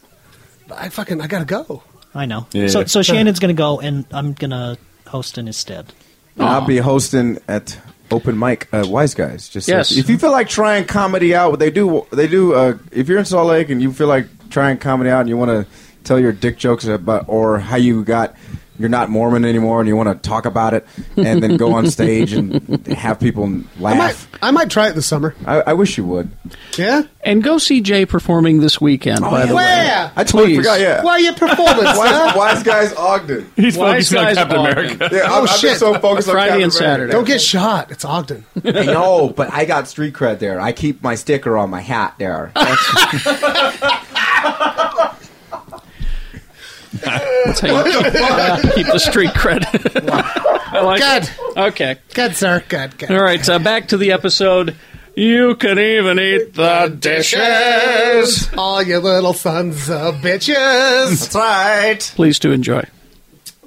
But I fucking I gotta go.
I know.
Yeah.
So so Shannon's gonna go and I'm gonna host in his stead.
And I'll be hosting at open mic uh, wise guys just
Yes.
if you feel like trying comedy out what they do they do uh, if you're in salt lake and you feel like trying comedy out and you want to tell your dick jokes about or how you got you're not mormon anymore and you want to talk about it and then go on stage and have people
I might
laugh
I might try it this summer.
i, I wish you would
Yeah.
And go see Jay performing this weekend. by the
Where?
way,
I totally
Please.
forgot. Yeah,
Why are you performing,
Wise,
huh?
wise guys, Ogden.
He's
Wise focusing on guys Captain Ogden. America.
Yeah,
oh
I'm,
shit!
I'm so focused on Captain America.
Don't get shot. It's Ogden.
I know, but I got street cred there. I keep my sticker on my hat there.
That's how you keep, keep the street cred. I like it. Okay.
Good sir. Good. Good.
All right, uh, back to the episode. You can even eat the dishes.
All you little sons of bitches. That's right.
Please do enjoy.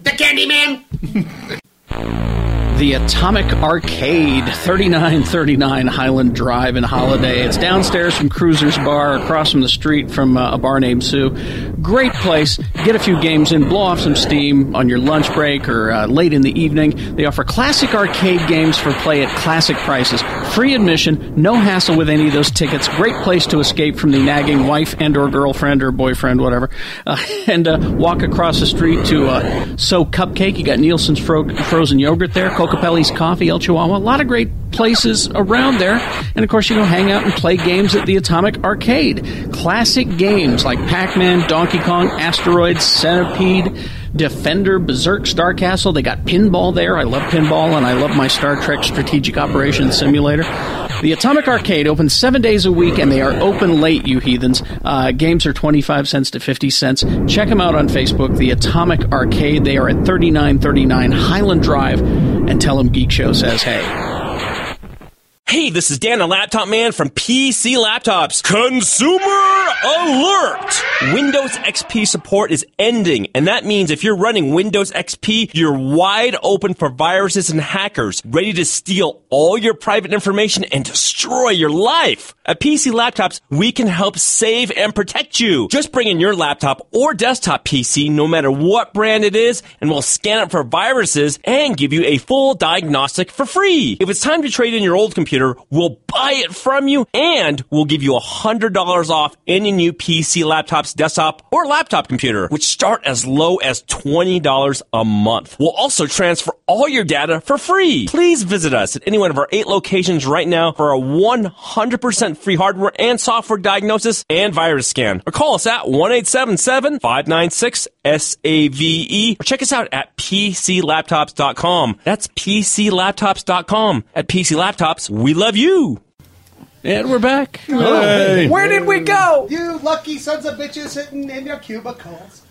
The Candyman.
the Atomic Arcade, 3939 Highland Drive in Holiday. It's downstairs from Cruiser's Bar, across from the street from uh, a bar named Sue. Great place. Get a few games in, blow off some steam on your lunch break or uh, late in the evening. They offer classic arcade games for play at classic prices. Free admission, no hassle with any of those tickets. Great place to escape from the nagging wife and or girlfriend or boyfriend, whatever, uh, and uh, walk across the street to uh, So Cupcake. You got Nielsen's fro- frozen yogurt there, Cocapelli's coffee, El Chihuahua. A lot of great places around there, and of course you can hang out and play games at the Atomic Arcade. Classic games like Pac-Man, Donkey Kong, Asteroids, Centipede. Defender, Berserk, Star Castle. They got pinball there. I love pinball, and I love my Star Trek Strategic Operations Simulator. The Atomic Arcade opens seven days a week, and they are open late, you heathens. Uh, games are 25 cents to 50 cents. Check them out on Facebook, The Atomic Arcade. They are at 3939 Highland Drive, and tell them Geek Show says hey.
Hey, this is Dan the Laptop Man from PC Laptops. Consumer alert! Windows XP support is ending, and that means if you're running Windows XP, you're wide open for viruses and hackers ready to steal all your private information and destroy your life. At PC Laptops, we can help save and protect you. Just bring in your laptop or desktop PC, no matter what brand it is, and we'll scan it for viruses and give you a full diagnostic for free. If it's time to trade in your old computer, we'll buy it from you and we'll give you $100 off any new PC, laptops, desktop, or laptop computer, which start as low as $20 a month. We'll also transfer all your data for free. Please visit us at any one of our eight locations right now for a 100% free hardware and software diagnosis and virus scan. Or call us at 1 877 596 SAVE E or check us out at PCLaptops.com. That's PCLaptops.com. At PC Laptops, we love you.
And we're back.
Where did we go?
You lucky sons of bitches sitting in your cubicles.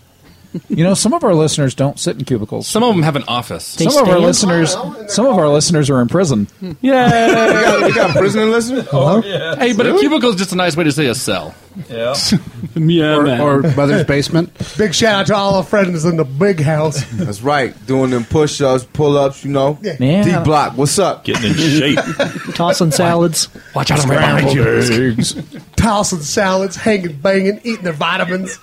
You know, some of our listeners don't sit in cubicles. Some
of them have an office.
some of our listeners, some of our listeners are in prison.
Yeah.
You got- you got
prison listeners?
Hello?
Hey, but a cubicle is just a nice way to say a cell.
Yeah.
yeah,
or mother's basement.
Big shout out to all our friends in the big house.
That's right. Doing them push ups, pull ups, you know.
Yeah.
D block, what's up?
Getting in
shape.
Tossing salads.
Watch
out, I'm right behind you. Scrambled
eggs.
Tossing salads, hanging, banging, eating their vitamins.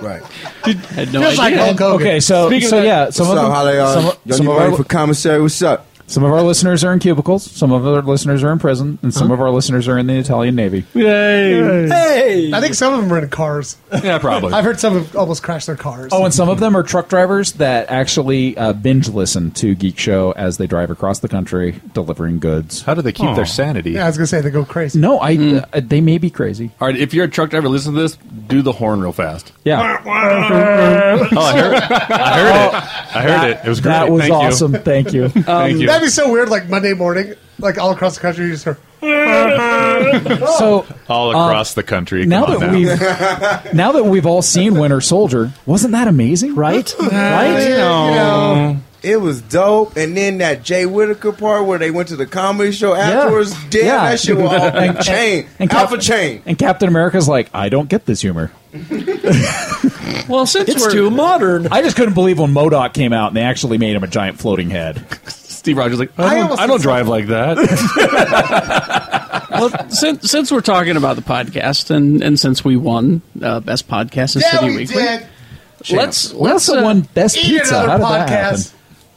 Right.
Had
no Just idea. like Hulk Hogan.
Okay, so
Speaking of
so
that-
yeah, some
what's up,
of them,
how they are?
some,
Y'all
some
need
of
ready
our
for commissary. What's up?
Some of our listeners are in cubicles. Some of our listeners are in prison, and some of our listeners are in the Italian Navy.
Yay.
Hey.
I think some of them are in cars.
Yeah, probably.
I've heard some of them almost crash their cars.
Oh, and some of them are truck drivers that actually uh, binge listen to Geek Show as they drive across the country delivering goods. How do they
keep their
sanity?
Yeah, I was gonna say they go crazy.
No, I. Uh, they may be crazy.
All right, if you're a truck driver, listen to this. Do the horn real fast.
Yeah.
Oh, I heard it. I heard it. It was great.
That was
Thank you.
awesome. Thank you.
Thank you.
That'd be so weird. Like Monday morning, like all across the country, you just hear.
So
all across the country.
Uh, now
Come on
that we've now that we've all seen Winter Soldier, wasn't that amazing? Right?
Yeah,
right?
you know, it was dope. And then that Jay Whitaker part where they went to the comedy show afterwards. Damn,
Yeah.
that shit was all
And-
chain.
and
Alpha
Cap-
chain.
And Captain America's like, I don't get this humor.
well, since
it's
we're
too modern, I just couldn't believe when Modoc came out and they actually made him a giant floating head.
Steve Rogers like,
I
I don't,
almost
I don't drive like that.
well, since, since we're talking about the podcast, and, and since we won uh, Best Podcast in City Weekly, Let's
We
let's
also uh, won Best
eat
Pizza.
another
How did that happen?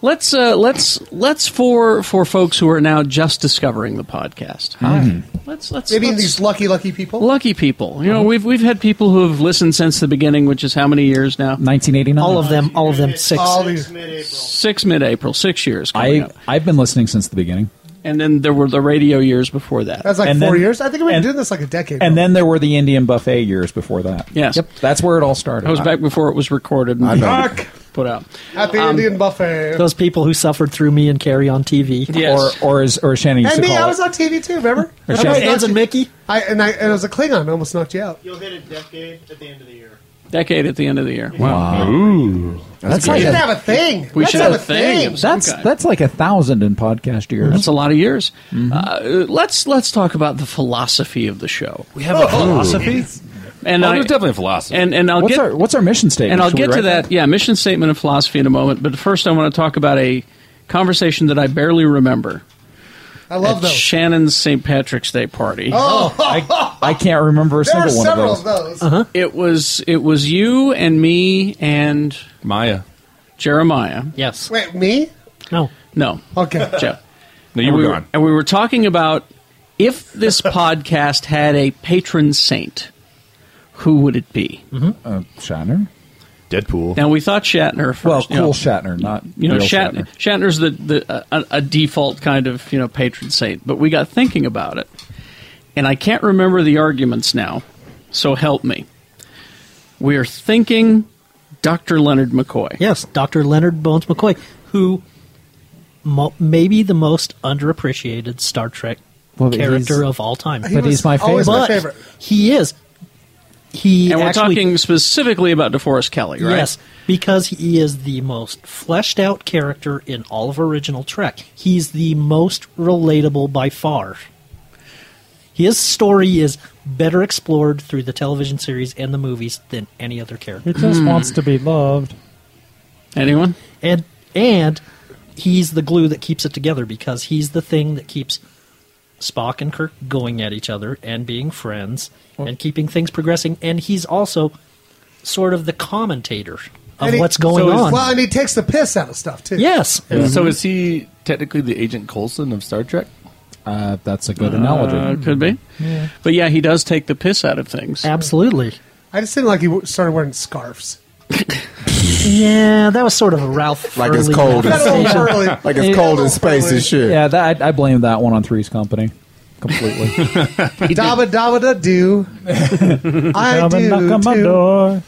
Let's uh, let's let's for for folks who are now just discovering the podcast.
Hmm.
Let's let's
Maybe these lucky lucky people.
Lucky people. You know, we've we've had people who have listened since the beginning, which is how many years now?
1989.
All of them. All of them. Six.
All these.
Six mid-April. Six years. coming
I
up.
I've been listening since the beginning.
And then there were the radio years before that.
That's like
And
four
then-
years. I think we've been
and-
doing this like a decade.
And then there were the Indian buffet years before that.
Yes.
Yep. That's where it all started.
That was back before it was recorded. And
I know.
Fuck! Put out.
at the
Um,
Indian buffet.
Those people who suffered through me and Carrie on TV.
Yes.
Or, or as or as Shannon used
and
to
me,
call
I
it.
was on TV too. Remember?
Or Shannon. Hans
and
Mickey.
I and I and it was a Klingon. I almost knocked you out.
You'll hit a decade at the end of the year.
Decade at the end of the year.
Wow.
Ooh.
That's
we
like
should
a-
have a thing.
We
Let's
should have a thing. of some
That's
kind.
that's like a thousand in podcast years. Mm-hmm.
That's a lot of years. Uh, let's let's talk about the philosophy of the show. We have
Oh.
a philosophy, and
Oh,
I,
there's definitely
a philosophy. And and I'll
what's
get
our what's our mission statement?
and I'll
Should we
get to
write
that. Yeah, mission statement and philosophy in a moment. But first, I want to talk about a conversation that I barely remember.
I love
at
those.
Shannon's St. Patrick's Day party.
Oh,
I can't remember a
There are
single one
several
of those. Uh-huh.
of those.
It was it was you and me and
Maya,
Jeremiah.
Yes.
Wait, me?
No.
No.
Okay.
Joe.
No, you
And
were
we
gone.
And we were talking about if this podcast had a patron saint, who would it be?
Mm-hmm. Uh, Shatner.
Deadpool. Now we thought Shatner. First,
Well,
you know.
cool Shatner, not
you know
real
Shat- Shatner's the, the a, a default kind of you know patron saint. But we got thinking about it, and I can't remember the arguments now. So help me. We are thinking Dr. Leonard McCoy.
Yes, Dr. Leonard Bones McCoy, who mo- maybe the most underappreciated Star Trek
Well, but
character
he's-
of all time.
He but he's was my always favorite. my
But
favorite.
He is. He
and we're
actually-
talking specifically about DeForest Kelly, right?
Yes, because he is the most fleshed out character in all of original Trek. He's the most relatable by far. His story is better explored through the television series and the movies than any other character.
He just Hmm. wants
to be loved.
Anyone?
And and he's the glue that keeps it together because he's the thing that keeps Spock and Kirk going at each other and being friends and keeping things progressing. And he's also sort of the commentator of
And he-
what's going
so is-
on.
Well, and he takes the piss out of stuff too.
Yes.
So is he technically the Agent Coulson of Star Trek?
Uh, that's a good
Uh, could be.
Yeah.
But yeah, he does take the piss out of things.
Absolutely.
I just didn't like he w- started wearing scarves.
Yeah, that was sort of a Ralph.
Like it's cold in space. Like it's cold in space and shit.
Yeah, that, I, I blame that one on Three's Company completely.
Dabba dabba da do. I
Come and knock
do
on my
too.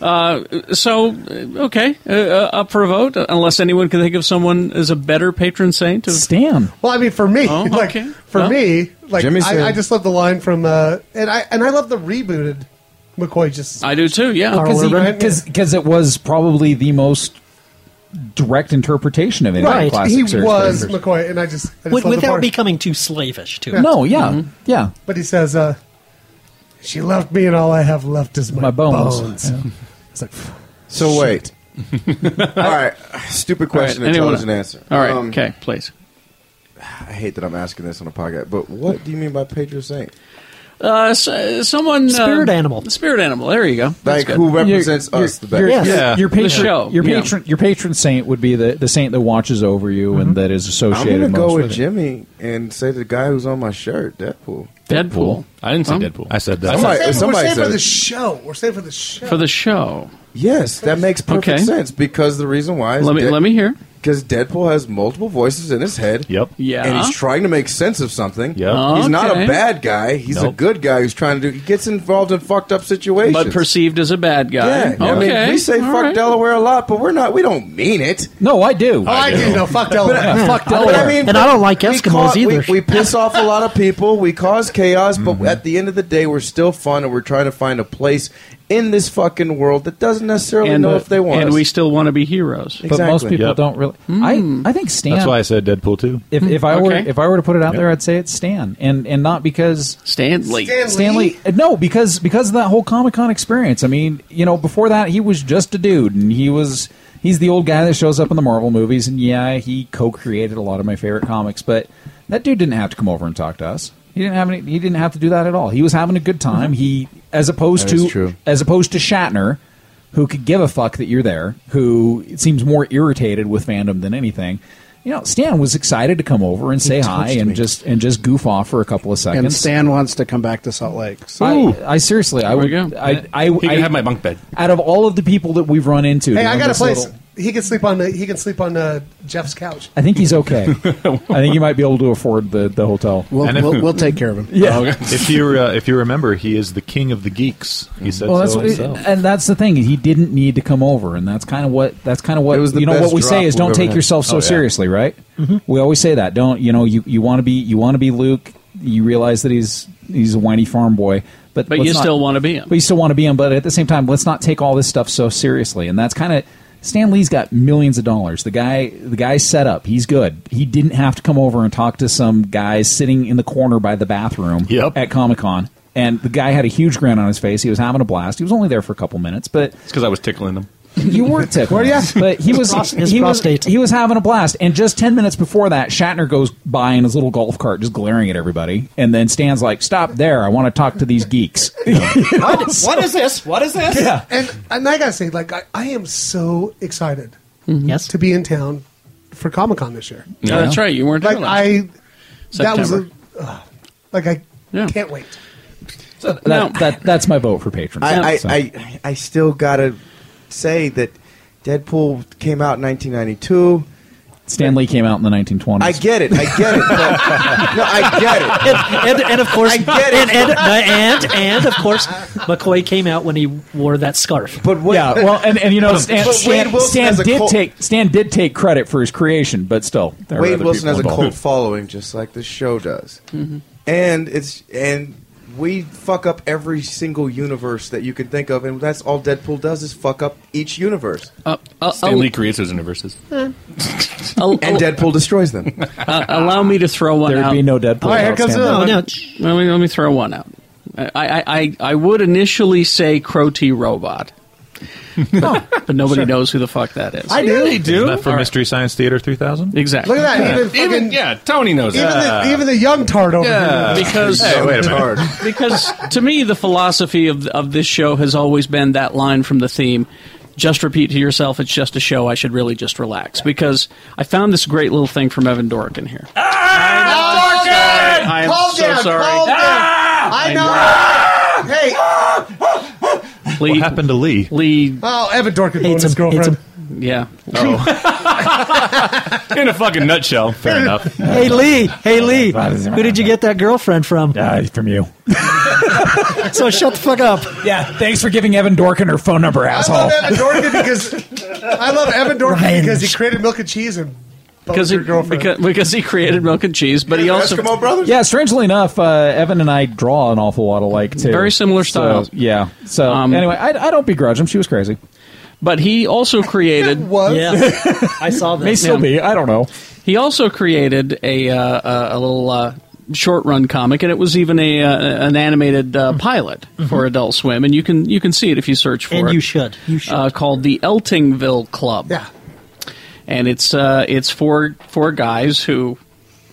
Uh, so, uh, okay, uh, uh, up for a vote, uh, unless anyone can think of someone as a better patron saint. Of-
Stan.
Well, I mean, for me,
Oh,
like
okay.
for
Well,
me, like
Jimmy said-
I, I just love the line from uh, and I and I love the rebooted McCoy just
I do too, yeah.
Because it was probably the most direct interpretation of any
right.
classic
He
series
was
characters.
McCoy, and I just, I just
With-
love the
without
part.
becoming too slavish to it.
No, yeah,
Mm-hmm.
yeah.
But he says, uh, "She left me, and all I have left is my,
My bones.
bones.
Yeah.
It's like,
So wait. all right. Stupid question.
All right, anyone?
intelligent answer.
All right,
Um,
okay, please.
I hate that I'm asking this on a podcast, but what do you mean by patron saint?
Uh, so, someone uh,
Spirit animal.
Spirit animal. There you go. That's
Like,
good.
who represents us the best?
Your,
Yes.
your-
Yeah.
your
The
patron,
show.
your
Yeah.
patron, your patron saint would be the, the saint that watches over you and that is
I'm
associated.
gonna
most
go
with,
with
it.
Jimmy and say the guy who's on my shirt, Deadpool.
Deadpool.
I didn't say
Um,
Deadpool. I said
Deadpool. Somebody-
We're saving-
somebody
we're saving
said
for
it.
the show. We're saving for the show.
For the show.
Yes, that makes perfect
Okay.
sense because the reason why is
Let me- let me hear
because Deadpool has multiple voices in his head. Yep.
Yeah.
And he's trying to make sense of something.
Yep.
He's not
Okay.
a bad guy. He's a
Nope.
good guy who's trying to do. He gets involved in fucked up situations.
But perceived as a bad guy.
Yeah. I mean,
okay.
we say
all
fuck
right.
Delaware a lot, but we're not. We don't mean it.
No, I do. uh,
Oh, I do. No, fuck Delaware.
But-
Fuck
but
Delaware.
And I don't like
we
Eskimos
cause- we-
either.
We, piss off a lot of people. We cause chaos,
Mm-hmm.
but at the end of the day, we're still fun, and we're trying to find a place in this fucking world that doesn't necessarily
And,
know
uh,
if they want.
and
us.
we still want to be heroes.
But most people don't really.
Mm.
I I think Stan.
That's why I said Deadpool too.
If, if I were
Okay.
if I were to put it out
Yep.
there, I'd say it's Stan, and and not because
Stanley.
Stanley. uh, No, because because of that whole Comic Con experience. I mean, you know, before that, he was just a dude, and he was he's the old guy that shows up in the Marvel movies, and yeah, he co-created a lot of my favorite comics, but that dude didn't have to come over and talk to us. He didn't have any. He didn't have to do that at all. He was having a good time.
Mhm.
He as opposed
That is
to
true.
as opposed to Shatner, who could give a fuck that you're there, who seems more irritated with fandom than anything. You know, Stan was excited to come over and
He
say
touched
hi and
me.
just and just goof off for a couple of seconds.
And Stan wants to come back to Salt Lake. So
I, I seriously, I
There
would.
we go.
I, I,
He can
I-
have my
bunk bed.
Out of all of the people that we've run into,
Hey,
you
I
know,
got a
this
place.
little-
He can sleep on. Uh, he can sleep on uh, Jeff's couch.
I think he's okay. I think he might be able to afford the, the hotel.
And if-
Yeah.
if you uh, if you remember, he is the king of the geeks. He said
Well, that's
so
what,
himself.
and that's the thing. He didn't need to come over, and that's kind of what that's kind of what
It was the
you know. What
best
we
drop
say is
we've
don't
ever
take
had.
yourself so
Oh, yeah.
seriously, right? We always say that. Don't you know? You you want to be you want to be Luke. You realize that he's he's a whiny farm boy, but
But
let's
you
not-
still want to be him.
But you still want to be him. But at the same time, let's not take all this stuff so seriously. And that's kind of Stan Lee's got millions of dollars. The guy, the guy's set up. He's good. He didn't have to come over and talk to some guy sitting in the corner by the bathroom at Comic Con. And the guy had a huge grin on his face. He was having a blast. He was only there for a couple minutes, but
It's because I was tickling him.
You were tickled.
Were ya?
But he
His
was
pros- his
he was
prostate.
he was having a blast. And just ten minutes before that, Shatner goes by in his little golf cart, just glaring at everybody, and then Stan's like, "Stop there! I want to talk to these geeks."
what,
what
is this? What is
this? Yeah.
And and I gotta say, like I, I am so excited
Mm-hmm.
yes.
to be in town for Comic Con this year.
Yeah. Oh, that's right. You weren't
like
there last
I that was a,
September.
ugh, like I can't wait.
that, that- that's my vote for patrons.
I, I,
So-
I, I still gotta say that Deadpool came out in 1992.
Stan Lee came out in the 1920s.
I get it. I get it. but- no, I get it.
Mm-hmm. And, and of course,
I get it.
And, and, and and of course, McCoy came out when he wore that scarf.
But
yeah, well, and, and you know, Stan,
But Wade
Stan,
Wilson
Stan
has a
did
cult-
take Stan did take credit for his creation, but still, there were
Wade
other
Wilson
people
has a
involved.
cult following, just like this show does,
Mhm.
and it's and we fuck up every single universe that you can think of, and that's all Deadpool does is fuck up each universe.
Uh,
Uh,
Stanley
oh.
creates those universes.
and Deadpool destroys them.
Uh, allow me to throw one
There'd
out.
be no Deadpool All right, here without comes Stan another Lee. one.
Let me, let me throw one out. I, I, I, I would initially say Crow T Robot. but, but nobody knows who the fuck that is.
Oh, I do. Yeah, they do.
Isn't that for Mystery Science Theater 3000?
Exactly.
Look at that. Even, fucking-
Tony knows
even,
that.
the, even the young tart over
Yeah,
here.
because because to me the philosophy of of this show has always been that line from the theme. Just repeat to yourself, it's just a show. I should really just relax because I found this great little thing from Evan Dorkin here. I am
Calm
so
down,
sorry.
calm down.
Ah!
I know. Hey.
Lee, what happened
to Lee?
Lee
Oh, Evan Dorkin hates his girlfriend.
Yeah.
In a fucking nutshell. Fair enough.
Hey Lee, hey Lee, who did you get that girlfriend from?
from you.
so shut the fuck up.
Yeah, thanks for giving Evan Dorkin her phone number,
I
asshole.
love Evan Dorkin because I love Evan Dorkin
Ryan.
because he created milk and cheese and
Because he, because, because he created milk and cheese, but he also
Yeah, strangely enough, uh, Evan and I draw an awful lot alike too.
Very similar
So,
styles. Um,
yeah. So anyway, I, I don't begrudge him. She was crazy.
But he also created.
was.
Yeah. I saw that.
May still be. I don't know.
He also created a uh, a, a little uh, short run comic, and it was even a uh, an animated
Mm-hmm.
uh, pilot for Adult Swim, and you can you can see it if you search for it.
And you should. You should.
Uh, called the Eltingville Club. Yeah. And it's uh, it's for for guys who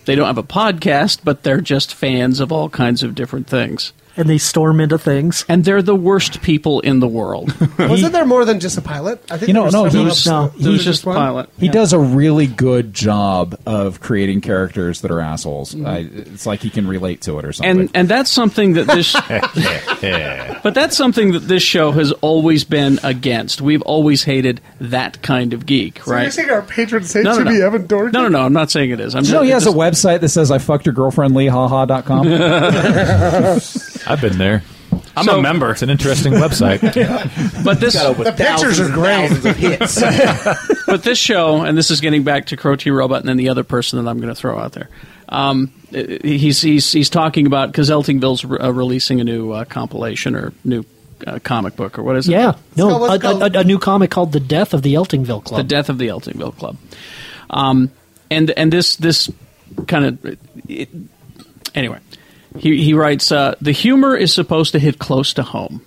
they don't have a podcast, but they're just fans of all kinds of different things.
and they storm into things.
And they're the worst people in the world.
Wasn't there more than just a pilot? I think
You know,
there
no,
was
he
several
was,
episodes.
he
There
was
just
one?
pilot.
He does a really good job of creating characters that are assholes.
Mm-hmm.
I, it's like he can relate to it or something.
and and that's something that this but that's something that this show has always been against we've always hated that kind of geek
So you're
right
saying our patrons say
No, no,
to me
no.
Evan Dorkin?
no no no i'm not saying it is i'm
Did you know
just-
he has
just-
a website that says I fucked your girlfriend Lee haha.com?
I've been there.
I'm
a member. It's an interesting website.
but this
the pictures are great.
but this show, and this is getting back to Crow T Robot, and then the other person that I'm going to throw out there. Um, he's he's he's talking about because Eltingville's re- uh, releasing a new uh, compilation or new uh, comic book or what is it?
Yeah, no,
What's
a,
it called?
a, a, a new comic called "The Death of the Eltingville Club."
The death of the Eltingville Club. Um, and and this this kind of it, anyway. He he writes uh, the humor is supposed to hit close to home.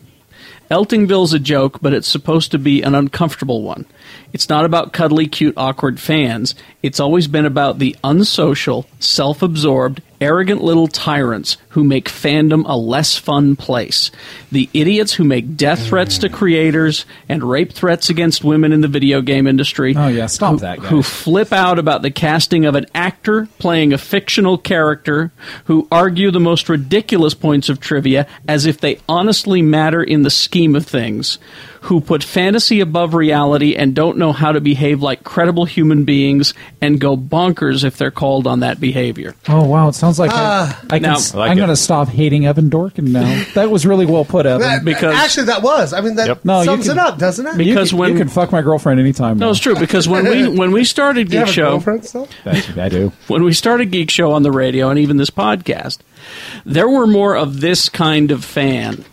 Eltingville's a joke, but it's supposed to be an uncomfortable one. It's not about cuddly, cute, awkward fans. It's always been about the unsocial, self absorbed, arrogant little tyrants who make fandom a less fun place. The idiots who make death threats to creators and rape threats against women in the video game industry. Oh, yeah,
stop
who,
that, guys.
Who flip out about the casting of an actor playing a fictional character who argue the most ridiculous points of trivia as if they honestly matter in the scheme of things, who put fantasy above reality and don't know how to behave like credible human beings and go bonkers if they're called on that behavior.
Oh wow! It sounds like I, I can.
Now-
s-
I like
I'm
it.
going to stop hating Evan Dorkin now. That was really well put, Evan.
That- actually, that was. I mean, that
Yep. No, you
sums
can-
it up, doesn't it?
because you can, you can fuck my girlfriend anytime.
No,
now.
it's true because when we when we started
Do you
Geek
have a
Show,
girlfriend still?
That's- I do.
when we started Geek Show on the radio and even this podcast, there were more of this kind of fan.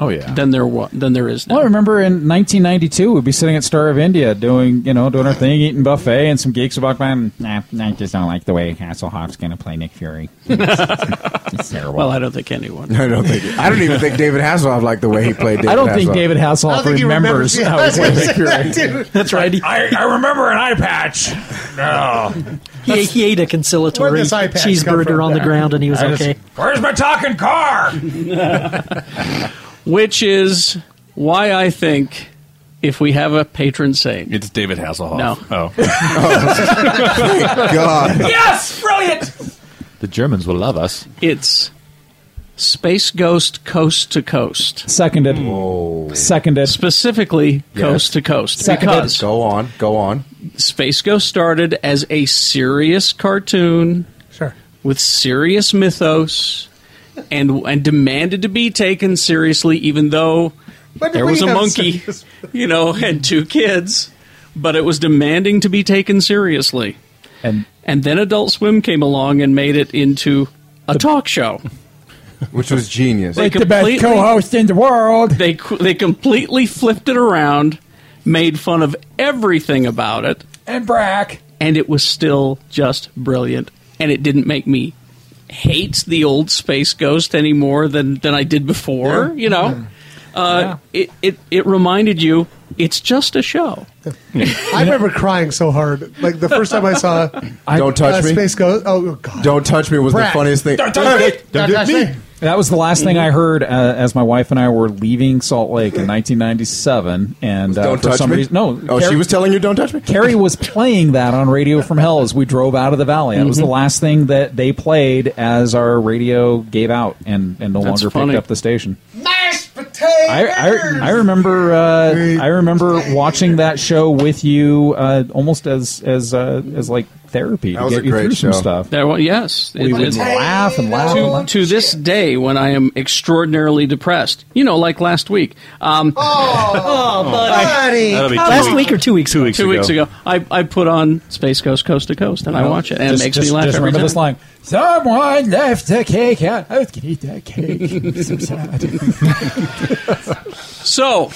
Oh yeah,
than there wa- than there is now.
Well, I remember in 1992, we'd be sitting at Star of India doing, you know, doing our thing, eating buffet, and some geeks would walk by and, nah, I just don't like the way Hasselhoff's going to play Nick Fury. It's terrible.
Well, I don't think anyone.
I don't think.
I don't even think David Hasselhoff liked the way he played David
I don't think
Hasselhoff.
David Hasselhoff remembers, how it was.
That's right.
I, I remember an eye patch.
No. He, he ate a conciliatory
this iPad come from?
cheeseburger on the
Yeah.
ground and he was
I just-
okay.
Where's my talking car?
Which is why I think if we have a patron saint,
it's David Hasselhoff.
No,
Oh.
God.
Yes, brilliant.
The Germans will love us.
it's Space Ghost Coast to Coast.
Seconded.
Hmm.
Seconded.
Specifically, Coast to Coast.
Seconded.
Because
Go on, go on.
Space Ghost started as a serious cartoon,
Sure.
with serious mythos, and and demanded to be taken seriously, even though
When did
there
we
was a
have
monkey,
serious-
you know, and two kids, but it was demanding to be taken seriously.
And
and then Adult Swim came along and made it into a talk show.
Which was genius.
They completely-
in the world.
They qu- they completely flipped it around, made fun of everything about it,
and Brack,
and it was still just brilliant. And it didn't make me hate the old Space Ghost any more than than I did before. You know,
Mm-hmm.
uh, it it it reminded you it's just a show.
I remember crying so hard. Like the first time I saw
Don't touch
uh,
me.
Space Ghost. Oh God!
Don't touch me was
Brack.
the funniest thing.
Don't touch me. Don't touch me.
That was the last thing I heard uh, as my wife and I were leaving Salt Lake in 1997, and uh,
Don't
for
touch
some
me.
reason, no.
Oh, she was telling you, "Don't touch me."
Carrie was playing that on Radio from Hell as we drove out of the valley. That was
Mhm.
the last thing that they played as our radio gave out and, and no
That's
longer
funny.
picked up the station.
Mashed potatoes.
I, I, I remember uh, I remember watching that show with you uh, almost as as uh, as like therapy
That
to
was
get
a
you
great
through some
show.
stuff.
There, wa- yes,
We would laugh and laugh
To,
and laugh.
to this day, when I am extraordinarily depressed, you know, like last week. Um,
Oh,
I-
buddy.
last week or two weeks
Two
ago?
weeks
two weeks
ago.
ago. I, I put on Space Coast Coast to Coast and I watch it and
Just-
it makes
just-
me laugh
just
every
remember
time.
this line. Someone left the cake out. I was gonna eat that cake.
So,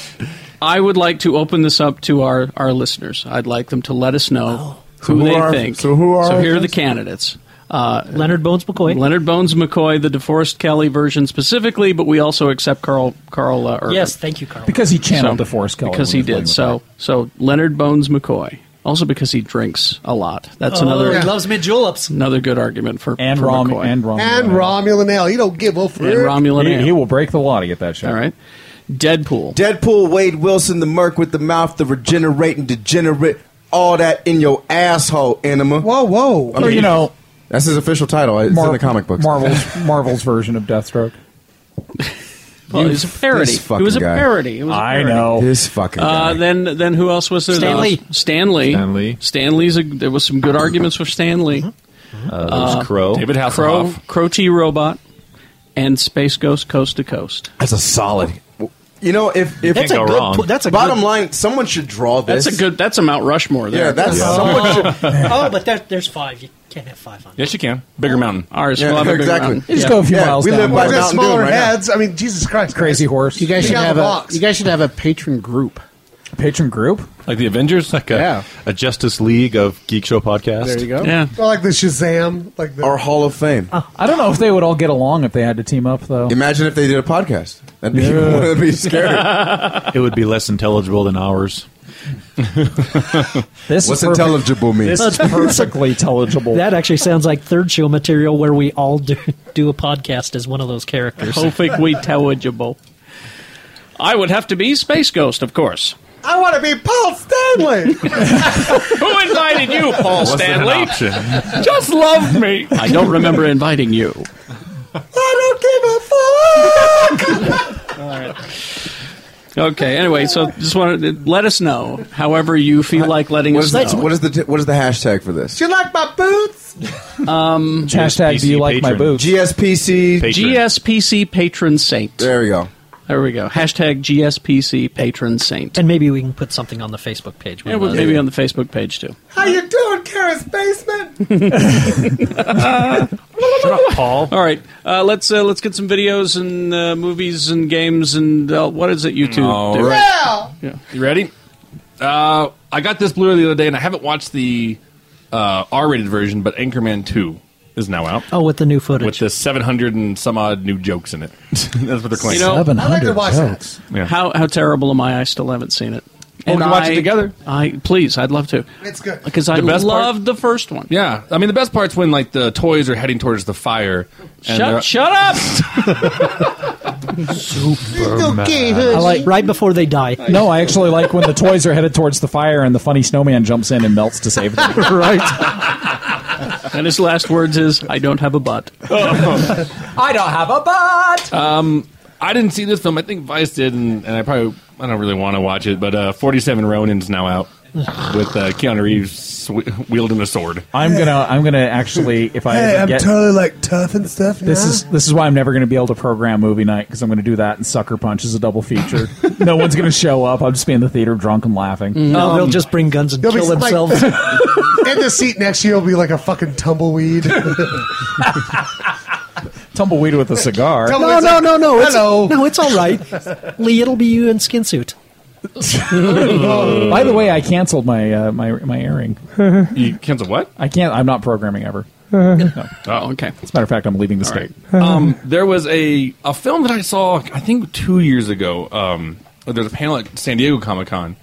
I would like to open this up to our, our listeners. I'd like them to let us know
So
who,
who
they
are-
think.
so who are
So here
our
are the
guys?
candidates. Uh, Leonard Bones McCoy. Leonard Bones McCoy, the DeForest Kelly version specifically, but we also accept Carl Carl uh, Urban.
Yes, thank you, Carl.
because he channeled
So-
the force color
Because
when
he
was
did.
playing with
So so Leonard Bones McCoy. Also because he drinks a lot. That's
Oh,
another.
he loves mid juleps.
Another good argument for
And
for
Rom-
McCoy.
and Rom-
And Romulan Ale. You don't give a
and
frick.
Romulan.
He-
ale.
he will break the law to get that shot.
All right. Deadpool.
Deadpool, Wade Wilson, the Merc with the mouth, the regenerating degenerate, all that in your asshole, enema. Whoa,
whoa. Or, you know-
that's his official title. It's
Mar-
in the comic books.
Marvel's Marvel's version of Deathstroke.
Well, it was a parody.
This
It
fucking
was a
guy.
parody. It was a parody.
This fucking guy.
Uh, then, then who else was there?
Stanley.
Stanley. Stanley. Stanley's. A, there was some good arguments for Stanley. Mm-hmm.
Uh, there was Crow.
David Hasselhoff.
Crow, Crow T Robot, and Space Ghost Coast to Coast.
That's a solid. You know, if if
That's a Can't go good wrong. po- that's a
bottom
good-
line, someone should draw this.
That's a good. That's a Mount Rushmore. There.
Yeah, that's someone should.
Oh, oh, but there, there's five. You can't have five on.
Yes, you can. Bigger mountain.
Ours.
Yeah,
we'll have a bigger
exactly.
round.
You just go a few Yeah, miles we down live the by road.
Just
Mountain Dew
smaller
right now.
heads. I mean, Jesus Christ.
Crazy horse.
You guys
Get
should
out of
have
the
a.
box.
You guys should have a patron group.
Patron group?
Like the Avengers? Like a,
Yeah.
a Justice League of Geek Show podcast.
There you go.
Yeah.
Or like the Shazam. Like the
Our Hall of Fame.
I don't know if they would all get along if they had to team up though.
Imagine if they did a podcast. That'd be,
Yeah.
that'd be scary.
it would be less intelligible than ours.
This
What's
is perfect.
intelligible mean?
This is perfectly intelligible.
That actually sounds like third show material where we all do, do a podcast as one of those characters.
Hopefully we intelligible. I would have to be Space Ghost, of course.
I want to be Paul Stanley.
Who invited you,
Oh,
Paul
Wasn't an
Stanley? Just love me. I don't remember inviting you.
I don't give a fuck.
Okay. Anyway, so just wanted to let us know. However, you feel like letting
What
us
is, the,
know.
what is the what is the hashtag for this?
Do you like my boots?
Um,
Hashtag, do you like my patron. boots?
GSPC
GSPC patron saint.
There we go.
There we go. Hashtag GSPC patron saint.
And maybe we can put something on the Facebook page.
Yeah, well, maybe on the Facebook page too.
How you doing, Kara's basement?
Paul. All right, uh, let's uh, let's get some videos and uh, movies and games and uh, what is it you two?
All
do?
right.
Yeah.
You ready? Uh, I got this Blu-ray the other day, and I haven't watched the uh, R-rated version, but Anchorman Two. is now out.
Oh, with the new footage.
With the 700 and some odd new jokes in it. That's what they're claiming.
You know, I'd like to watch that.
Yeah.
How how terrible am I? I still haven't seen it.
Well, we can watch it together.
I please, I'd love to.
It's good
because I
The best part-
loved the first one.
Yeah, I mean the best part's when like the toys are heading towards the fire.
Shut- shut up!
I like right before they die.
No, I actually like when the toys are headed towards the fire and the funny snowman jumps in and melts to save them.
right. and his last words is, "I don't have a butt."
Um, I don't have a butt.
Um, I didn't see this film. I think Vice did, and, and I probably I don't really want to watch it. But uh, Forty Seven Ronin's now out with uh, Keanu Reeves sw- wielding a sword.
I'm gonna, I'm gonna actually, if I
Hey,
ever
I'm
get
totally like tough and stuff.
this
now.
is this is why I'm never gonna be able to program movie night because I'm gonna do that and Sucker Punch is a double feature. no one's gonna show up. I'll just be in the theater drunk and laughing.
No, they'll just bring guns and
Um, They'll be
kill
like-
themselves.
and the seat next to you will be like a fucking tumbleweed.
tumbleweed with a cigar.
Tell me
no,
it's
no,
like,
no, no. It's,
hello.
No, it's all right. Lee, it'll be you in skin suit.
By the way, I canceled my uh, my my airing.
you canceled what?
I can't. I'm not programming ever. No.
Oh, okay.
As a matter of fact, I'm leaving the
All
state.
right. um, there was a a film that I saw, I think two years ago. Um, there's a panel at San Diego Comic Con,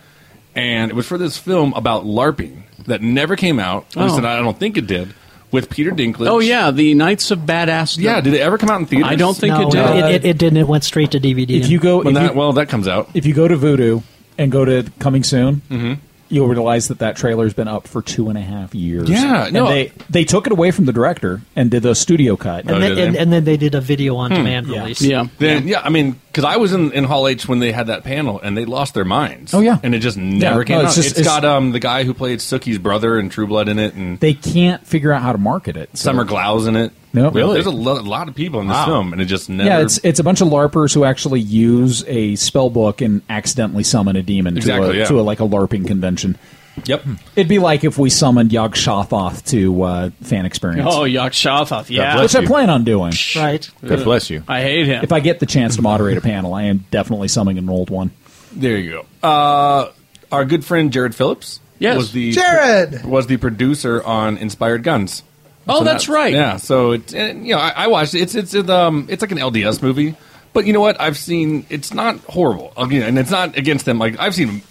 and it was for this film about LARPing that never came out. At least
Oh.
that I don't think it did. With Peter Dinklage.
Oh yeah, the Knights of Badass.
Yeah, did it ever come out in theaters?
I don't think
No,
it did.
It, it, it didn't. It went straight to DVD.
If you go,
When
if
that-
you,
well, that comes out. Mm-hmm.
if you go to Voodoo and go to Coming Soon, you'll realize that that trailer's been up for two and a half years.
Yeah,
And
no.
they they took it away from the director and did the studio cut.
Oh,
and, then, and, and then they did a video on demand
Hmm.
release.
Then, yeah, I mean, because I was in, in Hall H when they had that panel, and they lost their minds.
Oh, yeah.
and it just never
Yeah,
came
no,
out.
it's just-
it's
it's-
got um the guy who played Sookie's brother in True Blood in it, and
they can't figure out how to market it. so-
Summer Glau's in it.
No. Really?
There's a, lo- a lot of people in this
Wow.
film, and it just never.
Yeah, it's it's a bunch of larpers who actually use a spell book and accidentally summon a demon to,
Exactly,
a,
yeah.
to a, like a larping convention.
Yep.
It'd be like if we summoned Yog Shothoth to uh, fan experience.
Oh, Yak Shafaf, yeah.
which I plan on doing.
Right.
God bless you.
I hate him.
If I get the chance to moderate a panel, I am definitely summoning an old one.
There you go. Uh, our good friend Jared Phillips.
Yes.
was the
Jared!
was the producer on Inspired Guns.
Oh, that's
that-
right.
Yeah, so it's and, you know I, I watched it. It's it's it's, um it's like an LDS movie, but you know what? I've seen it's not horrible again, and it's not against them. Like I've seen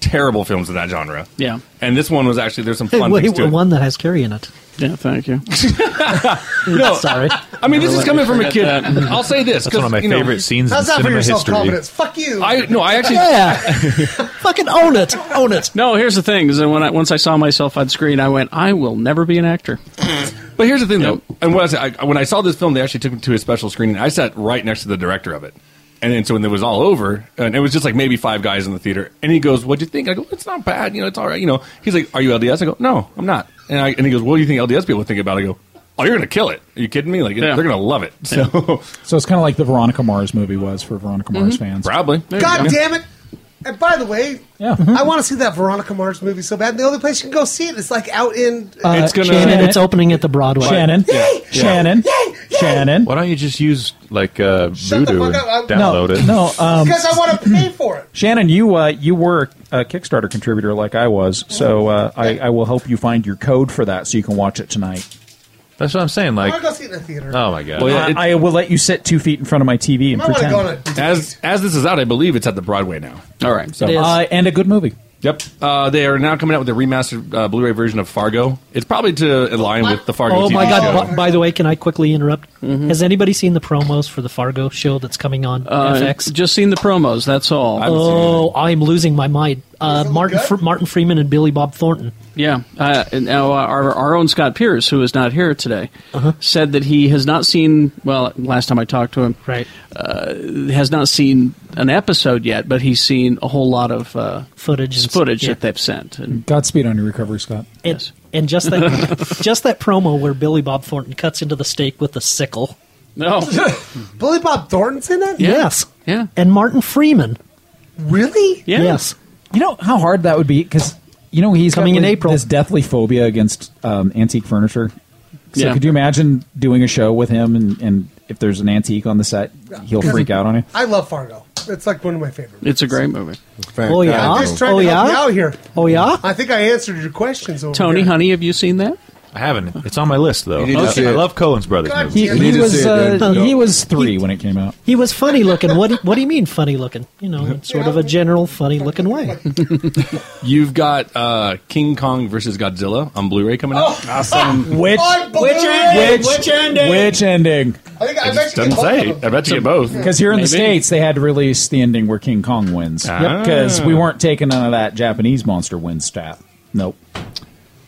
terrible films in that genre.
Yeah.
and this one was actually there's some
Hey,
fun
wait,
things to it.
one that has Carrie in it.
Yeah, thank you.
No,
Sorry.
I mean, this
Never
is
let
coming
me
from a
forget
kid.
that.
I'll say this.
That's one of
'cause,
my
you know-
favorite scenes in
How's that for
cinema
your self
history.
confidence? Fuck you.
I no, I actually
Fucking own it. Own it.
No, here's the thing: is that when I once I saw myself on screen, I went, "I will never be an actor."
But here's the thing, though. And what I, said, I when I saw this film, they actually took me to a special screening. I sat right next to the director of it, and then so when it was all over, and it was just like maybe five guys in the theater, and he goes, "What'd you think?" I go, "It's not bad. You know, it's all right. You know." He's like, "Are you LDS?" I go, "No, I'm not." And, I, and he goes, "What do you think LDS people think about?" it? I go, "Oh, you're gonna kill it. Are you kidding me? Like they're gonna love it." So
So it's kind of like the Veronica Mars movie was for Veronica Mars
Mhm.
Mm-hmm.
fans.
probably.
God damn it! And by the way,
yeah. Mm-hmm.
I want to see that Veronica Mars movie so bad. The only place you can go see it is like out in.
Uh, Shannon, it's opening at the Broadway.
Shannon, Shannon, Shannon.
Why don't you just use like uh,
Shut the
Voodoo
fuck
and
up, I'm-
download
no,
it?
no. Um,
because I want to pay for it.
Shannon, you uh, you were a Kickstarter contributor like I was, so uh, I, I will help you find your code for that so you can watch it tonight.
That's what I'm saying.
I
Like,
want to go see it in the
uh,
theater.
oh my god.
Well, yeah, I, I will let you sit two feet in front of my TV and
I wanna
pretend.
go on a-
As as this is out, I believe it's at the Broadway now. All right,
So, uh, and a good movie.
Yep, uh, they are now coming out with a remastered uh, Blu-ray version of Fargo. It's probably to align with the Fargo.
Oh
TV
my god!
show.
By, by the way, can I quickly interrupt? Has anybody seen the promos for the Fargo show that's coming on
Mm-hmm. Uh,
FX?
Just seen the promos. That's all.
Oh, I'm losing my mind. Uh, Martin Fr- Martin Freeman and Billy Bob Thornton.
Yeah. Uh, and now uh, our, our own Scott Pierce, who is not here today, said that he has not seen. Well, last time I talked to him,
right,
uh, has not seen an episode yet, but he's seen a whole lot of uh,
footage.
Footage
yeah.
that they've sent. And
Godspeed on your recovery, Scott.
And, and just that, just that promo where Billy Bob Thornton cuts into the steak with a sickle.
No.
Billy Bob Thornton's in that?
Yes.
Yeah.
And Martin Freeman.
Really?
Yes.
You know how hard that would be because you know he's
Coming
got,
in
like,
April.
This deathly phobia against um, antique furniture. So
Yeah.
could you imagine doing a show with him and, and if there's an antique on the set, he'll freak out on you.
I love Fargo. It's like one of my favorite.
It's a great movie.
Oh, yeah?
I'm just trying
Oh,
to
yeah?
help you out here.
Oh yeah.
I think I answered your questions. Over
Tony,
here.
honey, have you seen that?
I haven't. It's on my list though.
You need to
Okay.
see
I
it.
love Cohen's brothers.
God
movies.
He- damn he it. was, uh, he was three when it came out.
He was funny looking. What do, what do you mean funny looking? You know, in sort of a general funny looking way.
You've got uh, King Kong versus Godzilla on Blu-ray coming out.
Awesome. Which-
Which ending? Which ending?
Which ending?
I think
I bet you doesn't get both say. of them. I bet you get both.
Because here in the
Maybe.
states, they had to release the ending where King Kong wins.
Ah.
Because we weren't taking none of that Japanese monster win stat. Nope.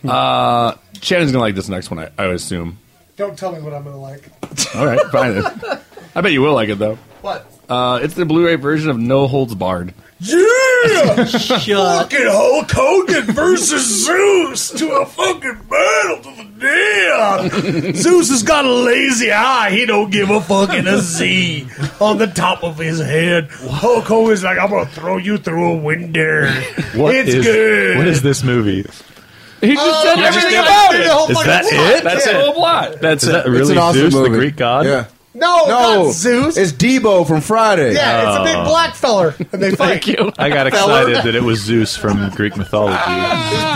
Uh, Shannon's gonna like this next one, I, I would assume.
Don't tell me what I'm gonna like.
All right, fine. then. I bet you will like it though.
What?
Uh, it's the Blu-ray version of No Holds Barred.
Yeah! fucking Hulk Hogan versus Zeus to a fucking battle to the death. Zeus has got a lazy eye. He don't give a fucking a Z on the top of his head. Hulk Hogan's like, I'm gonna throw you through a window.
What
it's
is-
good. Uh,
What is this movie?
He
just
Oh,
said everything about it.
Is that it?
That's it. Whole plot.
That's
That's
is
it.
that really
It's an awesome
Zeus, the
movie.
Greek god?
Yeah.
No,
no,
Oh, not Zeus.
It's Debo from Friday.
Yeah, it's a big black feller, and they fight.
oh. you. I got excited that it was Zeus from Greek mythology.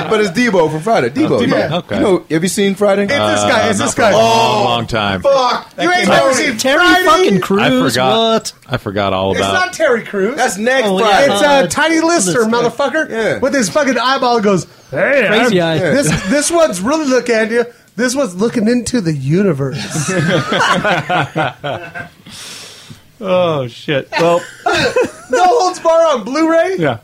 But it's Debo from Friday. Debo.
Debo,
Yeah.
okay.
You know, have you seen Friday? It's
Uh, not for a long, long time.
fuck!
You ain't never seen Terry fucking
I forgot. I forgot all
It's
about.
not Terry Crews. That's
next
Friday.
It's
Uh,
uh, Tiny Lister, motherfucker. With his fucking eyeball goes, hey,
Crazy
I'm-
eye. Yeah.
This, this one's really looking at you. This one's looking into the universe.
oh shit! Well,
no holds bar on Blu-ray.
yeah.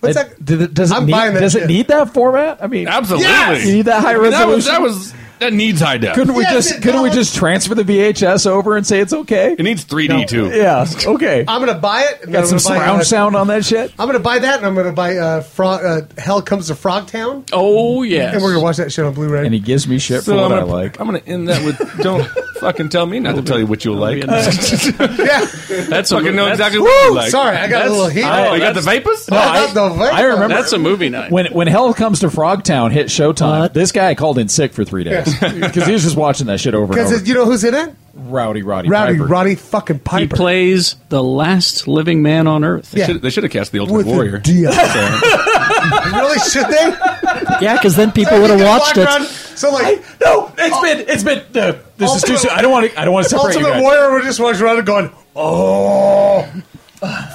What's
It- did it- does it
I'm
need,
buying that
does
shit.
it need that format? I mean,
Absolutely.
You need that high
I mean, that was-
resolution.
That was that needs high def.
Couldn't we just couldn't we just transfer the VHS over and say it's okay?
It needs 3D too.
Yeah. Okay.
I'm gonna buy it. and then
Got
I'm
some
gonna buy
surround
another-
sound on that shit.
I'm gonna buy that, and I'm gonna buy uh, Fro- uh, Hell Comes to Frogtown.
Oh yes.
and we're gonna watch that shit on Blu-ray.
And he gives me shit for
I'm
what
gonna,
I like.
I'm gonna end that with don't fucking tell me not to tell you what you like. That's fucking know exactly what you like. Oh, you got the vapors?
Oh, I, I remember
That's a movie night.
When when Hell Comes to Frogtown hit Showtime, this guy called in sick for three days because he was just watching that shit over and over.
Because you know who's in it?
Rowdy Roddy
Rowdy
Piper.
Roddy fucking Piper.
He plays the last living man on Earth.
They should- they should have cast the Ultimate
With a
Warrior.
deal.
really? Should they?
Yeah, because then people would have watched it.
So like,
no, it's been it's been no, this is too soon. I don't want to. I don't want to separate you
Ultimate
guys.
Warrior would just walk around and going, "Oh,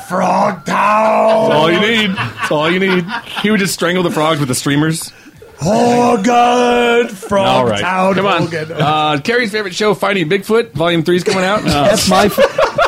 Frog Town."
That's all you need. That's all you need. He would just strangle the frogs with the streamers.
Hogan from
all right.
Town
Come on.
Hogan.
Uh, Carrie's favorite show, Finding Bigfoot, Volume 3 is coming out.
That's my f-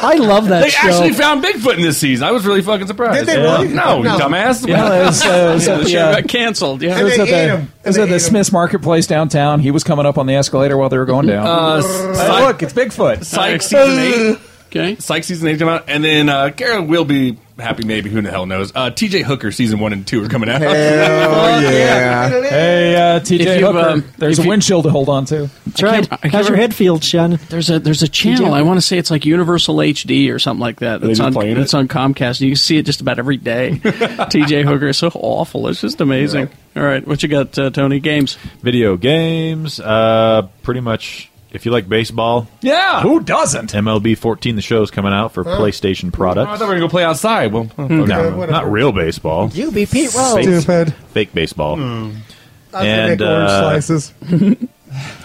I love that
They
show.
actually found Bigfoot in this season. I was really fucking surprised.
Did they really?
No,
No.
you dumbass.
Yeah, it was, uh, it was
Yeah,
at
the
the,
show
uh,
got canceled. Yeah.
It was at the, it was at the Smith's Marketplace downtown. He was coming up on the escalator while they were going down.
Uh,
Hey,
Psych-
look, it's Bigfoot. Uh,
Psych season eight. Okay. Psych season eight come out, and then uh, Kara will be happy. Maybe who the hell knows? Uh, T.J. Hooker season one and two are coming out.
Hell yeah. Hey, uh, TJ
If you,
Hooker,
um,
there's
if
a
you-
windshield to hold on to. That's
right. I can't
How's your
remember-
head
feel, Shannon?
There's a there's a channel. I want to say it's like Universal HD or something like that.
They
It's
just
on
playing it?
it's on Comcast. You can see it just about every day. TJ Hooker is so awful. It's just amazing. All right, what you got, uh, Tony? Games.
Video games. Uh, pretty much. If you like baseball,
yeah.
Who doesn't?
MLB 14, the show's coming out for
Huh?
PlayStation
Oh, I
products.
thought we were gonna go play outside. Well,
No,
okay,
not real baseball.
You be Pete Rose.
Fake,
Stupid. Hmm.
Fake baseball. uh,
I was gonna make orange slices.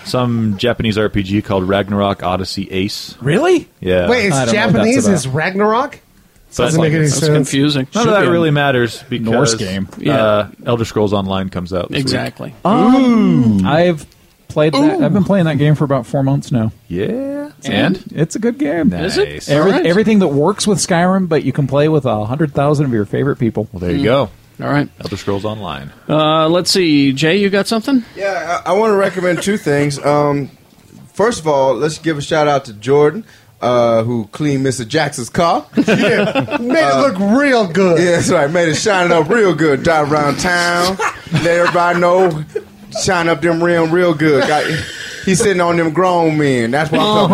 some Japanese RPG called Ragnarok Odyssey Ace.
Really?
Yeah.
Wait, it's Japanese. Is Ragnarok? Doesn't make any sense.
None of that really matters because
Norse game.
Uh, Elder Scrolls Online comes out. This
Exactly.
Week.
Um, I've played that. I've been playing that game for about four months now.
Yeah.
And? It's a good game.
Is it? Nice.
Every-
All right.
Everything that works with Skyrim, but you can play with a hundred thousand of your favorite people. Well,
there you go.
Hmm. All right.
Elder Scrolls Online.
Uh, let's see, Jay, you got something?
Yeah, I, I want to recommend two things. Um, first of all, let's give a shout out to Jordan, uh, who cleaned Mr. Jackson's car. Uh,
Made it look real good.
Yeah, that's right. Made it shine up real good. Drive around town, let everybody know. Shine up them rim real good. Got, he's sitting on them grown men. That's what
Uh-huh.
I'm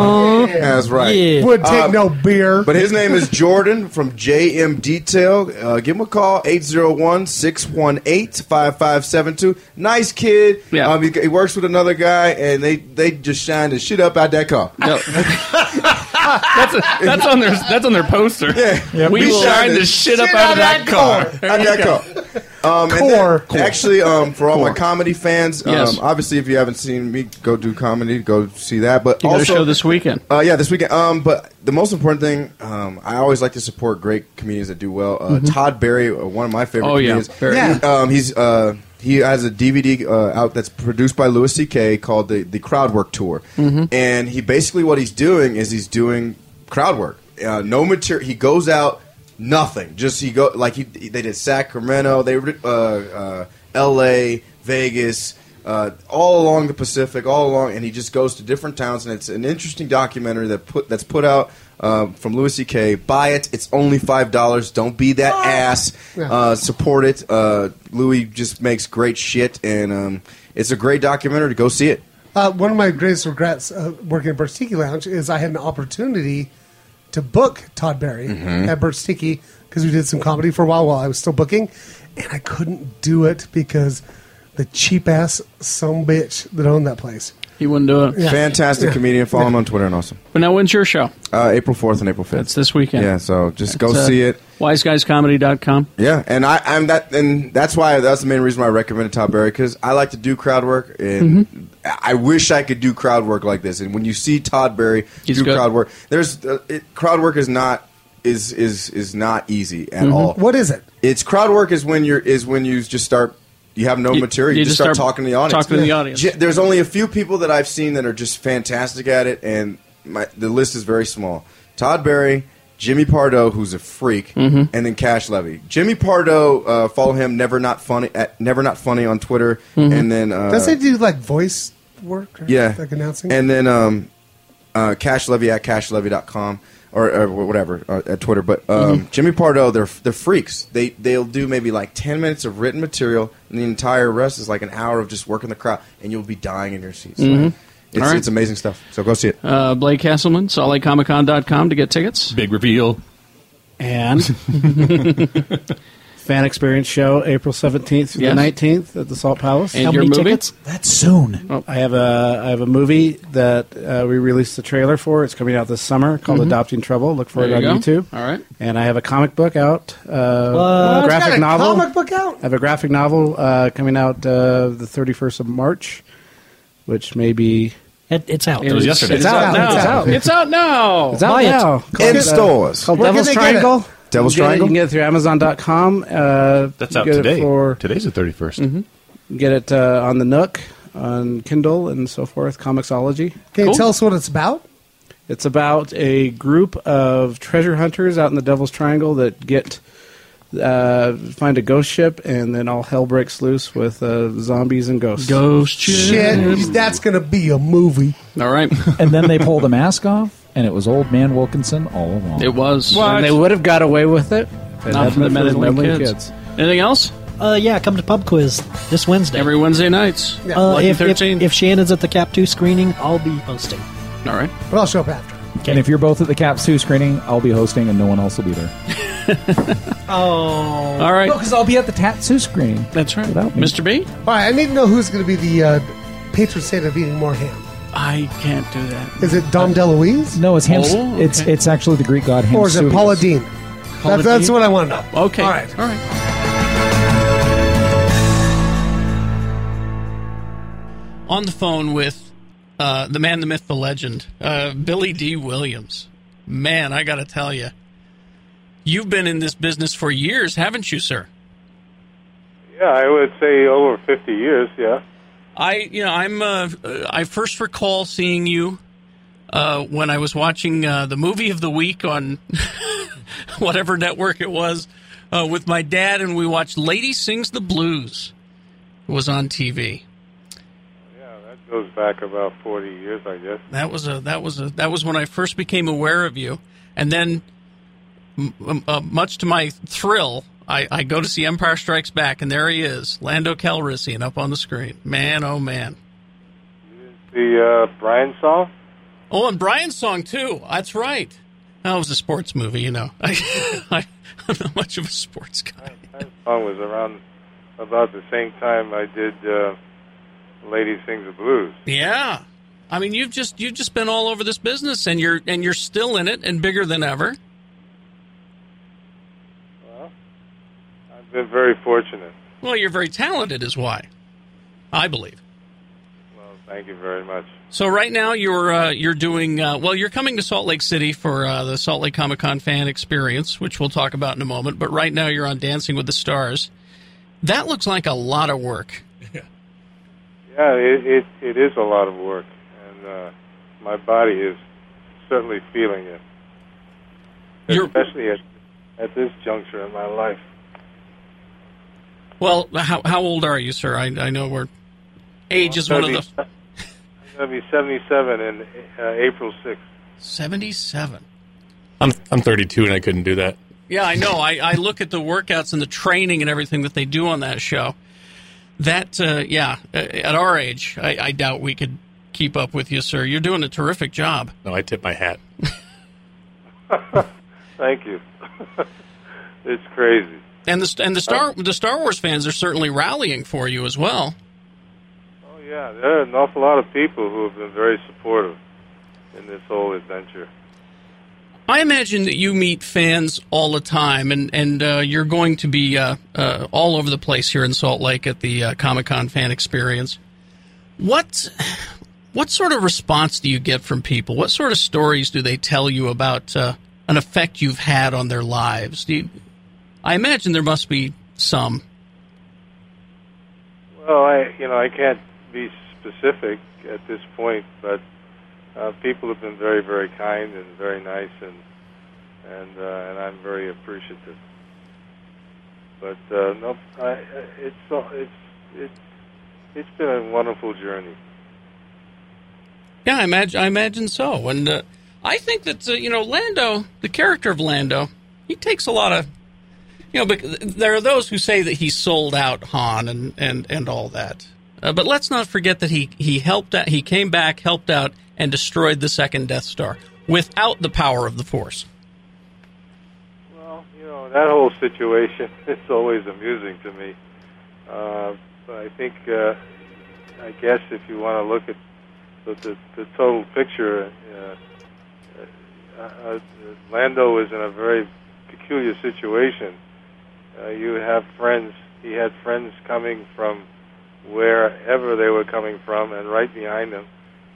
talking about. That's right.
Would take
Uh,
no beer.
But his name is Jordan from JM Detail. Uh, give him a call, 801 618 5572. Nice kid. Yeah. Um, he, he works with another guy, and they, they just shine the shit up out that car.
that's, that's on their that's on their poster.
Yeah,
we, shined the shit up out of that car.
Out that car. Um, and
Core.
then, Actually, um, for all my
Core.
comedy fans, um,
Yes.
obviously, if you haven't seen me, go do comedy, go see that. But
You got a
also,
show this weekend.
Uh, yeah, this weekend. Um, but the most important thing, um, I always like to support great comedians that do well. Uh,
Mhm.
Todd Berry, uh, one of my favorite
Oh, yeah.
comedians.
Berry.
He- Um, he's uh, he has a DVD uh, out that's produced by Louis C.K. called the the Crowd Work Tour,
Mm-hmm.
Mhm.
and he basically what he's doing is he's doing crowd work. Uh, no material. He goes out nothing. Just he go like he they did Sacramento, they re- uh, uh, L.A., Vegas. Uh, all along the Pacific, all along, and he just goes to different towns, and it's an interesting documentary that put that's put out uh, from Louis C.K. Buy it; it's only five dollars. Don't be that ass.
Yeah.
Uh, support it. Uh, Louis just makes great shit, and um, it's a great documentary. Go see it.
Uh, one of my greatest regrets uh, working at Bertiki Lounge is I had an opportunity to book Todd Berry
Mhm.
at Bertiki because we did some comedy for a while while I was still booking, and I couldn't do it because the cheap ass some bitch that owned that place.
He wouldn't do it.
Fantastic comedian. Follow him on Twitter and awesome.
But now, when's your show?
Uh, April fourth and April fifth. It's
this weekend.
Yeah, so just go
It's, uh,
see it.
WiseGuysComedy.com.
Yeah, and I, I'm that, and that's why that's the main reason why I recommended Todd Berry because I like to do crowd work, and
Mm-hmm.
I I wish I could do crowd work like this. And when you see Todd Berry do
good.
crowd work, there's uh, it, crowd work is not is is is not easy at
Mhm.
Mm-hmm.
all.
What is it?
It's crowd work is when you're is when you just start. You have no
You-
material. You,
you
just
just
start,
start
talking to the audience.
talking to the audience.
J- There's only a few people that I've seen that are just fantastic at it, and my, the list is very small. Todd Berry, Jimmy Pardo, who's a freak,
Mhm.
and then Cash Levy. Jimmy Pardo, uh, follow him. Never not funny at Never Not Funny on Twitter,
Mhm.
and then uh,
Does it do like voice work? Or
yeah,
like announcing.
and then um, uh, Cash Levy at cashlevy.com or, or whatever uh, at Twitter. But um,
Mm-hmm.
Jimmy Pardo, they're they're freaks. They they'll do maybe like ten minutes of written material, and the entire rest is like an hour of just working the crowd, and you'll be dying in your seats.
Mhm.
It's,
All right.
it's amazing stuff. So go see it.
Uh, Blake Castleman, SaltLakeComicCon.com to get tickets.
Big reveal.
And
Fan experience show April seventeenth through
Yes.
the nineteenth at the Salt Palace.
And How your many movie? tickets?
That's soon. I have a I have a movie that uh, we released the trailer for. It's coming out this summer called
Mhm.
Adopting Trouble. Look for
There
it
you go.
on YouTube.
All right.
And I have a comic book out. Uh,
What?
a graphic
It's got a
novel.
comic book out?
I have a graphic novel uh, coming out uh, the thirty first of March, which may be.
it's out.
It was yesterday. It's out.
now.
It's out.
It's out now.
It's out now.
Oh. In
uh,
stores.
Called
Where can
Devil's
they get
Triangle.
it? Devil's
You can get it-
Triangle?
You can get it through Amazon.com. Uh,
That's
you
out
get it
today.
For, Mm-hmm.
Today's the 31st.
you get it uh, on the Nook, on Kindle, and so forth. Comixology.
Can you tell us what it's about?
It's about a group of treasure hunters out in the Devil's Triangle that get uh, find a ghost ship, and then all hell breaks loose with uh, zombies and ghosts.
Ghost
Shit, that's gonna be a movie.
Hmm. All right.
and then they pull the mask off, and it was old man Wilkinson all along.
It was.
And they would have got away with it.
Not for the men and
Meddling
women kids. Anything else?
Uh, yeah, come to pub quiz this Wednesday.
Every Wednesday nights.
Uh,
Lucky
if, if,
13.
if Shannon's at the Cap 2 screening, I'll be hosting.
All right.
But I'll show up after.
And if you're both at the Caps 2 screening, I'll be hosting, and no one else will be there.
Oh.
All right.
because I'll be at the Tatsu screening.
That's right.
Without me.
Mr. B?
All right, I need to know who's going to be the uh, patron saint of eating more ham.
I can't do that.
Is it Dom DeLuise?
No, it's Hams-
Oh,
it's
okay.
it's actually the Greek god Hams.
Or is it Paula Dean?
Paula
That- that's
Dean?
what I want to know.
Okay. All right. All right. On the phone with uh, the man, the myth, the legend, uh, Billy D. Williams. Man, I got to tell you, you've been in this business for years, haven't you, sir?
Yeah, I would say over 50 years, yeah.
I, you know, I'm. Uh, I first recall seeing you uh, when I was watching uh, the movie of the week on whatever network it was uh, with my dad, and we watched "Lady Sings the Blues." It was on TV.
That goes back about 40 years, I guess.
That was a. That was a. That was when I first became aware of you, and then, m- m- uh, much to my thrill, I, I go to see Empire Strikes Back, and there he is, Lando Calrissian, up on the screen. Man, oh man.
The uh, Brian song?
Oh, and Brian's song too. That's right. That was a sports movie, you know. I, I, I'm not much of a sports guy.
That song uh, was around about the same time I did uh, Lady Sings the Blues.
Yeah, I mean, you've just you've just been all over this business, and you're and you're still in it, and bigger than ever.
I've been very fortunate.
Well, you're very talented, is why. I believe.
Well, thank you very much.
So right now you're uh, you're doing uh, well. You're coming to Salt Lake City for uh, the Salt Lake Comic Con fan experience, which we'll talk about in a moment. But right now you're on Dancing with the Stars. That looks like a lot of work.
Yeah, it it, it is a lot of work, and uh, my body is certainly feeling it, especially at at this juncture in my life.
Well, how, how old are you, sir? I, I know we're age is
I'm
one
gonna
of the
be- I'm going to be 77 in uh, April 6th.
seventy-seven.
I'm I'm 32 and I couldn't do that.
Yeah, I know. I, I look at the workouts and the training and everything that they do on that show. That, uh, yeah, uh, at our age, I, I doubt we could keep up with you, sir. You're doing a terrific job.
No, I tip my hat.
Thank you. it's crazy.
And the and the star the Star Wars fans are certainly rallying for you as well.
Oh, yeah, there are an awful lot of people who have been very supportive in this whole adventure.
I imagine that you meet fans all the time, and and uh, you're going to be uh, uh, all over the place here in Salt Lake at the uh, Comic Con Fan Experience. What what sort of response do you get from people? What sort of stories do they tell you about uh, an effect you've had on their lives? Do you, I imagine there must be some.
Well, I you know I can't be specific at this point, but uh, people have been very very kind and very nice, and and uh, and I'm very appreciative. But uh, no, I, I- it's it's it's it's been a wonderful journey.
Yeah, I imagine. I imagine so. And uh, I think that uh, you know Lando, the character of Lando, he takes a lot of, you know, bec- there are those who say that he sold out Han and and and all that. Uh, but let's not forget that he he helped out. He came back, helped out, and destroyed the second Death Star without the power of the Force.
Well, you know that whole situation is always amusing to me. Uh, but I think uh, I guess if you want to look at the, the, the total picture, uh, uh, uh, Lando is in a very peculiar situation. Uh, you have friends. He had friends coming from wherever they were coming from, and right behind him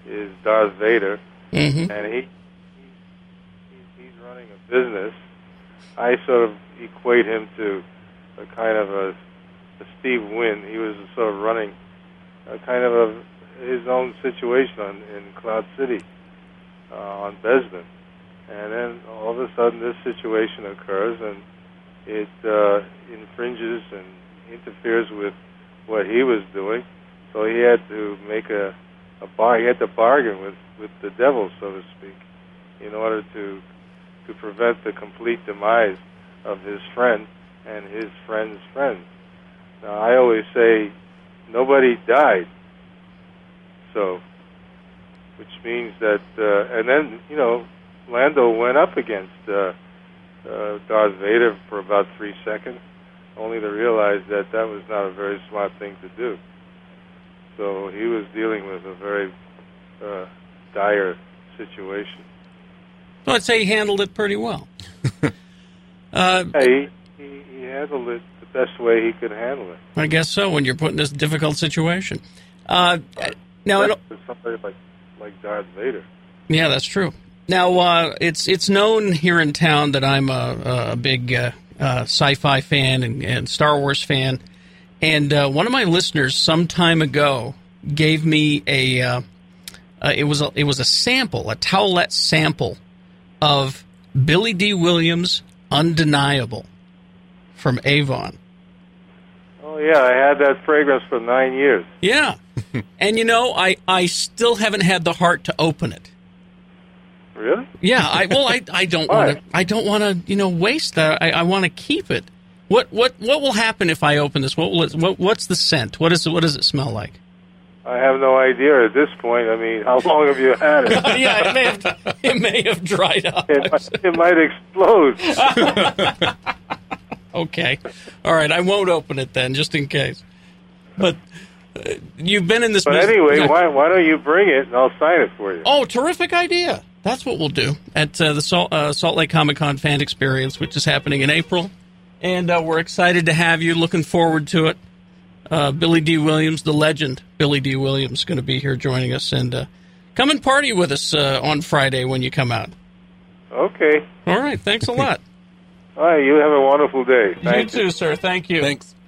is Darth Vader,
Mhm.
and he he's, he's running a business. I sort of equate him to a kind of a, a Steve Wynn. He was sort of running a kind of a, his own situation on, in Cloud City uh, on Besman, and then all of a sudden this situation occurs and it uh, infringes and interferes with what he was doing. So he had to make a, a bar. He had to bargain with with the devil, so to speak, in order to to prevent the complete demise of his friend and his friend's friend. Now, I always say nobody died, so which means that, uh, and then you know, Lando went up against uh, uh, Darth Vader for about three seconds, only to realize that that was not a very smart thing to do. So he was dealing with a very uh, dire situation.
So I'd say he handled it pretty well. uh,
Yeah, he, he, he handled it the best way he could handle it.
I guess so. When you're put in this difficult situation, uh, now it,
Except for somebody like like Darth Vader.
Yeah, that's true. Now uh, it's it's known here in town that I'm a, a big uh, uh, sci-fi fan and, and Star Wars fan, and uh, one of my listeners some time ago gave me a uh, uh, it was a, it was a sample, a towelette sample of Billy D. Williams' "Undeniable" from Avon.
Oh yeah, I had that fragrance for nine years.
Yeah, and you know I I still haven't had the heart to open it.
Really?
Yeah, I well, I, I don't want to. I don't want to. You know, waste that. I, I want to keep it. What what what will happen if I open this? What will it, what what's the scent? What is what does it smell like?
I have no idea at this point. I mean, how long have you had it?
yeah, it may have it may have dried up.
It, might- it might explode.
Okay, all right. I won't open it then, just in case. But uh, you've been in this.
but
business-
anyway, why why don't you bring it and I'll sign it for you?
Oh, terrific idea! That's what we'll do at uh, the Salt, uh, Salt Lake Comic Con Fan Experience, which is happening in April, and uh, we're excited to have you. Looking forward to it. Uh, Billy D. Williams, the legend, Billy D. Williams, going to be here joining us. And uh, come and party with us uh, on Friday when you come out.
Okay.
All right. Thanks a lot.
All right. You have a wonderful day. Thank
you too, sir. Thank you. Thanks.